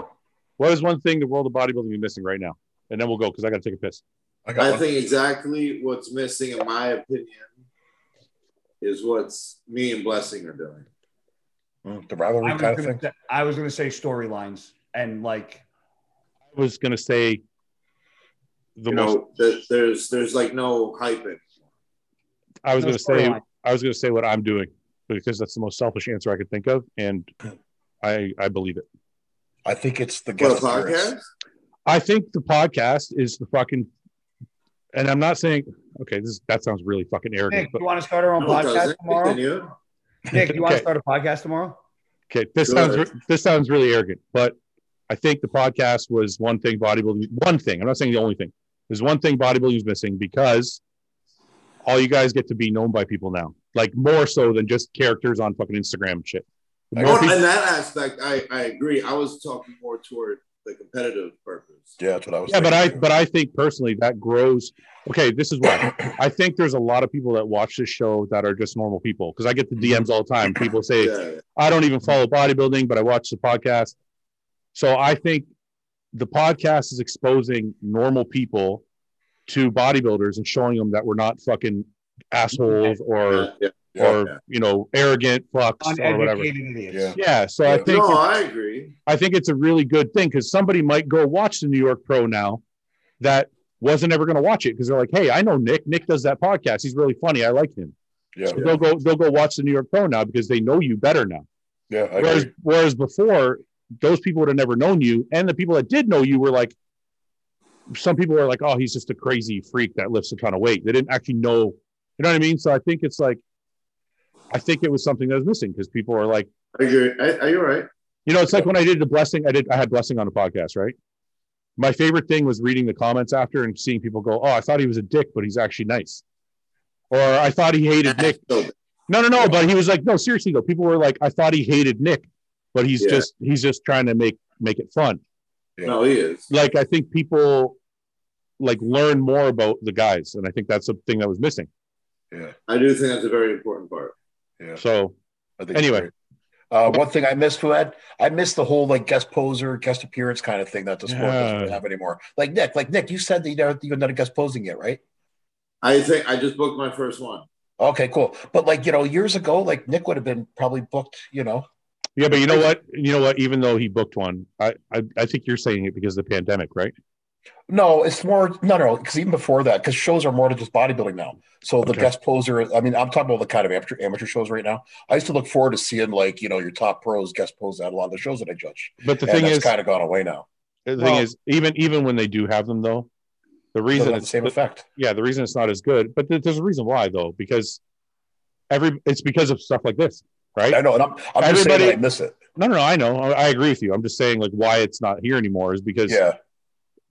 What is one thing the world of bodybuilding is missing right now? And then we'll go because I got to take a piss.
I got
I
one.
think exactly what's missing, in my opinion, is what's me and Blessing are doing.
Mm, the
I
rivalry
was
kind of thing.
gonna say- I was going to say storylines and like
I was gonna say the
You
most.
know, that there's there's like no hyping.
I was
no
gonna say
storyline.
I was gonna say what I'm doing because that's the most selfish answer I could think of, and I I believe it.
I think it's the
What a
guest appearance.
podcast?
I think the podcast is the fucking, and I'm not saying okay. This that sounds really fucking arrogant,
Nick,
but
you want to start our own
No, it
podcast
doesn't.
tomorrow?
Continue.
Nick, you want
Okay.
to start a podcast tomorrow?
okay, this
Sure.
sounds re- this sounds really arrogant, but I think the podcast was one thing bodybuilding. One thing I'm not saying the only thing. There's one thing bodybuilding is missing because all you guys get to be known by people now, like more so than just characters on fucking Instagram and shit. The more
Well,
people-
in that aspect, I, I agree. I was talking more toward the competitive purpose.
Yeah, that's what I was
yeah but i
thinking,
but i think personally that grows okay this is why i think there's a lot of people that watch this show that are just normal people because i get the dms all the time people say
Yeah.
i don't even follow bodybuilding but i watch the podcast so i think the podcast is exposing normal people to bodybuilders and showing them that we're not fucking assholes or
yeah.
Yeah.
or you know arrogant fucks or whatever
Uneducated idiots.
Yeah.
yeah so i
Yeah.
think
no, I agree.
I think it's a really good thing because somebody might go watch the New York Pro now that wasn't ever going to watch it because they're like, "Hey, I know Nick. Nick does that podcast. He's really funny. I like him."
yeah,
So They'll go they'll go watch the New York Pro now because they know you better now.
yeah, I
Whereas
agree.
whereas before, those people would have never known you, and the people that did know you were like, some people were like, "Oh, he's just a crazy freak that lifts a ton of weight." They didn't actually know, you know what I mean? So I think it's like, I think it was something that was missing because people are like,
I agree. I, I, you're right.
you know, it's like when I did the blessing. I did. I had blessing on a podcast, right? My favorite thing was reading the comments after and seeing people go, "Oh, I thought he was a dick, but he's actually nice," or "I thought he hated Nick."
So,
No, no, no. But he was like, "No, seriously though." People were like, "I thought he hated Nick, but he's
Yeah.
just he's just trying to make make it fun."
No, he is.
Like I think people like learn more about the guys, and I think that's a thing that was missing.
Yeah,
I do think that's a very important part.
yeah.
So
I think it's
Anyway.
great. Uh, one thing I missed, Fuad, I missed the whole like guest poser, guest appearance kind of thing that the sport
Yeah.
doesn't really have anymore. Like Nick, like Nick, you said that you never you've done a guest posing yet, right?
I think I just booked my first one.
Okay, cool. But like you know, years ago, like Nick would have been probably booked. You know,
yeah, but you know what? You know what? Even though he booked one, I I, I think you're saying it because of the pandemic, right?
no, it's more no, no, because even before that, because shows are more than just bodybuilding now. So the
Okay.
guest poser, I mean, I'm talking about the kind of amateur amateur shows right now. I used to look forward to seeing like you know your top pros guest pose at a lot of the shows that I judge.
But the
and
thing
that's
is,
kind of gone away now.
The
Well-
thing is, even even when they do have them, though, the
Doesn't
reason
have the
it's
same effect.
yeah, the reason it's not as good, but th- there's a reason why though, because Every it's because of stuff like this, right?
I know, and I'm, I'm just saying
Everybody-
that I miss it.
No, no, no. I know. I, I agree with you. I'm just saying like why it's not here anymore is because
Yeah,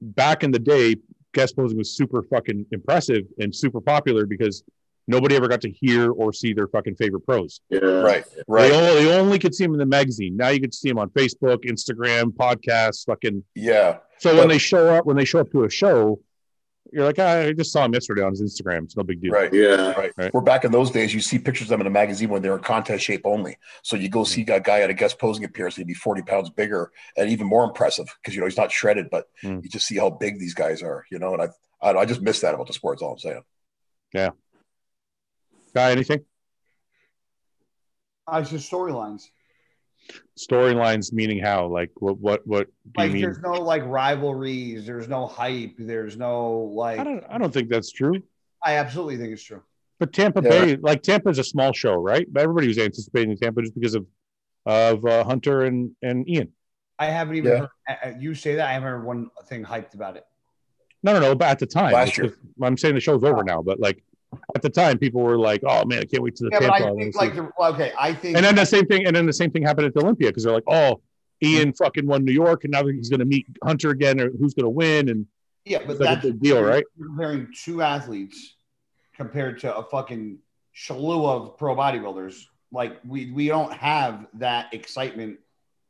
back in the day, guest posing was super fucking impressive and super popular because nobody ever got to hear or see their fucking favorite pros.
Yeah.
right,
They,
right.
only, they only could see them in the magazine. Now you could see them on Facebook, Instagram, podcasts, fucking.
Yeah,
So when
But-
they show up, when they show up to a show, you're like, "Ah, I just saw him yesterday on his Instagram. It's no big deal.
right.
Yeah.
Right.
Right.
We're back in those days. You see pictures of them in a magazine when they're in contest shape only. So you go see a guy at a guest posing appearance, he'd be 40 pounds bigger and even more impressive because, you know, he's not shredded, but
Mm.
you just see how big these guys are, you know. And I, I, don't know, I just miss that about the sport, is all I'm saying.
Guy, anything?
Uh,
I was just storylines.
Storylines meaning how? Like what? What? What do
Like,
you mean?
there's no like rivalries. There's no hype. There's no like.
I don't. I don't think that's true.
I absolutely think it's true.
But Tampa
Yeah.
Bay, like Tampa's a small show, right? But Everybody was anticipating Tampa just because of of uh, Hunter and and Ian.
I haven't even
Yeah.
heard uh, uh, you say that. I haven't heard one thing hyped about it.
No, no, no. But at the time,
Last
it's
year.
just- I'm saying the show's over now, but like at the time, people were like, "Oh man, I can't wait to the
Yeah,
Tampa."
but
I
I
wanna
think
see
like
it."
the, well, okay. I think
and then the same thing, and then the same thing happened at the Olympia because they're like, "Oh, Ian fucking won New York, and now he's going to meet Hunter again, or who's going to win?" And
yeah, but
it's like a
that's
big deal, right?
You're comparing two athletes compared to a fucking slew of pro bodybuilders. Like we we don't have that excitement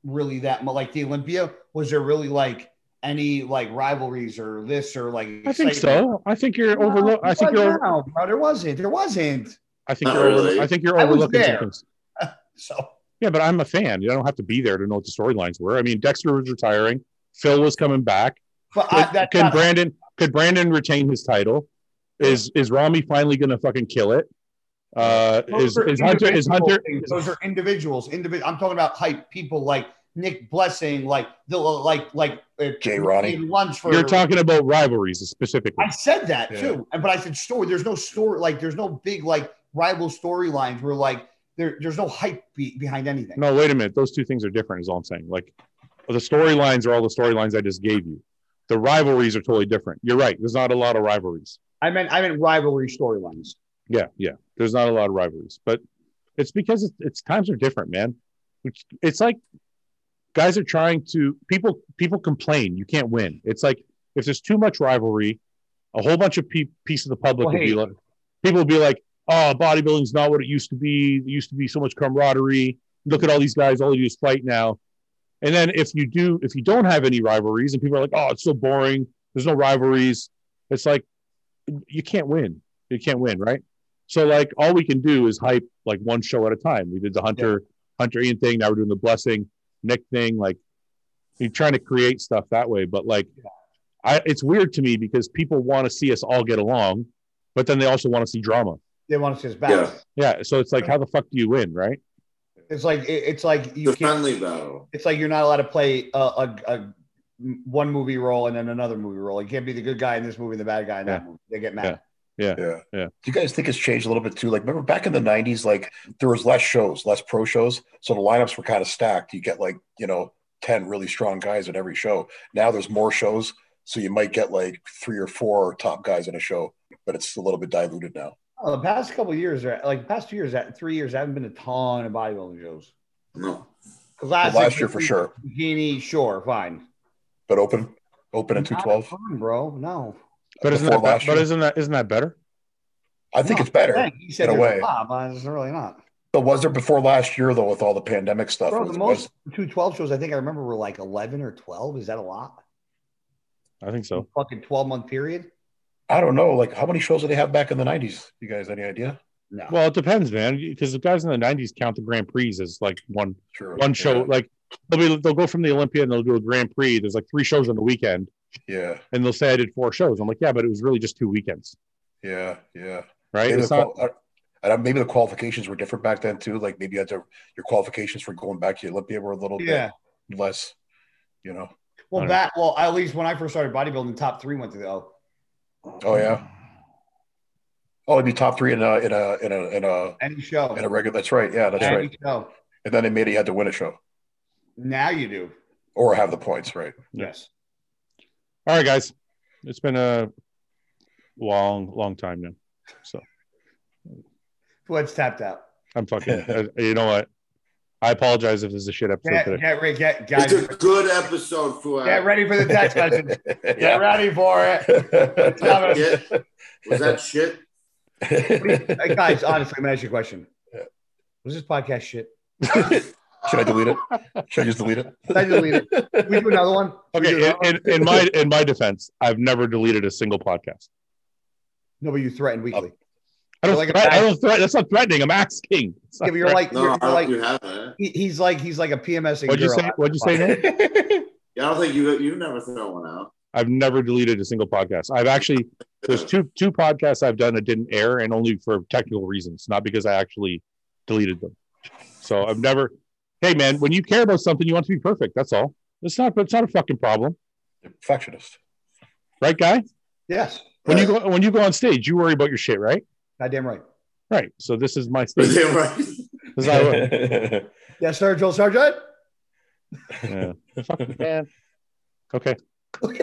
really that much. Like the Olympia, was there really like any like rivalries or this or like?
I think
excitement?
so. I think you're
No,
overlook. I think
there
you're.
wasn't. No, bro, there wasn't. There wasn't.
I think
Not
you're.
really.
Over, I think you're
I was
overlooking some
there.
things.
So
Yeah, but I'm a fan. You don't have to be there to know what the storylines were. I mean, Dexter was retiring. Phil was coming back.
but I,
Could,
that's
could
not-
Brandon could Brandon retain his title? Is is Rami finally going to fucking kill it? Uh,
Those
is
are
is Hunter is
individual
Hunter
things. Those are individuals. Individual. I'm talking about hype people like Nick Blessing, like the like like uh,
Jay Ronnie.
Lunsford.
you're talking about rivalries specifically.
I said that
Yeah.
too, and but I said story. There's no story. Like there's no big like rival storylines where like there there's no hype be, behind anything.
No, wait a minute. Those two things are different. Is all I'm saying. Like the storylines are all the storylines I just gave you. The rivalries are totally different. You're right. There's not a lot of rivalries.
I meant I meant rivalry storylines.
Yeah, yeah. There's not a lot of rivalries, but it's because it's, it's times are different, man. It's, it's like guys are trying to people people complain you can't win. It's like if there's too much rivalry, a whole bunch of pe- piece of the public
Well,
will be
hey.
like people will be like, "Oh, bodybuilding's not what it used to be. There used to be so much camaraderie. Look at all these guys. All they do is fight now." And then if you do, if you don't have any rivalries, and people are like, "Oh, it's so boring. There's no rivalries." It's like you can't win. You can't win, right? So like all we can do is hype like one show at a time. We did the Hunter Hunter Ian thing. Now we're doing the Blessing Nick thing. Like you're trying to create stuff that way, but like I, it's weird to me because people want to see us all get along, but then they also want to see drama.
They want to see us back.
Yeah.
Yeah, so it's like how the fuck do you win, right?
It's like it- it's like you
It's a
can't.
friendly battle.
It's like you're not allowed to play a, a, a one movie role and then another movie role. You can't be the good guy in this movie, and the bad guy in that movie. They get mad.
Yeah.
Yeah.
Yeah.
Do you guys think it's changed a little bit too? Like, remember back in the 90s, like there was less shows, less pro shows. So the lineups were kind of stacked. You get like, you know, 10 really strong guys at every show. Now there's more shows. So you might get like three or four top guys in a show, but it's a little bit diluted now.
Oh, the past couple of years, right? like the past two years, that three years, I haven't been a ton of bodybuilding shows.
No.
Because
But last year for sure,
Bikini, sure, fine.
but open, open at 212.
Not fun, bro. No,
But isn't
Before
that
last
but
year.
isn't that isn't that better?
I think
No,
it's better.
Dang, you said
in a
there's
way.
a lot, but it's really not.
But was there before last year though, with all the pandemic stuff?
Bro,
Was-
the
was-
most two twelve shows I think I remember were like eleven or twelve. Is that a lot?
I think so.
Fucking twelve month period.
I don't know. Like how many shows did they have back in the 90s? You guys, any idea?
No.
Well, it depends, man, because the guys in the '90s count the Grand Prix as like one
Sure.
one show.
Yeah.
Like they'll be they'll go from the Olympia and they'll do a Grand Prix. There's like three shows on the weekend,
Yeah.
and they'll say I did four shows. I'm like, yeah, but it was really just two weekends,
Yeah. Yeah.
right?
Maybe
It's
the
not.
qual- I- I- maybe the qualifications were different back then too. Like maybe you had to, your qualifications for going back to the Olympia were a little
yeah.
bit less, you know.
I
Well,
don't
that well, at least when I first started bodybuilding, top three went to the O.
Oh yeah. Oh, it'd be top three in a in a in a in a
Any show.
in a regular. That's right. Yeah, that's
Any
right.
show.
And then they made it you had to win a show
Now you do.
or have the points. Right.
Yes.
All right, guys, it's been a long, long time now. So
What's tapped out?
I'm fucking. uh, you know what? I apologize if this is a shit episode
Get,
today.
get, re- get, guys,
It's a good episode, Fuad.
get ready for the text message. Get
yeah.
ready for it.
Was that shit? Was that shit?
Hey, guys, honestly, let me ask you a question. Was this podcast shit?
Should I delete it? Should I just delete it?
Did I delete it? Can we do another one? Can we do
Okay,
another
in, in,
one?
in my in my defense, I've never deleted a single podcast.
No, but you threatened weekly.
I don't,
Like a
threat- I
fact.
don't threat, that's not threatening. I'm asking. It's not
Yeah, but you're
threat-
like,
No,
you're,
I
you're
don't
like
think you have it.
he- he's like he's like a PMSing
what'd you
girl.
say? What'd you say? Nick?
Yeah, I don't think you you've never thrown one out.
I've never deleted a single podcast. I've actually there's two two podcasts I've done that didn't air, and only for technical reasons, not because I actually deleted them. So I've never. Hey man, when you care about something, you want to be perfect. That's all. It's not. It's not a fucking problem,
Perfectionist.
right, guy?
Yes,
When you go when you go on stage, you worry about your shit, right?
goddamn right.
Right. So this is my stage.
Yeah, right.
This is how I work.
Yes, sir, Joel Sargent.
Yeah. Fucking man. Okay, I'm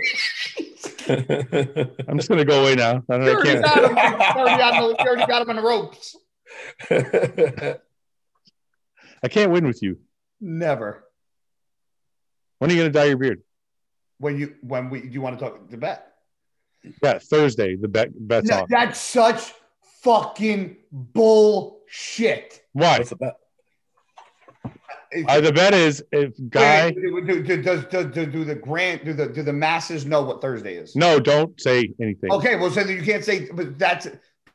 just gonna go away now. I, don't,
You
I
already
can't.
got him. You already got him. You already got him on the ropes.
I can't win with you.
Never.
When are you gonna dye your beard?
When you when we you want to talk the bet?
Yeah, Thursday. The bet bet's
No,
on.
that's such fucking bullshit.
Why?
What's the bet?
Uh, the bet is if guy.
Do, do, do- does- do- do- do the grant? Do the do the masses know what Thursday is?
No, don't say anything.
Okay, well, so then you can't say, but that's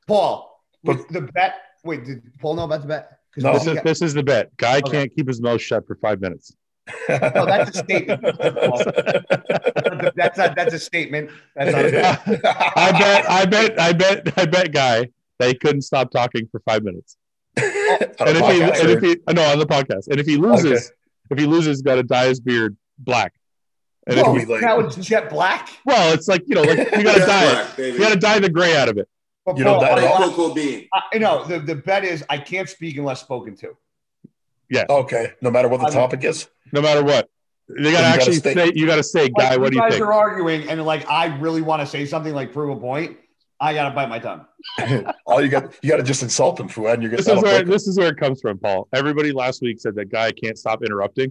Paul. But the bet. Wait, did Paul know about the bet? 'Cause
No.
we
This is
got-
this is the bet. Guy
Okay.
can't keep his mouth shut for five minutes.
no, that's a statement. Paul. that's not, that's a statement. That's not a bet.
I bet, I bet, I bet, I bet, guy that he couldn't stop talking for five minutes.
On a
and if he,
podcast,
and if
or-
he, no, on the podcast. And if he loses, if he loses, he's got to dye his beard black. And
Whoa.
if he,
we like-
now it's jet black.
well, it's like you know, like you got to
That's
dye it.
black, baby.
You got to dye the gray out of it.
But
You don't
Paul,
die
I-
that.
Cocoa bean.
I, I know the, the bet is I can't speak unless spoken to.
okay, no matter what the
I'm-
topic is.
No matter what, you got to
gotta
actually
stay-
say. You got to say,
Like,
guy, what do
you
you
guys
think?
are arguing, and like I really want to say something, like prove a point. I gotta bite my tongue.
All you got, you got to just insult them, Fuad, and you're
This is where
going to
this is where it comes from, Paul. Everybody last week said that guy can't stop interrupting.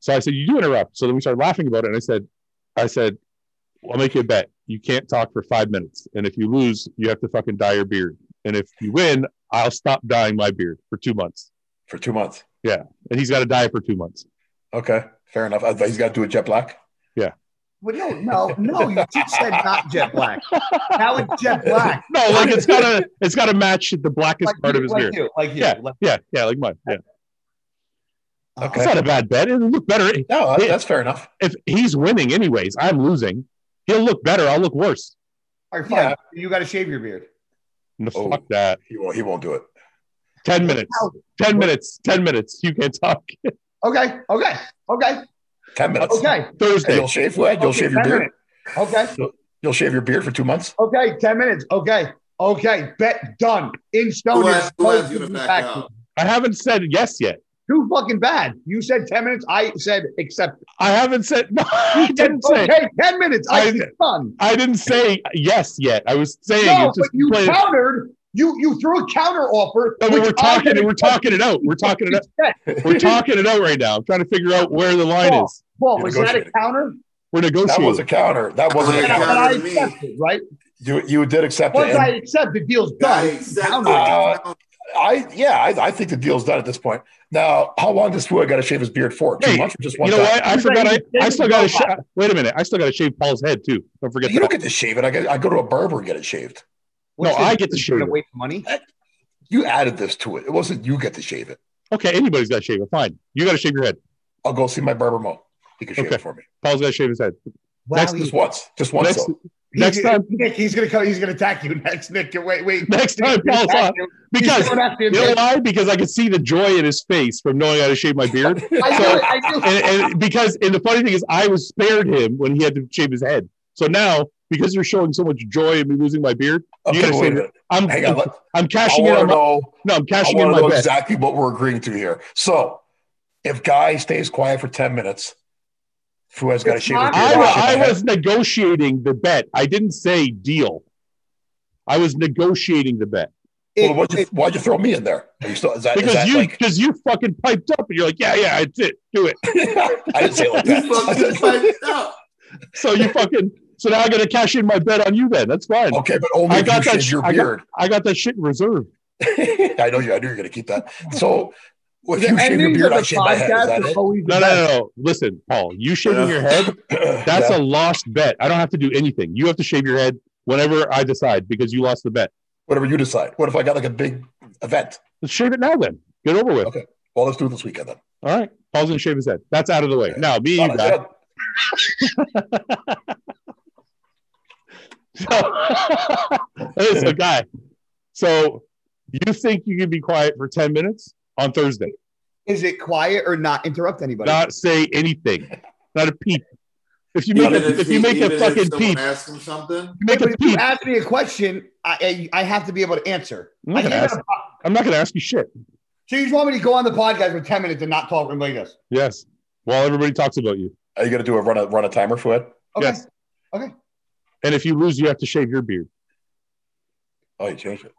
So I said, "You do interrupt." So then we started laughing about it, and I said, "I said, I'll make you a bet. You can't talk for five minutes, and if you lose, you have to fucking dye your beard. And if you win, I'll stop dyeing my beard for two months."
for two months.
And he's got to dye it for two months.
Okay, fair enough. I- He's got to do a jet black.
But no, no, no, you just said not jet black. Now it's jet black.
No, like it's gotta it's gotta match the blackest part
you,
of his
like
beard.
you, like you. Like,
Yeah, yeah, like mine. Yeah,
Okay,
it's not a bad bet. It'll look better
no, that- that's fair enough.
if he's winning. Anyways, I'm losing. He'll look better. I'll look worse.
all right, fine.
Yeah.
You gotta shave your beard.
No,
Oh.
Fuck that.
He won't. He won't do it.
10 minutes. 10 minutes. 10 minutes. You can talk
Okay, okay, okay,
Ten minutes.
okay.
And
Thursday.
you'll shave, Fuad. You'll
Okay,
shave your
10
beard.
minutes. Okay,
You'll shave your beard for two months.
okay, ten minutes. Okay, okay, bet done in stone.
Who
you're
has- who has
supposed
you
to
to
be
back
back.
out?
I haven't said yes yet.
Too fucking bad. You said ten minutes. I said except
I haven't said no. I didn't say.
okay, ten minutes. I,
I-
said done.
I didn't say yes yet. I was saying
No,
it's
but
just
you
playing.
countered. You you threw a counter offer.
But we
which
were
I
talking
didn't
and we're talking it out. We're talking it out.
expect.
We're talking it out right now. I'm trying to figure out where the line is.
Paul,
You're
was that a
negotiating.
counter?
We're
That was a
negotiating.
counter. That wasn't
Yeah,
a
And I,
counter.
and I
counter to me.
accepted, right?
You you did accept it.
Once I
And
accept the deal's
I
done.
accept
counter.
Uh, I yeah, I, I think the deal's done at this point. Now, how long does Fuad got to shave his beard for? Two
Hey,
months or just one
You know
time?
what? I
He's
forgot. I,
like, he's
I still got to.
a
Sh- wait a minute. I still got to shave Paul's head too. Don't forget
You
that.
don't get to shave it. I, get, I go to a barber and get it shaved.
What's
no, I
this?
get to
Is it
shoot
gonna
him.
Waste money.
You added this to it. It wasn't you get to shave it.
Okay, anybody's got to shave it. Fine. You got to shave your head.
I'll go see my barber Mo. He can shave
Okay.
it for me.
Paul's got to shave his head.
Wow,
Next
he-
Just once. Just once.
Next-
though.
he-
next time-
Nick, he's gonna come. He's gonna attack you next, Nick. Wait, wait.
Next time
He's
Paul's
gonna
on,
attack you. He's
because
going after you,
You know
Nick.
why? Because I could see the joy in his face from knowing how to shave my beard.
I knew it. I knew it.
and, and because and the funny thing is, I was spared him when he had to shave his head. So now, because you're showing so much joy in me losing my beard,
Okay,
You gotta
wait
shave
a minute.
I'm
Hang on. Let,
I'm
I
cashing in
want to
on my,
know.
no, I'm
I
cashing in
want
my
to know
bet.
exactly what we're agreeing to here. So, if guy stays quiet for ten minutes, Fuad's got to
It's
shave his
not-
beard.
I,
I'll
wa-
shave my
I
head.
was negotiating the bet. I didn't say deal. I was negotiating the bet.
Well, why'd, you, why'd you throw me in there? Are you still, is that, is
because
that
you
like,
because you fucking piped up and you're like, yeah, yeah, it's it, do it.
I didn't say it like
You
that.
fucking fucked up.
So you fucking so now I gotta cash in my bet on you then. That's fine.
okay, but only
I
if
got
you
that
shave
sh-
your
I got-
beard.
I got that shit in reserve.
I know you. I knew you were going to keep that. So, if
The
you shave your
endings
beard,
of
I
the
shave my head. Is
podcast
that
are
it?
always the
No, no,
best.
no, no. Listen, Paul, you shaving
Yeah.
your head, that's
Yeah.
a lost bet. I don't have to do anything. You have to shave your head whenever I decide because you lost the bet.
whatever you decide. What if I got like a big event?
Let's shave it now then. Get over with.
Okay. Well, let's do it this weekend then.
All right. Paul's gonna shave his head. That's out of the way. Now me and you
Not
got
a-
It's a guy. So you think you can be quiet for 10 minutes on Thursday?
Is it quiet or not interrupt anybody?
Not say anything. Not a peep. If you make
Even
a,
if,
if you
he-
make
even
a
if
fucking
someone
peep,
asks him something,
you make
But
a
if you
peep.
ask me a question, I, I I have to be able to answer.
I'm not
I
gonna
can't-
ask. I'm not gonna ask you shit.
So you just want me to go on the podcast for ten minutes and not talk and like this?
Yes. While everybody talks about you.
Are you going to do a run a run a timer for it?
Okay.
Yes.
Okay.
And if you lose, you have to shave your beard.
Oh, you changed it.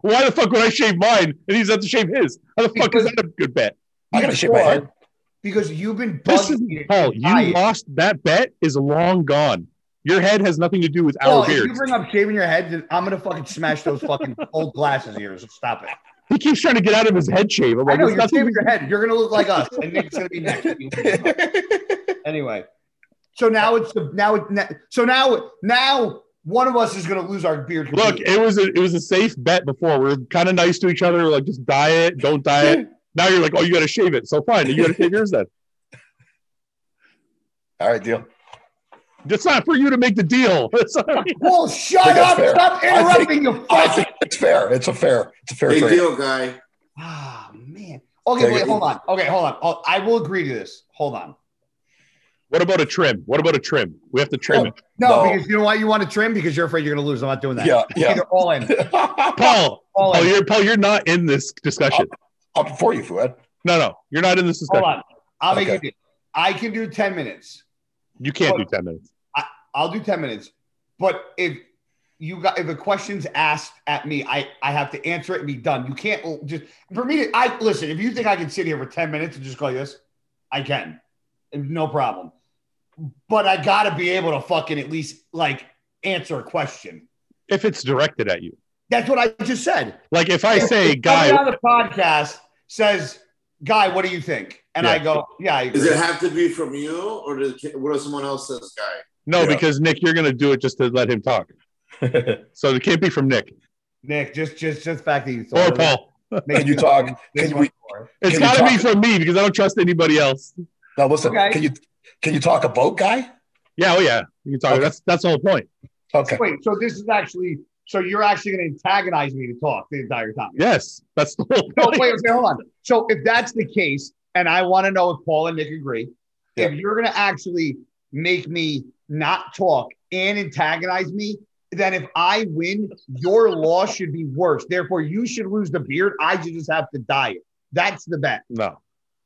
Why the fuck would I shave mine and he's have to shave his? How the fuck is
Because-
that a good bet?
I got to shave my
Before,
head.
because you've been
This
bugging me. to
Paul, you
try it.
lost that bet is long gone. Your head has nothing to do with our
Well, if you
beards.
bring up shaving your head, then I'm gonna fucking smash those fucking old glasses of yours. Stop it.
He keeps trying to get out of his head shave. I'm
I
like,
know
it's
you're
nothing-
shaving your head. You're gonna look like us, and Nick's gonna be next. anyway, so now it's the now it so now now one of us is gonna lose our beard.
Look, it was a it was a safe bet before. We are kind of nice to each other. We're like, just dye it, don't dye it. Now you're like, oh, you got to shave it. So fine, you got to shave yours then.
All right, deal.
It's not for you to make the deal. It's not-
Paul,
I
shut
think
up!
that's fair.
Stop
I think-
interrupting you.
I
Fuck.
think it's fair. It's a fair. It's a fair
big
trade.
deal, guy.
Ah man. Okay, wait, hold on. Okay, hold on. I'll, I will agree to this. Hold on.
what about a trim? What about a trim? We have to trim it.
No,
No.
because you know why you want to trim? Because you're afraid you're gonna lose. I'm not doing that.
Yeah, yeah.
Either all in.
Paul,
All
Paul,
in.
you're Paul, you're not in this discussion.
Up for you, Fuad.
No, no, you're not in this
Oh. Hold
discussion.
on. I'll make
Okay.
you do. I can do 10 minutes.
You can't
Hold
do ten minutes.
I'll do 10 minutes. But if you got if a question's asked at me, I, I have to answer it and be done. You can't just for me to I listen, if you think I can sit here for 10 minutes and just go like this, I can. No problem. But I gotta be able to fucking at least like answer a question.
If it's directed at you,
That's what I just said.
like if I
If-
say,
if somebody
guy,
on the podcast says, Guy, what do you think? And I
Yeah.
go, Yeah, I agree.
Does it have to be from you, or does, what if someone else says, guy?
no,
Yeah.
because Nick, you're gonna do it just to let him talk.
can
So it can't be from Nick
Nick, just just just the fact that you
or
thought of it
Paul.
makes
you
me-
talk?
makes
Can
me
we?
want
It's
Can we
got to be
talk-
from me because I don't trust anybody else.
Now listen.
Okay.
Can you? Can you talk a boat guy?
Yeah, oh yeah. You can talk.
Okay.
That's that's the whole point.
Okay.
more. Wait, so this is actually so you're actually going to antagonize me to talk the entire time?
Yes, that's the whole
No,
point.
Oh, wait, wait, hold on. So if that's the case, and I want to know if Paul and Nick agree, if you're going to actually make me not talk and antagonize me, then if I win, your loss should be worse. Therefore, you should lose the beard. I should just have to dye it. That's the bet.
No,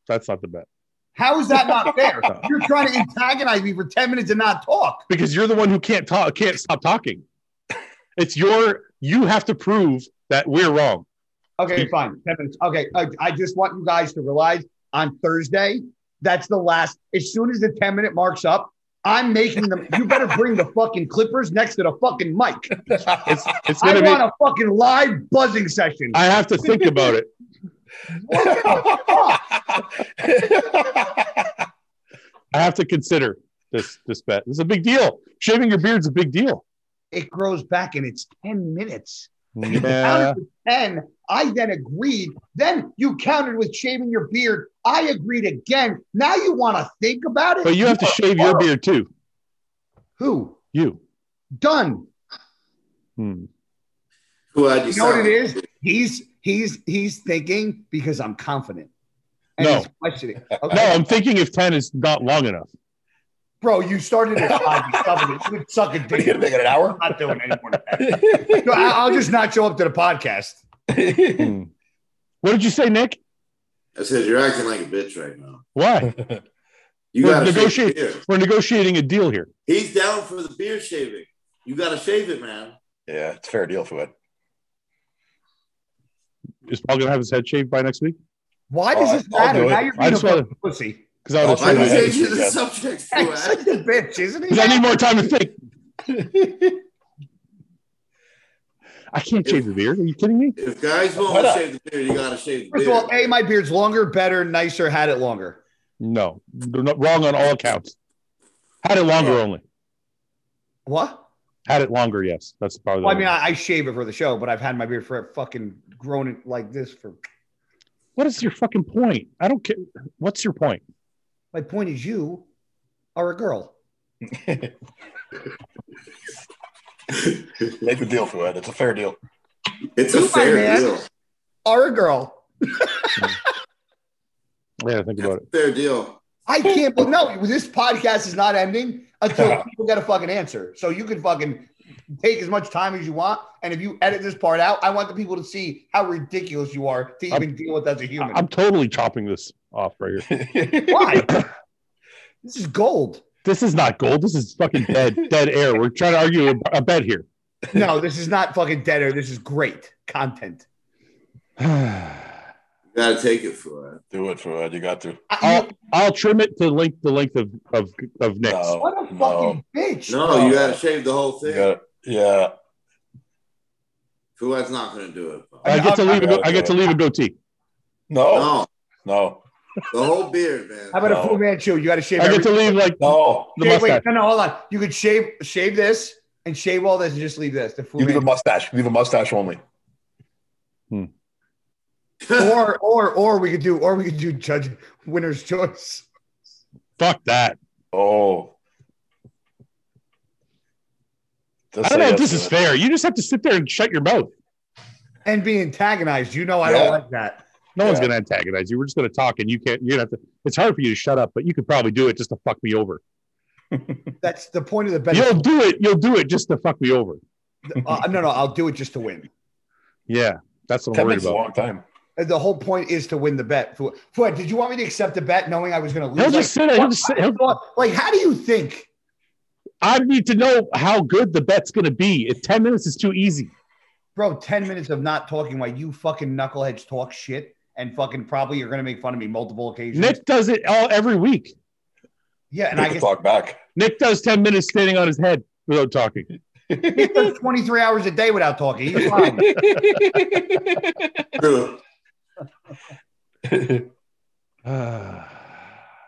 that's not the bet
How is that not fair? You're trying to antagonize me for 10 minutes and not talk.
because you're the one who can't talk, can't stop talking. It's your. You have to prove that we're wrong.
Okay, fine. 10 minutes. Okay. I, I just want you guys to realize on Thursday, that's the last. As soon as the 10 minute mark's up, I'm making them. You better bring the fucking clippers next to the fucking mic.
It's it's
I
gonna be.
want a fucking live buzzing session.
I have to think about it. I have to consider this this bet. This is a big deal. Shaving your beard's a big deal.
it grows back and it's 10 minutes.
Yeah.
And I then agreed. Then you countered with shaving your beard. I agreed again. Now you want to think about it?
But you have to shave your beard too.
Who?
You.
Done.
Hmm.
Glad you
You know what
sound-
it is? He's he's he's thinking because I'm confident. And
No.
he's questioning. Okay.
No, I'm thinking if ten is not long enough.
bro, you started at five. You covered it. You would suck a
What are you
dick.
gonna make it an hour?
I'm not doing it anymore. No, I- I'll just not show up to the podcast.
Hmm. What did you say, Nick?
I said you're acting like a bitch right now.
Why?
You
Well,
got to
negotiate-
shave your beard.
We're negotiating a deal here.
He's down for the beard shaving. You got to shave it, man.
Yeah, it's a fair deal, Fuad.
Is Paul gonna have his head shaved by next week?
Why
Oh,
does this
I'll do
matter?
it.
Now you're
I
being a
just want
fucking
to
pussy.
because I want to
Oh,
show my
Why do
I
you
was
head.
saying-
change to the
Yeah.
subject,
That's
Fuad?
such a bitch, isn't he?
'Cause I need more time to think. I can't shave the beard. Are you kidding me?
If guys
Why
won't
not?
shave the beard, you gotta shave the
First of all,
beard.
A, my beard's longer, better, nicer, had it longer.
No, they're not wrong on all accounts. Had it longer only.
What?
Had it longer, yes. That's probably. the
Well, I
only-
mean, I, I shave it for the show, but I've had my beard for fucking grown it like this for.
what is your fucking point? I don't care. What's your point?
My point is, you are a girl.
Make the deal, Fuad. It's a fair deal.
It's a
Come on,
fair
man.
deal.
Are a girl.
Yeah, think about it.
Fair deal.
I can't. But no, this podcast is not ending until
Yeah.
people get a fucking answer. So you can fucking take as much time as you want. And if you edit this part out, I want the people to see how ridiculous you are to even deal with as a human.
I- I'm totally chopping this off right here.
Why? this is gold.
This is not gold. This is fucking dead, dead air. We're trying to argue a- a bed here.
No, this is not fucking dead air. This is great content.
You gotta take it, Fuad.
Do it, Fuad. You got to.
I,
I'll, I'll trim it to length the length of of, of Nick's.
No,
what a
no.
fucking bitch.
Uh,
No, you gotta shave the whole
You
thing.
got yeah.
Fuad's not gonna do it. Fuad.
I get to leave. A go- I get to leave a goatee.
No,
No,
no,
the whole beard, man.
How about a
No.
Fu Manchu? You got to shave.
I get to
every-
leave like
no.
the
Shave-
mustache.
wait, no, no, hold on. You could shave shave this and shave all this and just leave this. The Fu
You leave a
Manchu.
mustache. Leave a mustache only.
Or or or we could do or we could do judge winner's choice.
Fuck that.
Oh. Just
I don't
say
know if
yes
this
to
is
it.
fair. You just have to sit there and shut your mouth.
And be antagonized. You know I
Yeah.
don't like that.
No one's
Yeah.
going to antagonize you. We're just going to talk, and you can't. You're going to have to. It's hard for you to shut up, but you could probably do it just to fuck me over.
That's the point of the bet.
You'll do it. You'll do it just to fuck me over.
Uh, no, no, I'll do it just to win.
Yeah, that's what I'm
Ten
worried
minutes is a
about.
long time.
And The whole point is to win the bet. Fu, Fu, did you want me to accept the bet knowing I was going to lose?
He'll just sit. He'll just sit. He'll,
Like, like, how do you think?
I need to know how good the bet's going to be. If ten minutes is too easy,
bro, 10 minutes of not talking while you fucking knuckleheads talk shit and fucking probably you're gonna make fun of me multiple occasions.
Nick does it all every week.
yeah, and
we
I
can
get
talk back.
Nick does ten minutes standing on his head without talking.
Nick does 23 hours a day without talking. He's fine.
True.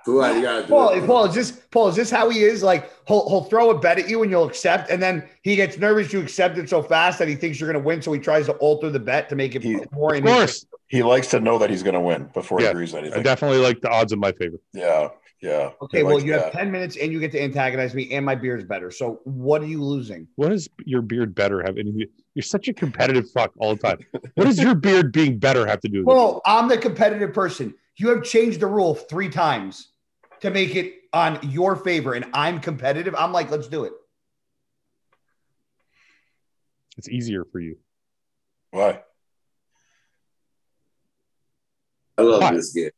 Fuad, you gotta do
Paul,
it.
Paul, is this Paul, is this how he is? Like he'll he'll throw a bet at you and you'll accept, and then he gets nervous you accept it so fast that he thinks you're gonna win, so he tries to alter the bet to make it
He-
more
of
in-
course,
he likes to know that he's going to win before
Yeah,
he agrees to
I
anything.
definitely like the odds in my favor.
Yeah, yeah.
Okay, well, you have 10 minutes and you get to antagonize me, and my beer's better. So what are you losing?
What does your beard better have anything? You're such a competitive fuck all the time. What does your beard being better have to do with it?
Well, I'm the competitive person. You have changed the rule three times to make it on your favor, and I'm competitive. I'm like, let's do it.
It's easier for you.
why?
I love
Why?
this game.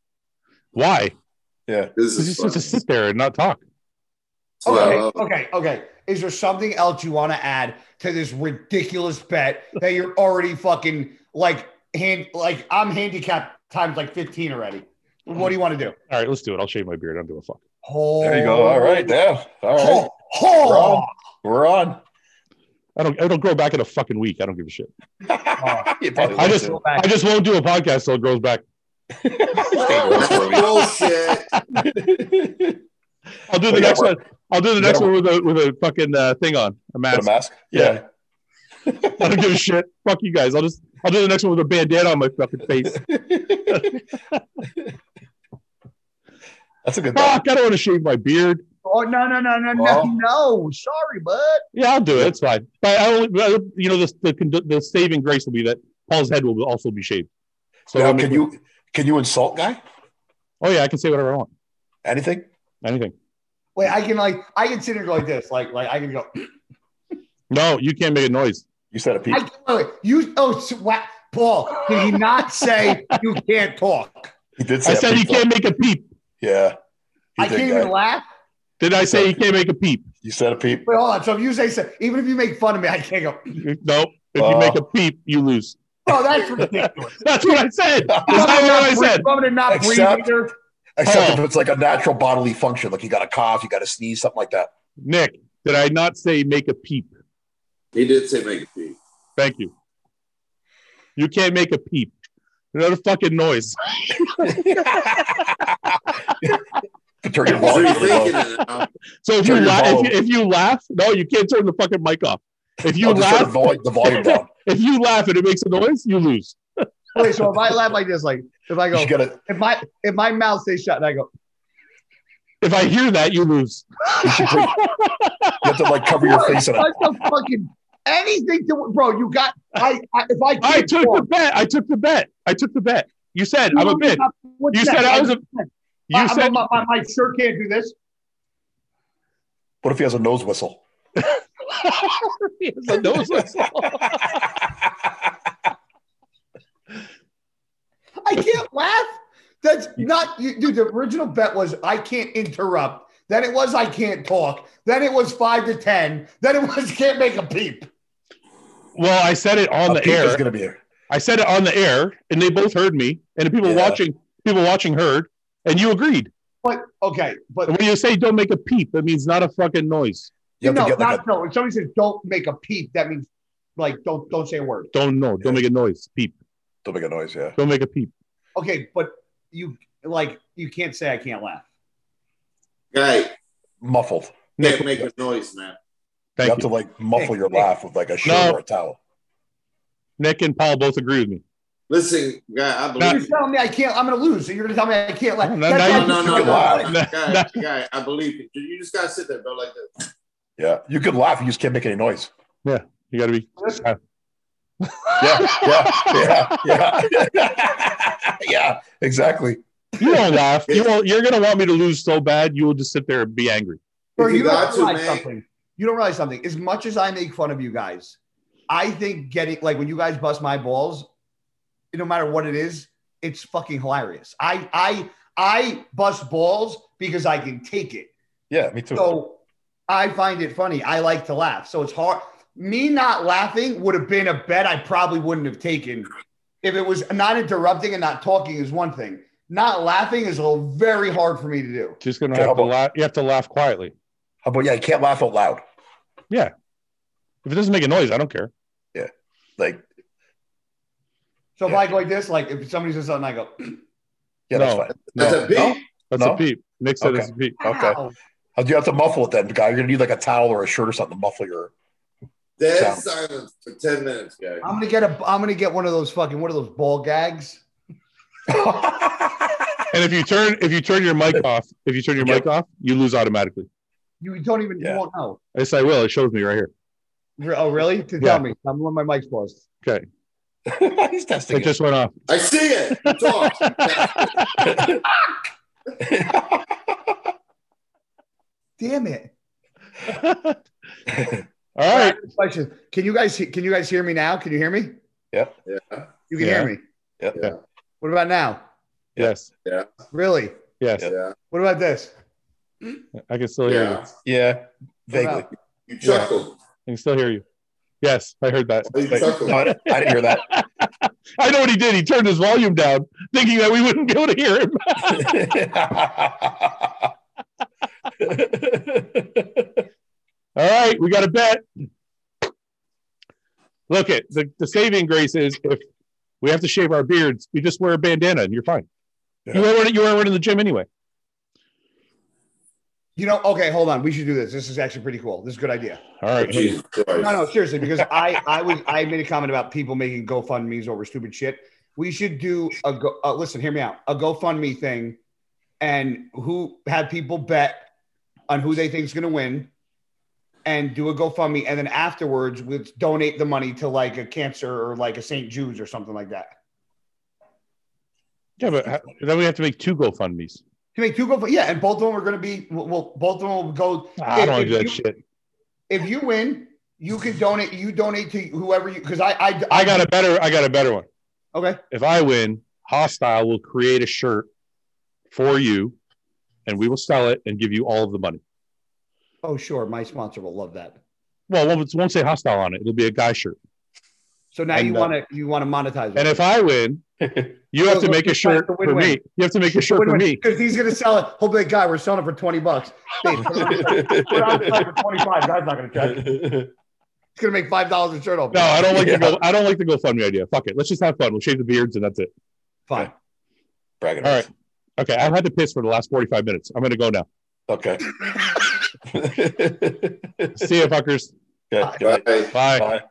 Why?
Yeah,
Because
This
you
is
supposed
fun.
to sit there and not talk.
That's what I
Okay,
love.
um,
okay, okay. Is there something else you want to add to this ridiculous bet that you're already fucking like hand like I'm handicapped times like 15 already? What do you want to do?
All right, let's do it. I'll shave my beard. I don't give a fuck.
Oh,
there you go. All right, yeah. All right,
Oh, oh.
we're on. We're on.
I don't. It'll grow back in a fucking week. I don't give a shit.
You probably
I just-
will,
I just won't do a podcast till it grows back.
Bullshit.
too.
I'll do the
Well,
next
yeah,
one. I'll do the
you
next
gotta
one with a with a fucking uh, thing on a
Put a
mask.
mask.
Yeah.
Yeah.
I don't give a shit. Fuck you guys. I'll just I'll do the next one with a bandana on my fucking face.
That's a good thought.
Fuck! I don't want to shave my beard.
Oh, no, no, no, no, no,
Well-
no. Sorry, bud.
Yeah, I'll do it. It's fine. But I only, but, you know, the, the condo- the saving grace will be that Paul's head will also be shaved. So
Now,
I mean-
can you can you insult guy?
Oh yeah, I can say whatever I want.
Anything?
Anything.
Wait, I can like I can sit here and go like this, like like I can go.
No, you can't make a noise.
You said a peep.
I can, wait, you oh s- wow, Paul, did he not say you can't talk?
he did say
I
a
said
peep,
you
though.
can't make a peep.
Yeah. He
I
did,
can't
guy.
even laugh.
Did I say you can't make a peep?
You said a peep.
Wait, hold on. So if you say so, even if you make fun of me, I can't go.
Nope. If you
Uh,
make a peep, you lose.
Oh, that's ridiculous.
That's what I said. That's not what I said.
I'm to not breathe
Except-
either.
Except
Oh.
if it's like a natural bodily function, like you got a cough, you got a sneeze, something like that.
Nick, did I not say make a peep?
He did say make a peep.
Thank you. You can't make a peep. Another fucking noise.
Could turn your
So
volume
you're
really low.
thinking it now.
So if you,
Turn your
laugh, if
volume.
you if you laugh, no, you can't turn the fucking mic off. If you
I'll just turn the
laugh,
volume, the volume down.
if you laugh and it makes a noise, you lose.
Wait, so if I laugh like this, like if I
You
go,
should get a,
if my if my mouth stays shut, and I go,
If I hear that, you lose.
you should drink. You have to like cover your face in it.
what the fucking anything to bro? You got I, I if I
I
can't
took
walk,
the bet. I took the bet. I took the bet. You said I'm a bitch.
What's
You
that?
said I was a.
I-
You
I'm-
said
my, my, my shirt can't do this.
What if he has a nose whistle?
It's a nose whistle.
I can't laugh. That's not you, dude. The original bet was I can't interrupt. Then it was I can't talk. Then it was five to ten. Then it was can't make a peep.
Well, I said it on
A
the
peep is
air.
gonna be here.
I said it on the air, and they both heard me, and the people
Yeah.
watching, people watching heard, and you agreed.
But okay, but
And when you say don't make a peep, that means not a fucking noise.
You have
no,
to get like
not no. When somebody says don't make a peep, that means like don't don't say a word.
Don't know. Don't
Yeah.
make a noise. Peep.
a don't make a noise, yeah.
Don't make a peep.
Okay, but you like you can't say I can't laugh.
Guy,
Muffled.
can't
Nick,
make a noise, man.
you
thank
have
you.
to like muffle your laugh with like a shirt
No.
or a towel.
Nick and Paul both agree with me.
Listen, guy, I
You're
believe.
telling me I can't. I'm gonna lose. So you're gonna tell me I can't laugh.
No,
That's
no,
why
No,
I
no,
just-
no, no, no,
No,
no. guy, guy, I believe you. You just gotta sit there, bro, like this.
Yeah. You could laugh, you just can't make any noise.
You got to be.
Yeah, yeah, yeah, yeah. yeah, exactly.
You don't laugh. You won't, you're gonna want me to lose so bad. You will just sit there and be angry.
Bro,
If you
you don't
got to,
realize
man.
something. You don't realize something. As much as I make fun of you guys, I think getting like when you guys bust my balls, no matter what it is, it's fucking hilarious. I I I bust balls because I can take it.
Yeah, me too.
So I find it funny. I like to laugh. So it's hard. Me not laughing would have been a bet I probably wouldn't have taken. If it was not interrupting and not talking is one thing. Not laughing is a little very hard for me to do.
Just gonna
Okay,
have
how
to
about-
laugh. You have to laugh quietly.
How about yeah, you can't laugh out loud.
If it doesn't make a noise, I don't care.
Like,
So
Yeah.
if I go like this, like if somebody says something, I go,
yeah, that's
No.
fine.
That's
No,
a big.
That's
No?
a peep. Nick said
Okay.
it's a peep.
Okay.
"Ow."
Uh, You have to muffle it then, guy. You're gonna need like a towel or a shirt or something to muffle your
Dead
Sound.
silence for 10 minutes, guy.
I'm gonna get a I'm gonna get one of those fucking one of those ball gags.
And if you turn if you turn your mic off, if you turn your mic off, you lose automatically.
You don't even
Yeah.
you won't know.
Yes, I will. It shows me right here.
Re- Oh really? To
Yeah.
tell me. I'm when my mic's paused.
He's
It
testing
just went off.
I see it. You Talk.
it.
Damn it.
All right.
Question. Can you guys he- can you guys hear me now? Can you hear me?
yeah.
You can
Yeah.
hear me.
Yeah.
Yeah.
What about now?
Yes.
Really?
Yes.
Yeah.
What about this?
I can still hear you. I
Yeah.
yeah, vaguely.
You chuckled.
can still hear you. Yes, I heard that.
You
Wait,
chuckled.
no, I, didn't- I didn't hear that.
I know what he did. He turned his volume down, thinking that we wouldn't be able to hear him. All right, we got a bet. Look at the, the saving grace is if we have to shave our beards, we just wear a bandana and you're fine. You
Yeah.
wear one, you wear one in the gym anyway.
You know, okay, hold on. We should do this. This is actually pretty cool. This is a good idea.
All right.
Jesus Christ.
No, no, seriously, because I, I was, I made a comment about people making GoFundmes over stupid shit. We should do a go. Uh, listen, hear me out. A GoFundMe thing, and who have people bet on who they think is going to win, and do a GoFundMe, and then afterwards we'll donate the money to like a cancer or like a St. Jude's or something like that.
Yeah, but ha- then we have to make two GoFundMe's.
To make two GoFundMe, yeah, and both of them are going to be. Well, both of them will go.
I don't want to
Ah, if
do that
you-
shit.
If you win, you can donate. You donate to whoever you because I, I,
I got a better. I got a better one.
okay.
If I win, Hostile will create a shirt for you, and we will sell it and give you all of the money.
Oh, sure. My sponsor will love that.
Well, it won't say hostile on it. It'll be a guy shirt.
So now
And,
you
uh,
want to you want to monetize it.
And if I win, you have to
Well,
make a
it's like
shirt
a
for
win-win.
me. You have to make a shirt for me.
because he's gonna sell it. Hopefully, that guy we're selling it for twenty bucks. Hey, put it on- put it on the site for twenty five. Guy's not gonna check. He's gonna make five dollars a shirt off.
No, I don't like
Yeah.
the go, I don't like the GoFundMe idea. Fuck it. Let's just have fun. We'll shave the beards and that's it.
Fine.
Bragging
All
rights.
Okay, I had to piss for the last 45 minutes. I'm gonna go now.
Okay.
See you fuckers.
Yeah, good night.
Bye.
Bye.
Bye.